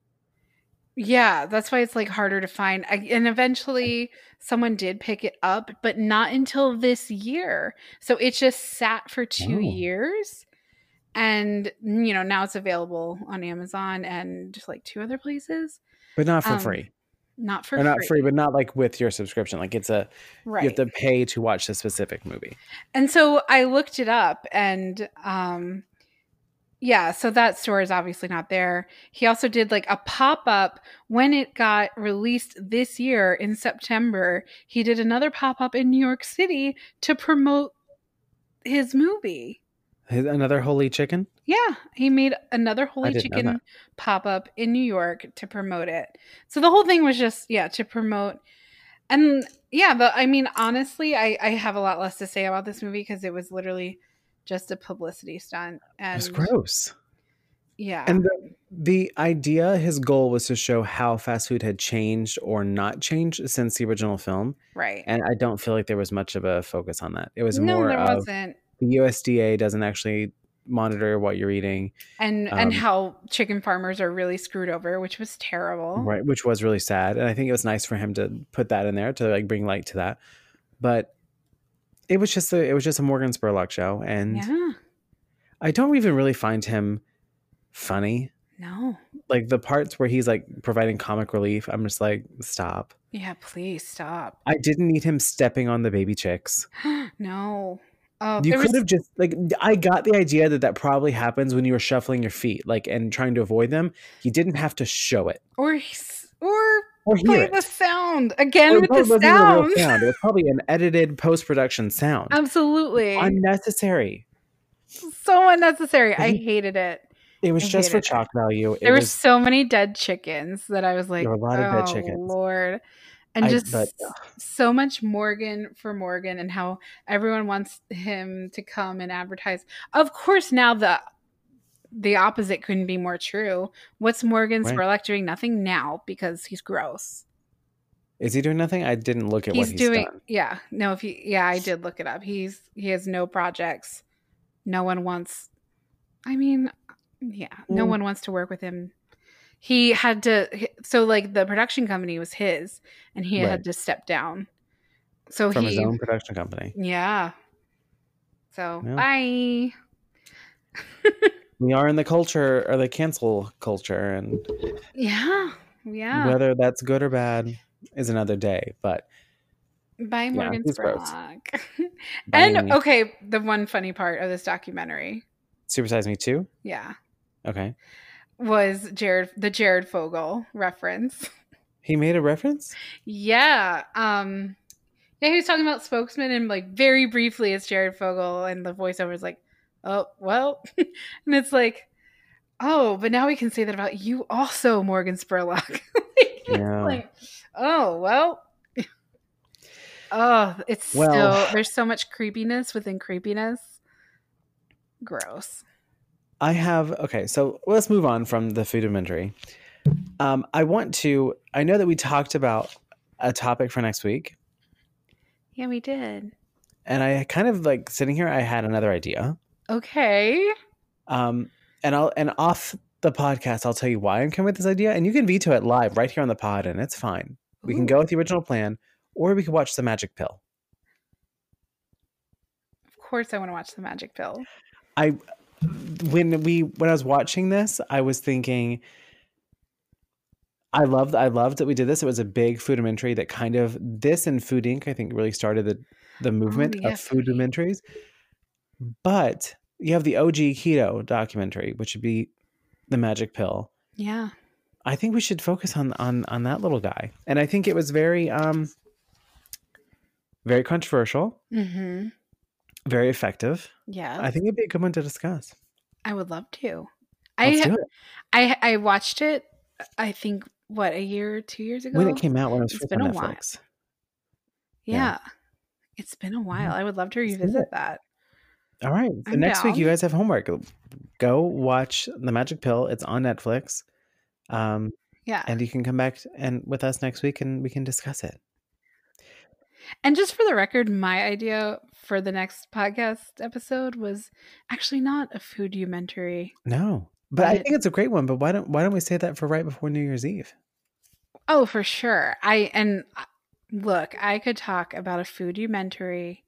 [SPEAKER 7] Yeah, that's why it's like harder to find. I, and eventually someone did pick it up, but not until this year. So it just sat for two
[SPEAKER 1] Oh.
[SPEAKER 7] years. And, you know, now it's available on Amazon and just like two other places.
[SPEAKER 1] But not for
[SPEAKER 7] Um,
[SPEAKER 1] free.
[SPEAKER 7] Not for
[SPEAKER 1] Or
[SPEAKER 7] free.
[SPEAKER 1] not free, but not like with your subscription. Like it's a
[SPEAKER 7] Right.
[SPEAKER 1] you have to pay to watch the specific movie.
[SPEAKER 7] And so I looked it up and um yeah, so that store is obviously not there. He also did like a pop up when it got released this year in September. He did another pop up in New York City to promote his movie.
[SPEAKER 1] His- Another holy chicken.
[SPEAKER 7] Yeah, he made another Holy
[SPEAKER 1] didn't know
[SPEAKER 7] Chicken
[SPEAKER 1] that.
[SPEAKER 7] pop up in New York to promote it. So the whole thing was just yeah to promote, and yeah, but I mean honestly, I I have a lot less to say about this movie because it was literally just a publicity stunt. And
[SPEAKER 1] It's gross.
[SPEAKER 7] Yeah,
[SPEAKER 1] And the, the idea, his goal was to show how fast food had changed or not changed since the original film.
[SPEAKER 7] right.
[SPEAKER 1] And I don't feel like there was much of a focus on that. It was
[SPEAKER 7] no,
[SPEAKER 1] more
[SPEAKER 7] there
[SPEAKER 1] of
[SPEAKER 7] wasn't.
[SPEAKER 1] the USDA doesn't actually monitor what you're eating,
[SPEAKER 7] And and
[SPEAKER 1] um,
[SPEAKER 7] how chicken farmers are really screwed over, which was terrible.
[SPEAKER 1] right? Which was really sad. And I think it was nice for him to put that in there to like bring light to that. But it was just a it was just a Morgan Spurlock show, and
[SPEAKER 7] Yeah.
[SPEAKER 1] I don't even really find him funny.
[SPEAKER 7] No.
[SPEAKER 1] Like the parts where he's like providing comic relief, I'm just like, stop.
[SPEAKER 7] Yeah. Please stop.
[SPEAKER 1] I didn't need him stepping on the baby chicks.
[SPEAKER 7] no. Oh,
[SPEAKER 1] you
[SPEAKER 7] there was-
[SPEAKER 1] could have just like I got the idea that that probably happens when you were shuffling your feet, like and trying to avoid them. You didn't have to show it
[SPEAKER 7] or he's- or
[SPEAKER 1] or hear
[SPEAKER 7] play
[SPEAKER 1] it.
[SPEAKER 7] the sound
[SPEAKER 1] Or
[SPEAKER 7] again
[SPEAKER 1] it
[SPEAKER 7] with
[SPEAKER 1] probably wasn't
[SPEAKER 7] the
[SPEAKER 1] even a real
[SPEAKER 7] sound.
[SPEAKER 1] sound. It was probably an edited post production sound.
[SPEAKER 7] Absolutely,
[SPEAKER 1] Unnecessary.
[SPEAKER 7] so unnecessary. I
[SPEAKER 1] Mhm.
[SPEAKER 7] hated it.
[SPEAKER 1] It was
[SPEAKER 7] I
[SPEAKER 1] just for
[SPEAKER 7] hated it.
[SPEAKER 1] shock value. It
[SPEAKER 7] There were
[SPEAKER 1] was
[SPEAKER 7] so many dead chickens that I was like,
[SPEAKER 1] were a lot of dead
[SPEAKER 7] "Oh,
[SPEAKER 1] chickens."
[SPEAKER 7] Lord, and
[SPEAKER 1] I-
[SPEAKER 7] just
[SPEAKER 1] but-
[SPEAKER 7] so much Morgan for Morgan, and how everyone wants him to come and advertise. Of course, now the the opposite couldn't be more true. What's Morgan
[SPEAKER 1] Right.
[SPEAKER 7] Spurlock doing? Nothing now because he's gross.
[SPEAKER 1] Is he doing nothing? I didn't look at what he's
[SPEAKER 7] doing.
[SPEAKER 1] done.
[SPEAKER 7] Yeah, no. If he, yeah, I did look it up. He's he has no projects. No one wants. I mean, yeah,
[SPEAKER 1] Mm.
[SPEAKER 7] no one wants to work with him. He had to. he- So like the production company was his, and he
[SPEAKER 1] Right.
[SPEAKER 7] had to step down. So
[SPEAKER 1] From
[SPEAKER 7] Oh, he
[SPEAKER 1] his own production company.
[SPEAKER 7] Yeah. So
[SPEAKER 1] Yeah.
[SPEAKER 7] bye.
[SPEAKER 1] We are in the culture or the cancel culture, and
[SPEAKER 7] Yeah. Yeah.
[SPEAKER 1] whether that's good or bad is another day. But
[SPEAKER 7] Bye, Morgan
[SPEAKER 1] he's gross.
[SPEAKER 7] Spurlock.
[SPEAKER 1] buying
[SPEAKER 7] and okay, the one funny part of this documentary,
[SPEAKER 1] Supersize Me too.
[SPEAKER 7] yeah,
[SPEAKER 1] Okay,
[SPEAKER 7] was Jared the Jared Fogle reference.
[SPEAKER 1] he made a reference.
[SPEAKER 7] Yeah. Um yeah, he was talking about spokesman and like very briefly it's Jared Fogle and the voiceover is like, oh well. and it's like, oh, but now we can say that about you also, Morgan Spurlock. Like, it's
[SPEAKER 1] Yeah.
[SPEAKER 7] like, oh well. oh, it's
[SPEAKER 1] Well-
[SPEAKER 7] so there's so much creepiness within creepiness. Gross.
[SPEAKER 1] I have okay, so let's move on from the food inventory. Um, I want to. I know that we talked about a topic for next week,
[SPEAKER 7] Yeah, we did.
[SPEAKER 1] and I kind of like sitting here. I had another idea,
[SPEAKER 7] Okay.
[SPEAKER 1] um, and I'll and off the podcast, I'll tell you why I'm coming with this idea, and you can veto it live right here on the pod, and it's fine. We can
[SPEAKER 7] Ooh.
[SPEAKER 1] go with the original plan, or we can watch the Magic Pill.
[SPEAKER 7] Of course I want to watch the magic pill.
[SPEAKER 1] I when we when I was watching this, I was thinking I loved I loved that we did this. It was a big foodomentary that kind of this and Food Inc. I think really started the the movement
[SPEAKER 7] yeah,
[SPEAKER 1] of
[SPEAKER 7] Food Inc.
[SPEAKER 1] foodomentaries. But you have the OG keto documentary, which would be the magic pill.
[SPEAKER 7] Yeah.
[SPEAKER 1] I think we should focus on on on that little guy. And I think it was very um very controversial,
[SPEAKER 7] Mm-hmm.
[SPEAKER 1] very effective.
[SPEAKER 7] Yeah.
[SPEAKER 1] I think it'd be a good one to discuss.
[SPEAKER 7] I would love to.
[SPEAKER 1] Let's
[SPEAKER 7] I
[SPEAKER 1] do it.
[SPEAKER 7] I I watched it. I think what a year, two years ago.
[SPEAKER 1] when it came out when it was
[SPEAKER 7] It's
[SPEAKER 1] first
[SPEAKER 7] been
[SPEAKER 1] on
[SPEAKER 7] a while.
[SPEAKER 1] Netflix.
[SPEAKER 7] yeah.
[SPEAKER 1] yeah. Mm-hmm.
[SPEAKER 7] it's been a while. I would love to
[SPEAKER 1] Let's do
[SPEAKER 7] revisit
[SPEAKER 1] it.
[SPEAKER 7] that.
[SPEAKER 1] All right. So
[SPEAKER 7] I'm
[SPEAKER 1] next week,
[SPEAKER 7] down.
[SPEAKER 1] you guys have homework. Go watch The Magic Pill. It's on Netflix. Um,
[SPEAKER 7] Yeah, and,
[SPEAKER 1] and you can come back and with us next week, and we can discuss it.
[SPEAKER 7] just for the record, my idea for the next podcast episode was actually not a food documentary.
[SPEAKER 1] No, but I
[SPEAKER 7] But-
[SPEAKER 1] think it's a great one. But why don't why don't we say that for right before New Year's Eve?
[SPEAKER 7] Oh, for sure. I and uh, look, I could talk about a food documentary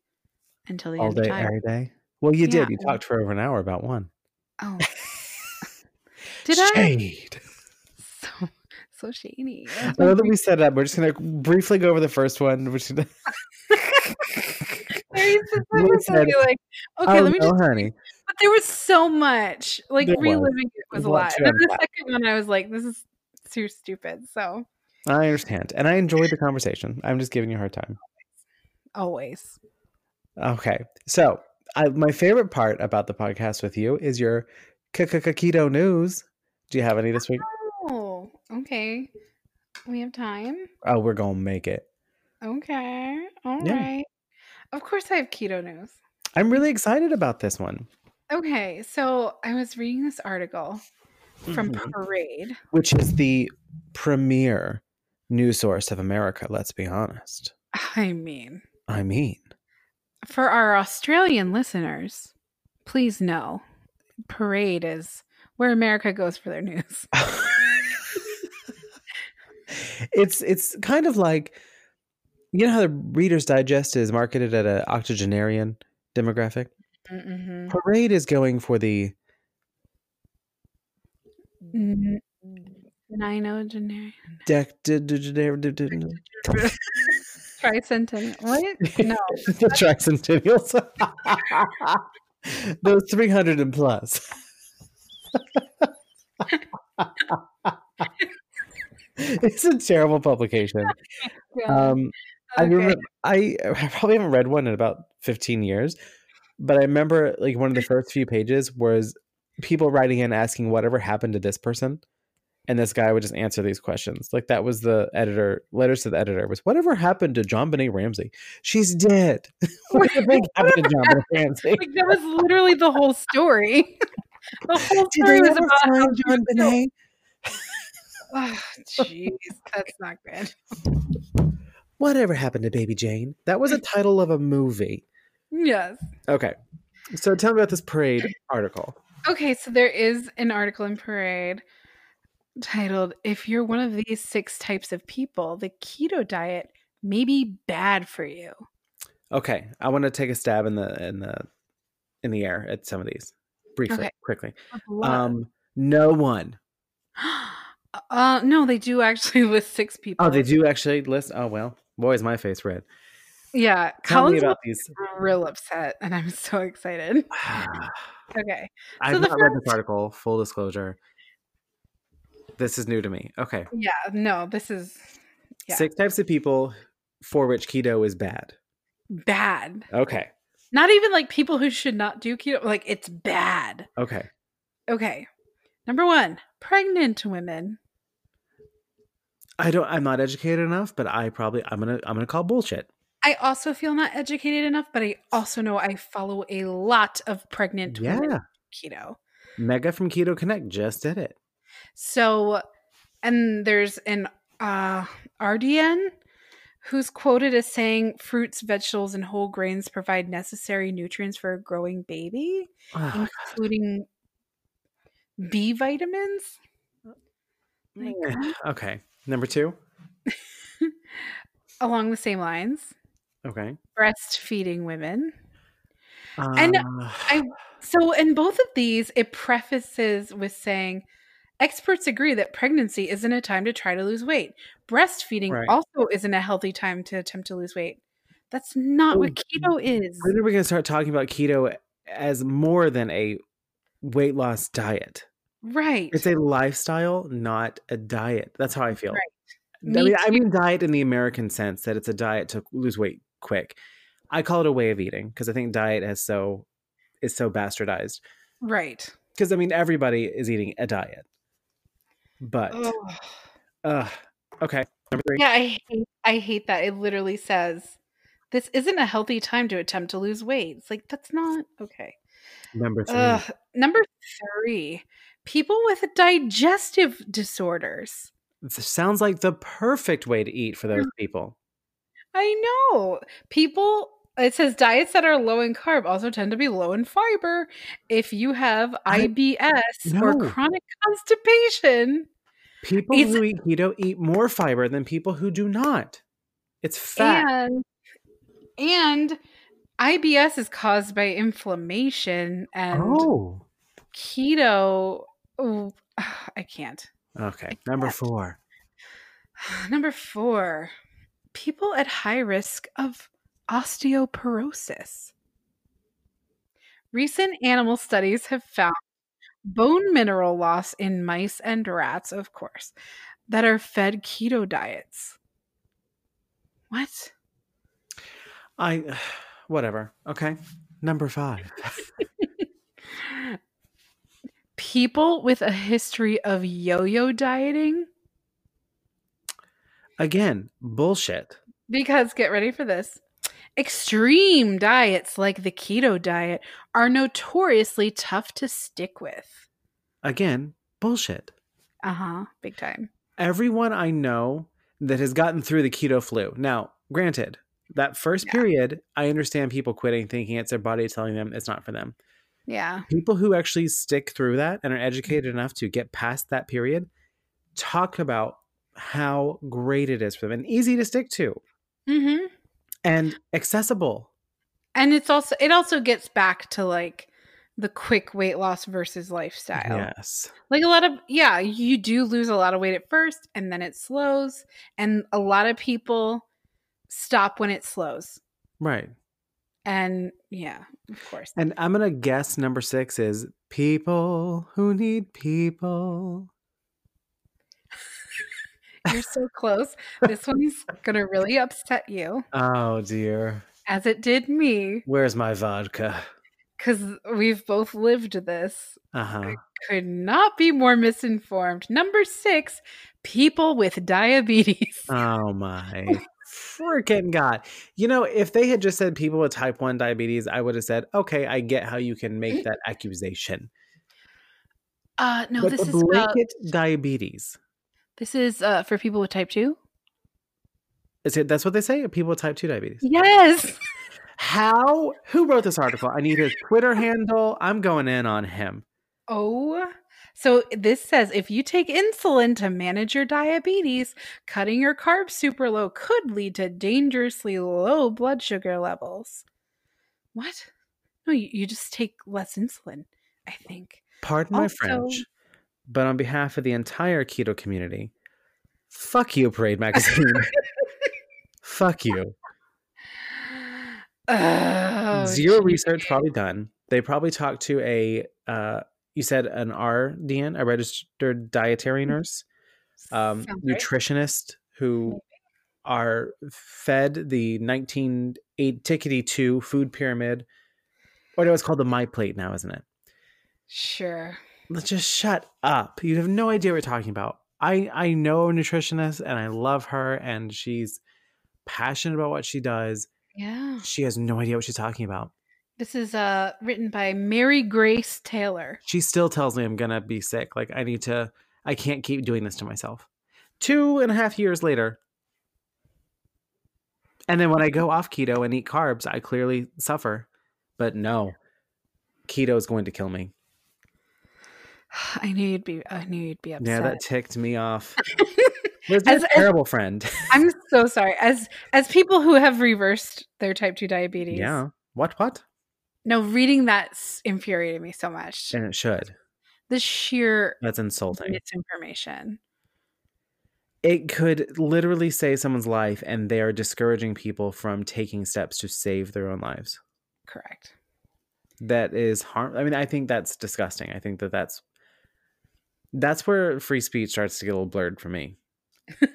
[SPEAKER 7] until the
[SPEAKER 1] All
[SPEAKER 7] end of
[SPEAKER 1] day,
[SPEAKER 7] time.
[SPEAKER 1] every day. Well, you
[SPEAKER 7] Yeah.
[SPEAKER 1] did. You talked for over an hour about one.
[SPEAKER 7] Oh, did I?
[SPEAKER 1] Shade.
[SPEAKER 7] So, so shady.
[SPEAKER 1] I know that we set it up. We're just gonna briefly go over the first one. We're just gonna-
[SPEAKER 7] There used to
[SPEAKER 1] Really
[SPEAKER 7] be
[SPEAKER 1] said,
[SPEAKER 7] somebody like, okay,
[SPEAKER 1] oh
[SPEAKER 7] let me
[SPEAKER 1] no,
[SPEAKER 7] just
[SPEAKER 1] honey.
[SPEAKER 7] But there was so much. Like
[SPEAKER 1] There was.
[SPEAKER 7] reliving it was
[SPEAKER 1] There's
[SPEAKER 7] a
[SPEAKER 1] a lot
[SPEAKER 7] lot.
[SPEAKER 1] to
[SPEAKER 7] And then the
[SPEAKER 1] unpack.
[SPEAKER 7] second one, I was like, this is too stupid. So
[SPEAKER 1] I understand, and I enjoyed the conversation. I'm just giving you a hard time.
[SPEAKER 7] always.
[SPEAKER 1] Okay. So, I, my favorite part about the podcast with you is your k- k- k- keto news. Do you have any this week?
[SPEAKER 7] Oh, okay. We have time.
[SPEAKER 1] Oh, we're going to make it.
[SPEAKER 7] Okay. all right.
[SPEAKER 1] Yeah.
[SPEAKER 7] Of course, I have keto news.
[SPEAKER 1] I'm really excited about this one,
[SPEAKER 7] Okay. So I was reading this article from
[SPEAKER 1] Mhm.
[SPEAKER 7] Parade.
[SPEAKER 1] which is the premier news source of America, let's be honest.
[SPEAKER 7] I mean,
[SPEAKER 1] I mean,
[SPEAKER 7] for our Australian listeners, please know Parade is where America goes for their news.
[SPEAKER 1] it's it's kind of like you know how the Reader's Digest is marketed at an octogenarian demographic?
[SPEAKER 7] Mm-hmm.
[SPEAKER 1] Parade is going for the
[SPEAKER 7] N- Ninogenarian.
[SPEAKER 1] Dec- d- d- d- d- d- d- d-
[SPEAKER 7] Tricentennial. What? No.
[SPEAKER 1] the tricentennials. Those 300 and plus. it's a terrible publication. Um, I
[SPEAKER 7] Okay.
[SPEAKER 1] remember I, I probably haven't read one in about 15 years, but I remember like one of the first few pages was people writing in asking whatever happened to this person. And this guy would just answer these questions. Like that was the editor letters to the editor was whatever happened to John Benet Ramsey? She's dead. what do you think happened to John Benet Ramsey?
[SPEAKER 7] like, that was literally the whole story. The whole
[SPEAKER 8] Did
[SPEAKER 7] story
[SPEAKER 8] they
[SPEAKER 7] was
[SPEAKER 8] ever
[SPEAKER 7] about how
[SPEAKER 8] find John
[SPEAKER 7] still-
[SPEAKER 8] Benet?
[SPEAKER 7] Oh, jeez, that's not good.
[SPEAKER 1] Whatever happened to Baby Jane? That was a title of a movie.
[SPEAKER 7] Yes.
[SPEAKER 1] Okay. So tell me about this parade article.
[SPEAKER 7] Okay, so there is an article in Parade titled If You're One of These Six Types of People, the Keto Diet May Be Bad for You.
[SPEAKER 1] Okay, I want to take a stab in the in the in the air at some of these briefly,
[SPEAKER 7] Okay.
[SPEAKER 1] quickly.
[SPEAKER 7] Um,
[SPEAKER 1] Um, no one.
[SPEAKER 7] uh, no, they do actually list six people.
[SPEAKER 1] Oh, they do actually list. Oh well, boy, is my face red.
[SPEAKER 7] Yeah,
[SPEAKER 1] Tell me
[SPEAKER 7] Collins
[SPEAKER 1] about these.
[SPEAKER 7] was real upset, and I'm so excited. Okay,
[SPEAKER 1] I've
[SPEAKER 7] the
[SPEAKER 1] not read
[SPEAKER 7] first-
[SPEAKER 1] this article. Full disclosure. This is new to me. Okay,
[SPEAKER 7] yeah, no, this is Yeah.
[SPEAKER 1] six types of people for which keto is bad.
[SPEAKER 7] bad.
[SPEAKER 1] Okay,
[SPEAKER 7] Not even like people who should not do keto. Like it's bad.
[SPEAKER 1] okay.
[SPEAKER 7] Okay, number one, pregnant women.
[SPEAKER 1] I don't. I'm not educated enough, but I probably I'm gonna I'm gonna call bullshit.
[SPEAKER 7] I also feel not educated enough, but I also know I follow a lot of pregnant women
[SPEAKER 1] Yeah,
[SPEAKER 7] keto.
[SPEAKER 1] Mega from Keto Connect just did it.
[SPEAKER 7] So, and there's an uh, RDN who's quoted as saying fruits, vegetables, and whole grains provide necessary nutrients for a growing baby,
[SPEAKER 1] Ugh.
[SPEAKER 7] including B vitamins. Like,
[SPEAKER 1] Eh, okay, number two.
[SPEAKER 7] along the same lines,
[SPEAKER 1] Okay.
[SPEAKER 7] breastfeeding women. And
[SPEAKER 1] Uh,
[SPEAKER 7] I so in both of these, it prefaces with saying experts agree that pregnancy isn't a time to try to lose weight. Breastfeeding
[SPEAKER 1] Right.
[SPEAKER 7] also isn't a healthy time to attempt to lose weight. That's not what keto is.
[SPEAKER 1] when are we going to start talking about keto as more than a weight loss diet?
[SPEAKER 7] Right.
[SPEAKER 1] It's a lifestyle, not a diet. That's how I feel.
[SPEAKER 7] Right.
[SPEAKER 1] I
[SPEAKER 7] Me
[SPEAKER 1] mean, I mean diet in the American sense that it's a diet to lose weight quick. I call it a way of eating because I think diet has so is so bastardized.
[SPEAKER 7] right.
[SPEAKER 1] Because I mean, everybody is eating a diet, but
[SPEAKER 7] Ugh.
[SPEAKER 1] ugh. okay, number three.
[SPEAKER 7] Yeah, I hate I hate that. It literally says this isn't a healthy time to attempt to lose weight. It's like that's not okay.
[SPEAKER 1] Number three.
[SPEAKER 7] Ugh. Number three, people with digestive disorders.
[SPEAKER 1] This sounds like the perfect way to eat for
[SPEAKER 7] Mm.
[SPEAKER 1] those people.
[SPEAKER 7] I know. People, it says diets that are low in carb also tend to be low in fiber. If you have
[SPEAKER 1] I-
[SPEAKER 7] IBS or
[SPEAKER 1] No.
[SPEAKER 7] chronic constipation,
[SPEAKER 1] People
[SPEAKER 7] It's-
[SPEAKER 1] who eat keto eat more fiber than people who do not. It's fat.
[SPEAKER 7] and and IBS is caused by inflammation and
[SPEAKER 1] oh,
[SPEAKER 7] keto. ooh, I can't.
[SPEAKER 1] okay. Number four.
[SPEAKER 7] Number four, people at high risk of osteoporosis. Recent animal studies have found bone mineral loss in mice and rats, of course, that are fed keto diets. What?
[SPEAKER 1] I, whatever. Okay. Number five.
[SPEAKER 7] People with a history of yo yo dieting,
[SPEAKER 1] Again, bullshit.
[SPEAKER 7] because get ready for this. Extreme diets like the keto diet are notoriously tough to stick with.
[SPEAKER 1] Again, bullshit.
[SPEAKER 7] Uh huh. Big time.
[SPEAKER 1] Everyone I know that has gotten through the keto flu. Now, granted, that first
[SPEAKER 7] Yeah.
[SPEAKER 1] period, I understand people quitting thinking it's their body telling them it's not for them.
[SPEAKER 7] Yeah.
[SPEAKER 1] people who actually stick through that and are educated enough to get past that period talk about how great it is for them and easy to stick to
[SPEAKER 7] Mm-hmm.
[SPEAKER 1] and accessible.
[SPEAKER 7] And it's also it also gets back to like the quick weight loss versus lifestyle.
[SPEAKER 1] Yes.
[SPEAKER 7] Like a lot of yeah, you do lose a lot of weight at first and then it slows and a lot of people stop when it slows.
[SPEAKER 1] Right.
[SPEAKER 7] And yeah, of course.
[SPEAKER 1] And I'm going to guess number six is people who need people.
[SPEAKER 7] You're so close. This one's going to really upset you
[SPEAKER 1] Oh, dear.
[SPEAKER 7] as it did me
[SPEAKER 1] Where's my vodka?
[SPEAKER 7] cuz we've both lived this.
[SPEAKER 1] Uh huh.
[SPEAKER 7] Could not be more misinformed. Number 6, people with diabetes.
[SPEAKER 1] Oh, my freaking God. You know, if they had just said people with type 1 diabetes, I would have said, okay, I get how you can make that accusation.
[SPEAKER 7] Uh, no,
[SPEAKER 1] But
[SPEAKER 7] this is about,
[SPEAKER 1] blanket diabetes.
[SPEAKER 7] this is uh, for people with type two.
[SPEAKER 1] Is it that's what they say? People with type 2 diabetes.
[SPEAKER 7] Yes.
[SPEAKER 1] How? Who wrote this article? I need his Twitter handle. I'm going in on him.
[SPEAKER 7] Oh, so this says if you take insulin to manage your diabetes, cutting your carbs super low could lead to dangerously low blood sugar levels. What? No, you, you just take less insulin, I think.
[SPEAKER 1] Pardon my
[SPEAKER 7] Also-
[SPEAKER 1] French, but on behalf of the entire keto community, fuck you, Parade Magazine. fuck you.
[SPEAKER 7] Oh,
[SPEAKER 1] Zero research probably done. They probably talked to a, uh, you said an RDN, a registered dietary nurse, um,
[SPEAKER 7] Sounds Mm-hmm. right.
[SPEAKER 1] nutritionist who are fed the 1980 tickety two food pyramid. Or no, it's called the My Plate now, isn't it?
[SPEAKER 7] Sure.
[SPEAKER 1] Let's just shut up. You have no idea what we're talking about. I, I know a nutritionist and I love her and she's passionate about what she does.
[SPEAKER 7] Yeah.
[SPEAKER 1] She has no idea what she's talking about.
[SPEAKER 7] This is uh written by Mary Grace Taylor.
[SPEAKER 1] she still tells me I'm gonna be sick. Like I need to. I can't keep doing this to myself. Two and a half years later, and then when I go off keto and eat carbs, I clearly suffer. But no, keto is going to kill me.
[SPEAKER 7] I knew you'd be I knew you'd be upset.
[SPEAKER 1] Yeah, that ticked me off. Was that
[SPEAKER 7] As- as-
[SPEAKER 1] terrible friend?
[SPEAKER 7] I'm so sorry. As as people who have reversed their type 2 diabetes.
[SPEAKER 1] yeah. What? What?
[SPEAKER 7] No, reading that s- infuriated me so much.
[SPEAKER 1] And it should.
[SPEAKER 7] The sheer
[SPEAKER 1] That's insulting.
[SPEAKER 7] misinformation.
[SPEAKER 1] It could literally save someone's life, and they are discouraging people from taking steps to save their own lives.
[SPEAKER 7] Correct.
[SPEAKER 1] that is harm i mean i think that's disgusting i think that that's that's where free speech starts to get a little blurred for me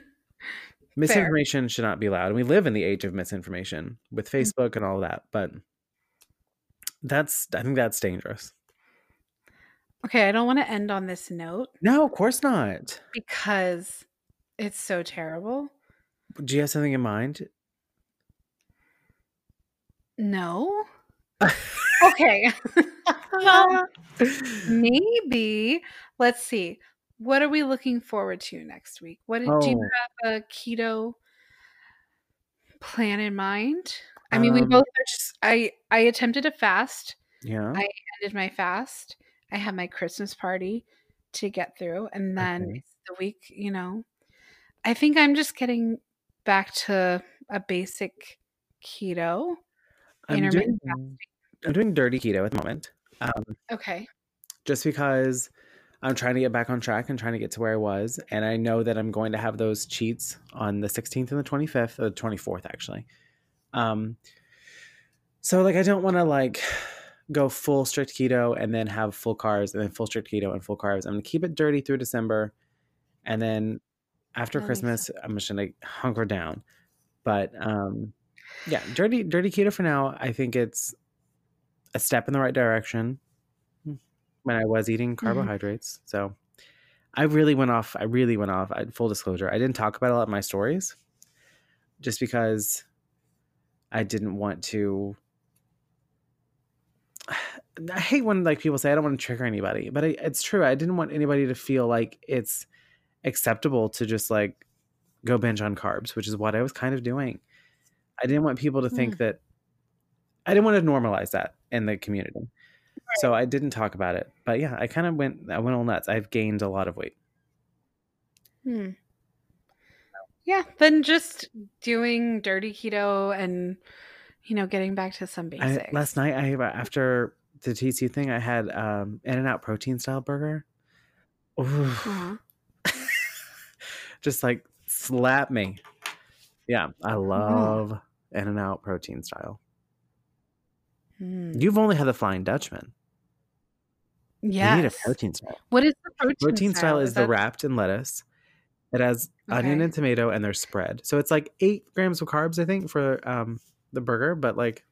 [SPEAKER 1] misinformation should not be allowed and we live in the age of misinformation with facebook and all of that but that's i think that's dangerous
[SPEAKER 7] Okay, I don't want to end on this note
[SPEAKER 1] no of course not
[SPEAKER 7] because it's so terrible.
[SPEAKER 1] do you have something in mind
[SPEAKER 7] No. okay. well, maybe. Let's see. What are we looking forward to next week? What did, do you
[SPEAKER 1] Oh.
[SPEAKER 7] have a keto plan in mind? I mean, we
[SPEAKER 1] Um,
[SPEAKER 7] both are just, I I attempted a fast.
[SPEAKER 1] yeah
[SPEAKER 7] I ended my fast. I had my Christmas party to get through, and then
[SPEAKER 1] Okay.
[SPEAKER 7] it's the week, you know. I think I'm just getting back to a basic keto.
[SPEAKER 1] I'm, doing,
[SPEAKER 7] intermittent
[SPEAKER 1] I'm doing dirty keto at the moment um,
[SPEAKER 7] Okay.
[SPEAKER 1] just because I'm trying to get back on track and trying to get to where I was. And I know that I'm going to have those cheats on the 16th and the 25th, or the 24th, actually. Um, so like, I don't want to like go full strict keto and then have full carbs and then full strict keto and full carbs. I'm gonna keep it dirty through December, and then after
[SPEAKER 7] That makes
[SPEAKER 1] Christmas, I'm just gonna hunker down. But um, yeah, dirty dirty keto for now. I think it's a step in the right direction when I was eating carbohydrates. So I really went off. I really went off. I, full disclosure, I didn't talk about it a lot in my stories just because I didn't want to. I hate when like people say I don't want to trigger anybody, but I, it's true. I didn't want anybody to feel like it's acceptable to just like go binge on carbs, which is what I was kind of doing. I didn't want people to think that I didn't want to normalize that in the community. So I didn't talk about it. But yeah, I kind of went I went all nuts. I've gained a lot of weight.
[SPEAKER 7] Hmm. Yeah, then just doing dirty keto and you know getting back to some
[SPEAKER 1] I,
[SPEAKER 7] basics.
[SPEAKER 1] last night, I after the TC thing, I had um, In and Out protein style burger. Oof.
[SPEAKER 7] Aw.
[SPEAKER 1] Just like slap me. Yeah, I
[SPEAKER 7] Mm.
[SPEAKER 1] love In and Out protein style. Mm,
[SPEAKER 7] Hmm.
[SPEAKER 1] You've only had the Flying Dutchman. You need a
[SPEAKER 7] Yes.
[SPEAKER 1] protein style.
[SPEAKER 7] What is the protein,
[SPEAKER 1] Protein style, is, the
[SPEAKER 7] that-
[SPEAKER 1] wrapped in lettuce. It has onion
[SPEAKER 7] Okay.
[SPEAKER 1] and tomato, and they're spread. So it's like eight grams of carbs, I think, for um, the burger. But like,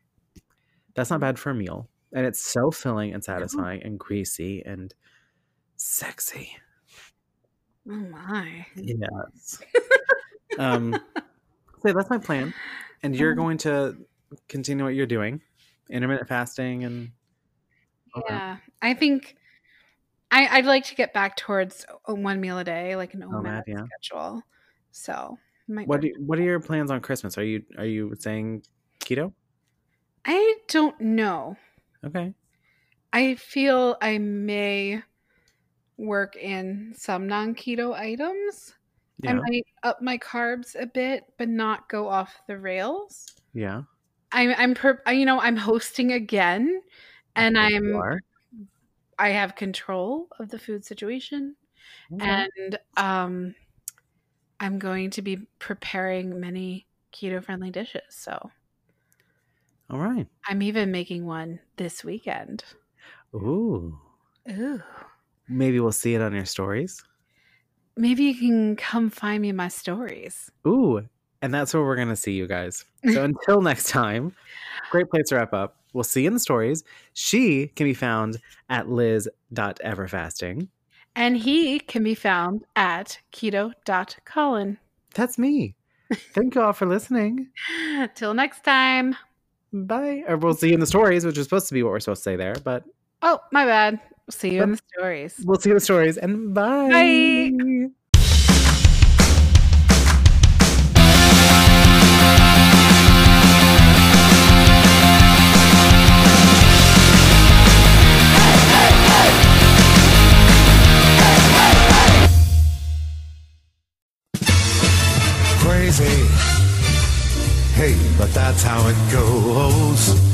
[SPEAKER 1] that's not bad for a meal. And it's so filling and satisfying and greasy and sexy.
[SPEAKER 7] Oh my.
[SPEAKER 1] Yes. um, so that's my plan. And
[SPEAKER 7] Um
[SPEAKER 1] you're going to continue what you're doing intermittent fasting and all that.
[SPEAKER 7] Yeah, I think I, I'd like to get back towards a one meal a day, like an OMAD
[SPEAKER 1] OMAD, Oh, yeah.
[SPEAKER 7] schedule. So might
[SPEAKER 1] What
[SPEAKER 7] work.
[SPEAKER 1] do you, what are your plans on Christmas? Are you are you saying keto?
[SPEAKER 7] I don't know.
[SPEAKER 1] Okay.
[SPEAKER 7] I feel I may work in some non keto items.
[SPEAKER 1] Yeah.
[SPEAKER 7] I might up my carbs a bit, but not go off the rails.
[SPEAKER 1] yeah.
[SPEAKER 7] I'm, I'm, per- I- you know, I'm hosting again, and
[SPEAKER 1] Okay, you
[SPEAKER 7] I'm,
[SPEAKER 1] are.
[SPEAKER 7] I have control of the food situation,
[SPEAKER 1] Okay.
[SPEAKER 7] and um, I'm going to be preparing many keto-friendly dishes. So
[SPEAKER 1] All right.
[SPEAKER 7] I'm even making one this weekend.
[SPEAKER 1] Ooh.
[SPEAKER 7] Ooh.
[SPEAKER 1] Maybe we'll see it on your stories.
[SPEAKER 7] Maybe you can come find me my stories.
[SPEAKER 1] Ooh. And that's where we're going to see you guys. So until next time, great place to wrap up. We'll see you in the stories. She can be found at liz.everfasting.
[SPEAKER 7] And he can be found at keto.colin.
[SPEAKER 1] That's me. Thank you all for listening.
[SPEAKER 7] Till next time.
[SPEAKER 1] Bye. Or we'll see you in the stories, which is supposed to be what we're supposed to say there, but
[SPEAKER 7] Oh, my bad. See you in the stories.
[SPEAKER 1] we'll see you in the stories and bye.
[SPEAKER 7] Bye.
[SPEAKER 8] crazy. Hey, but that's how it goes.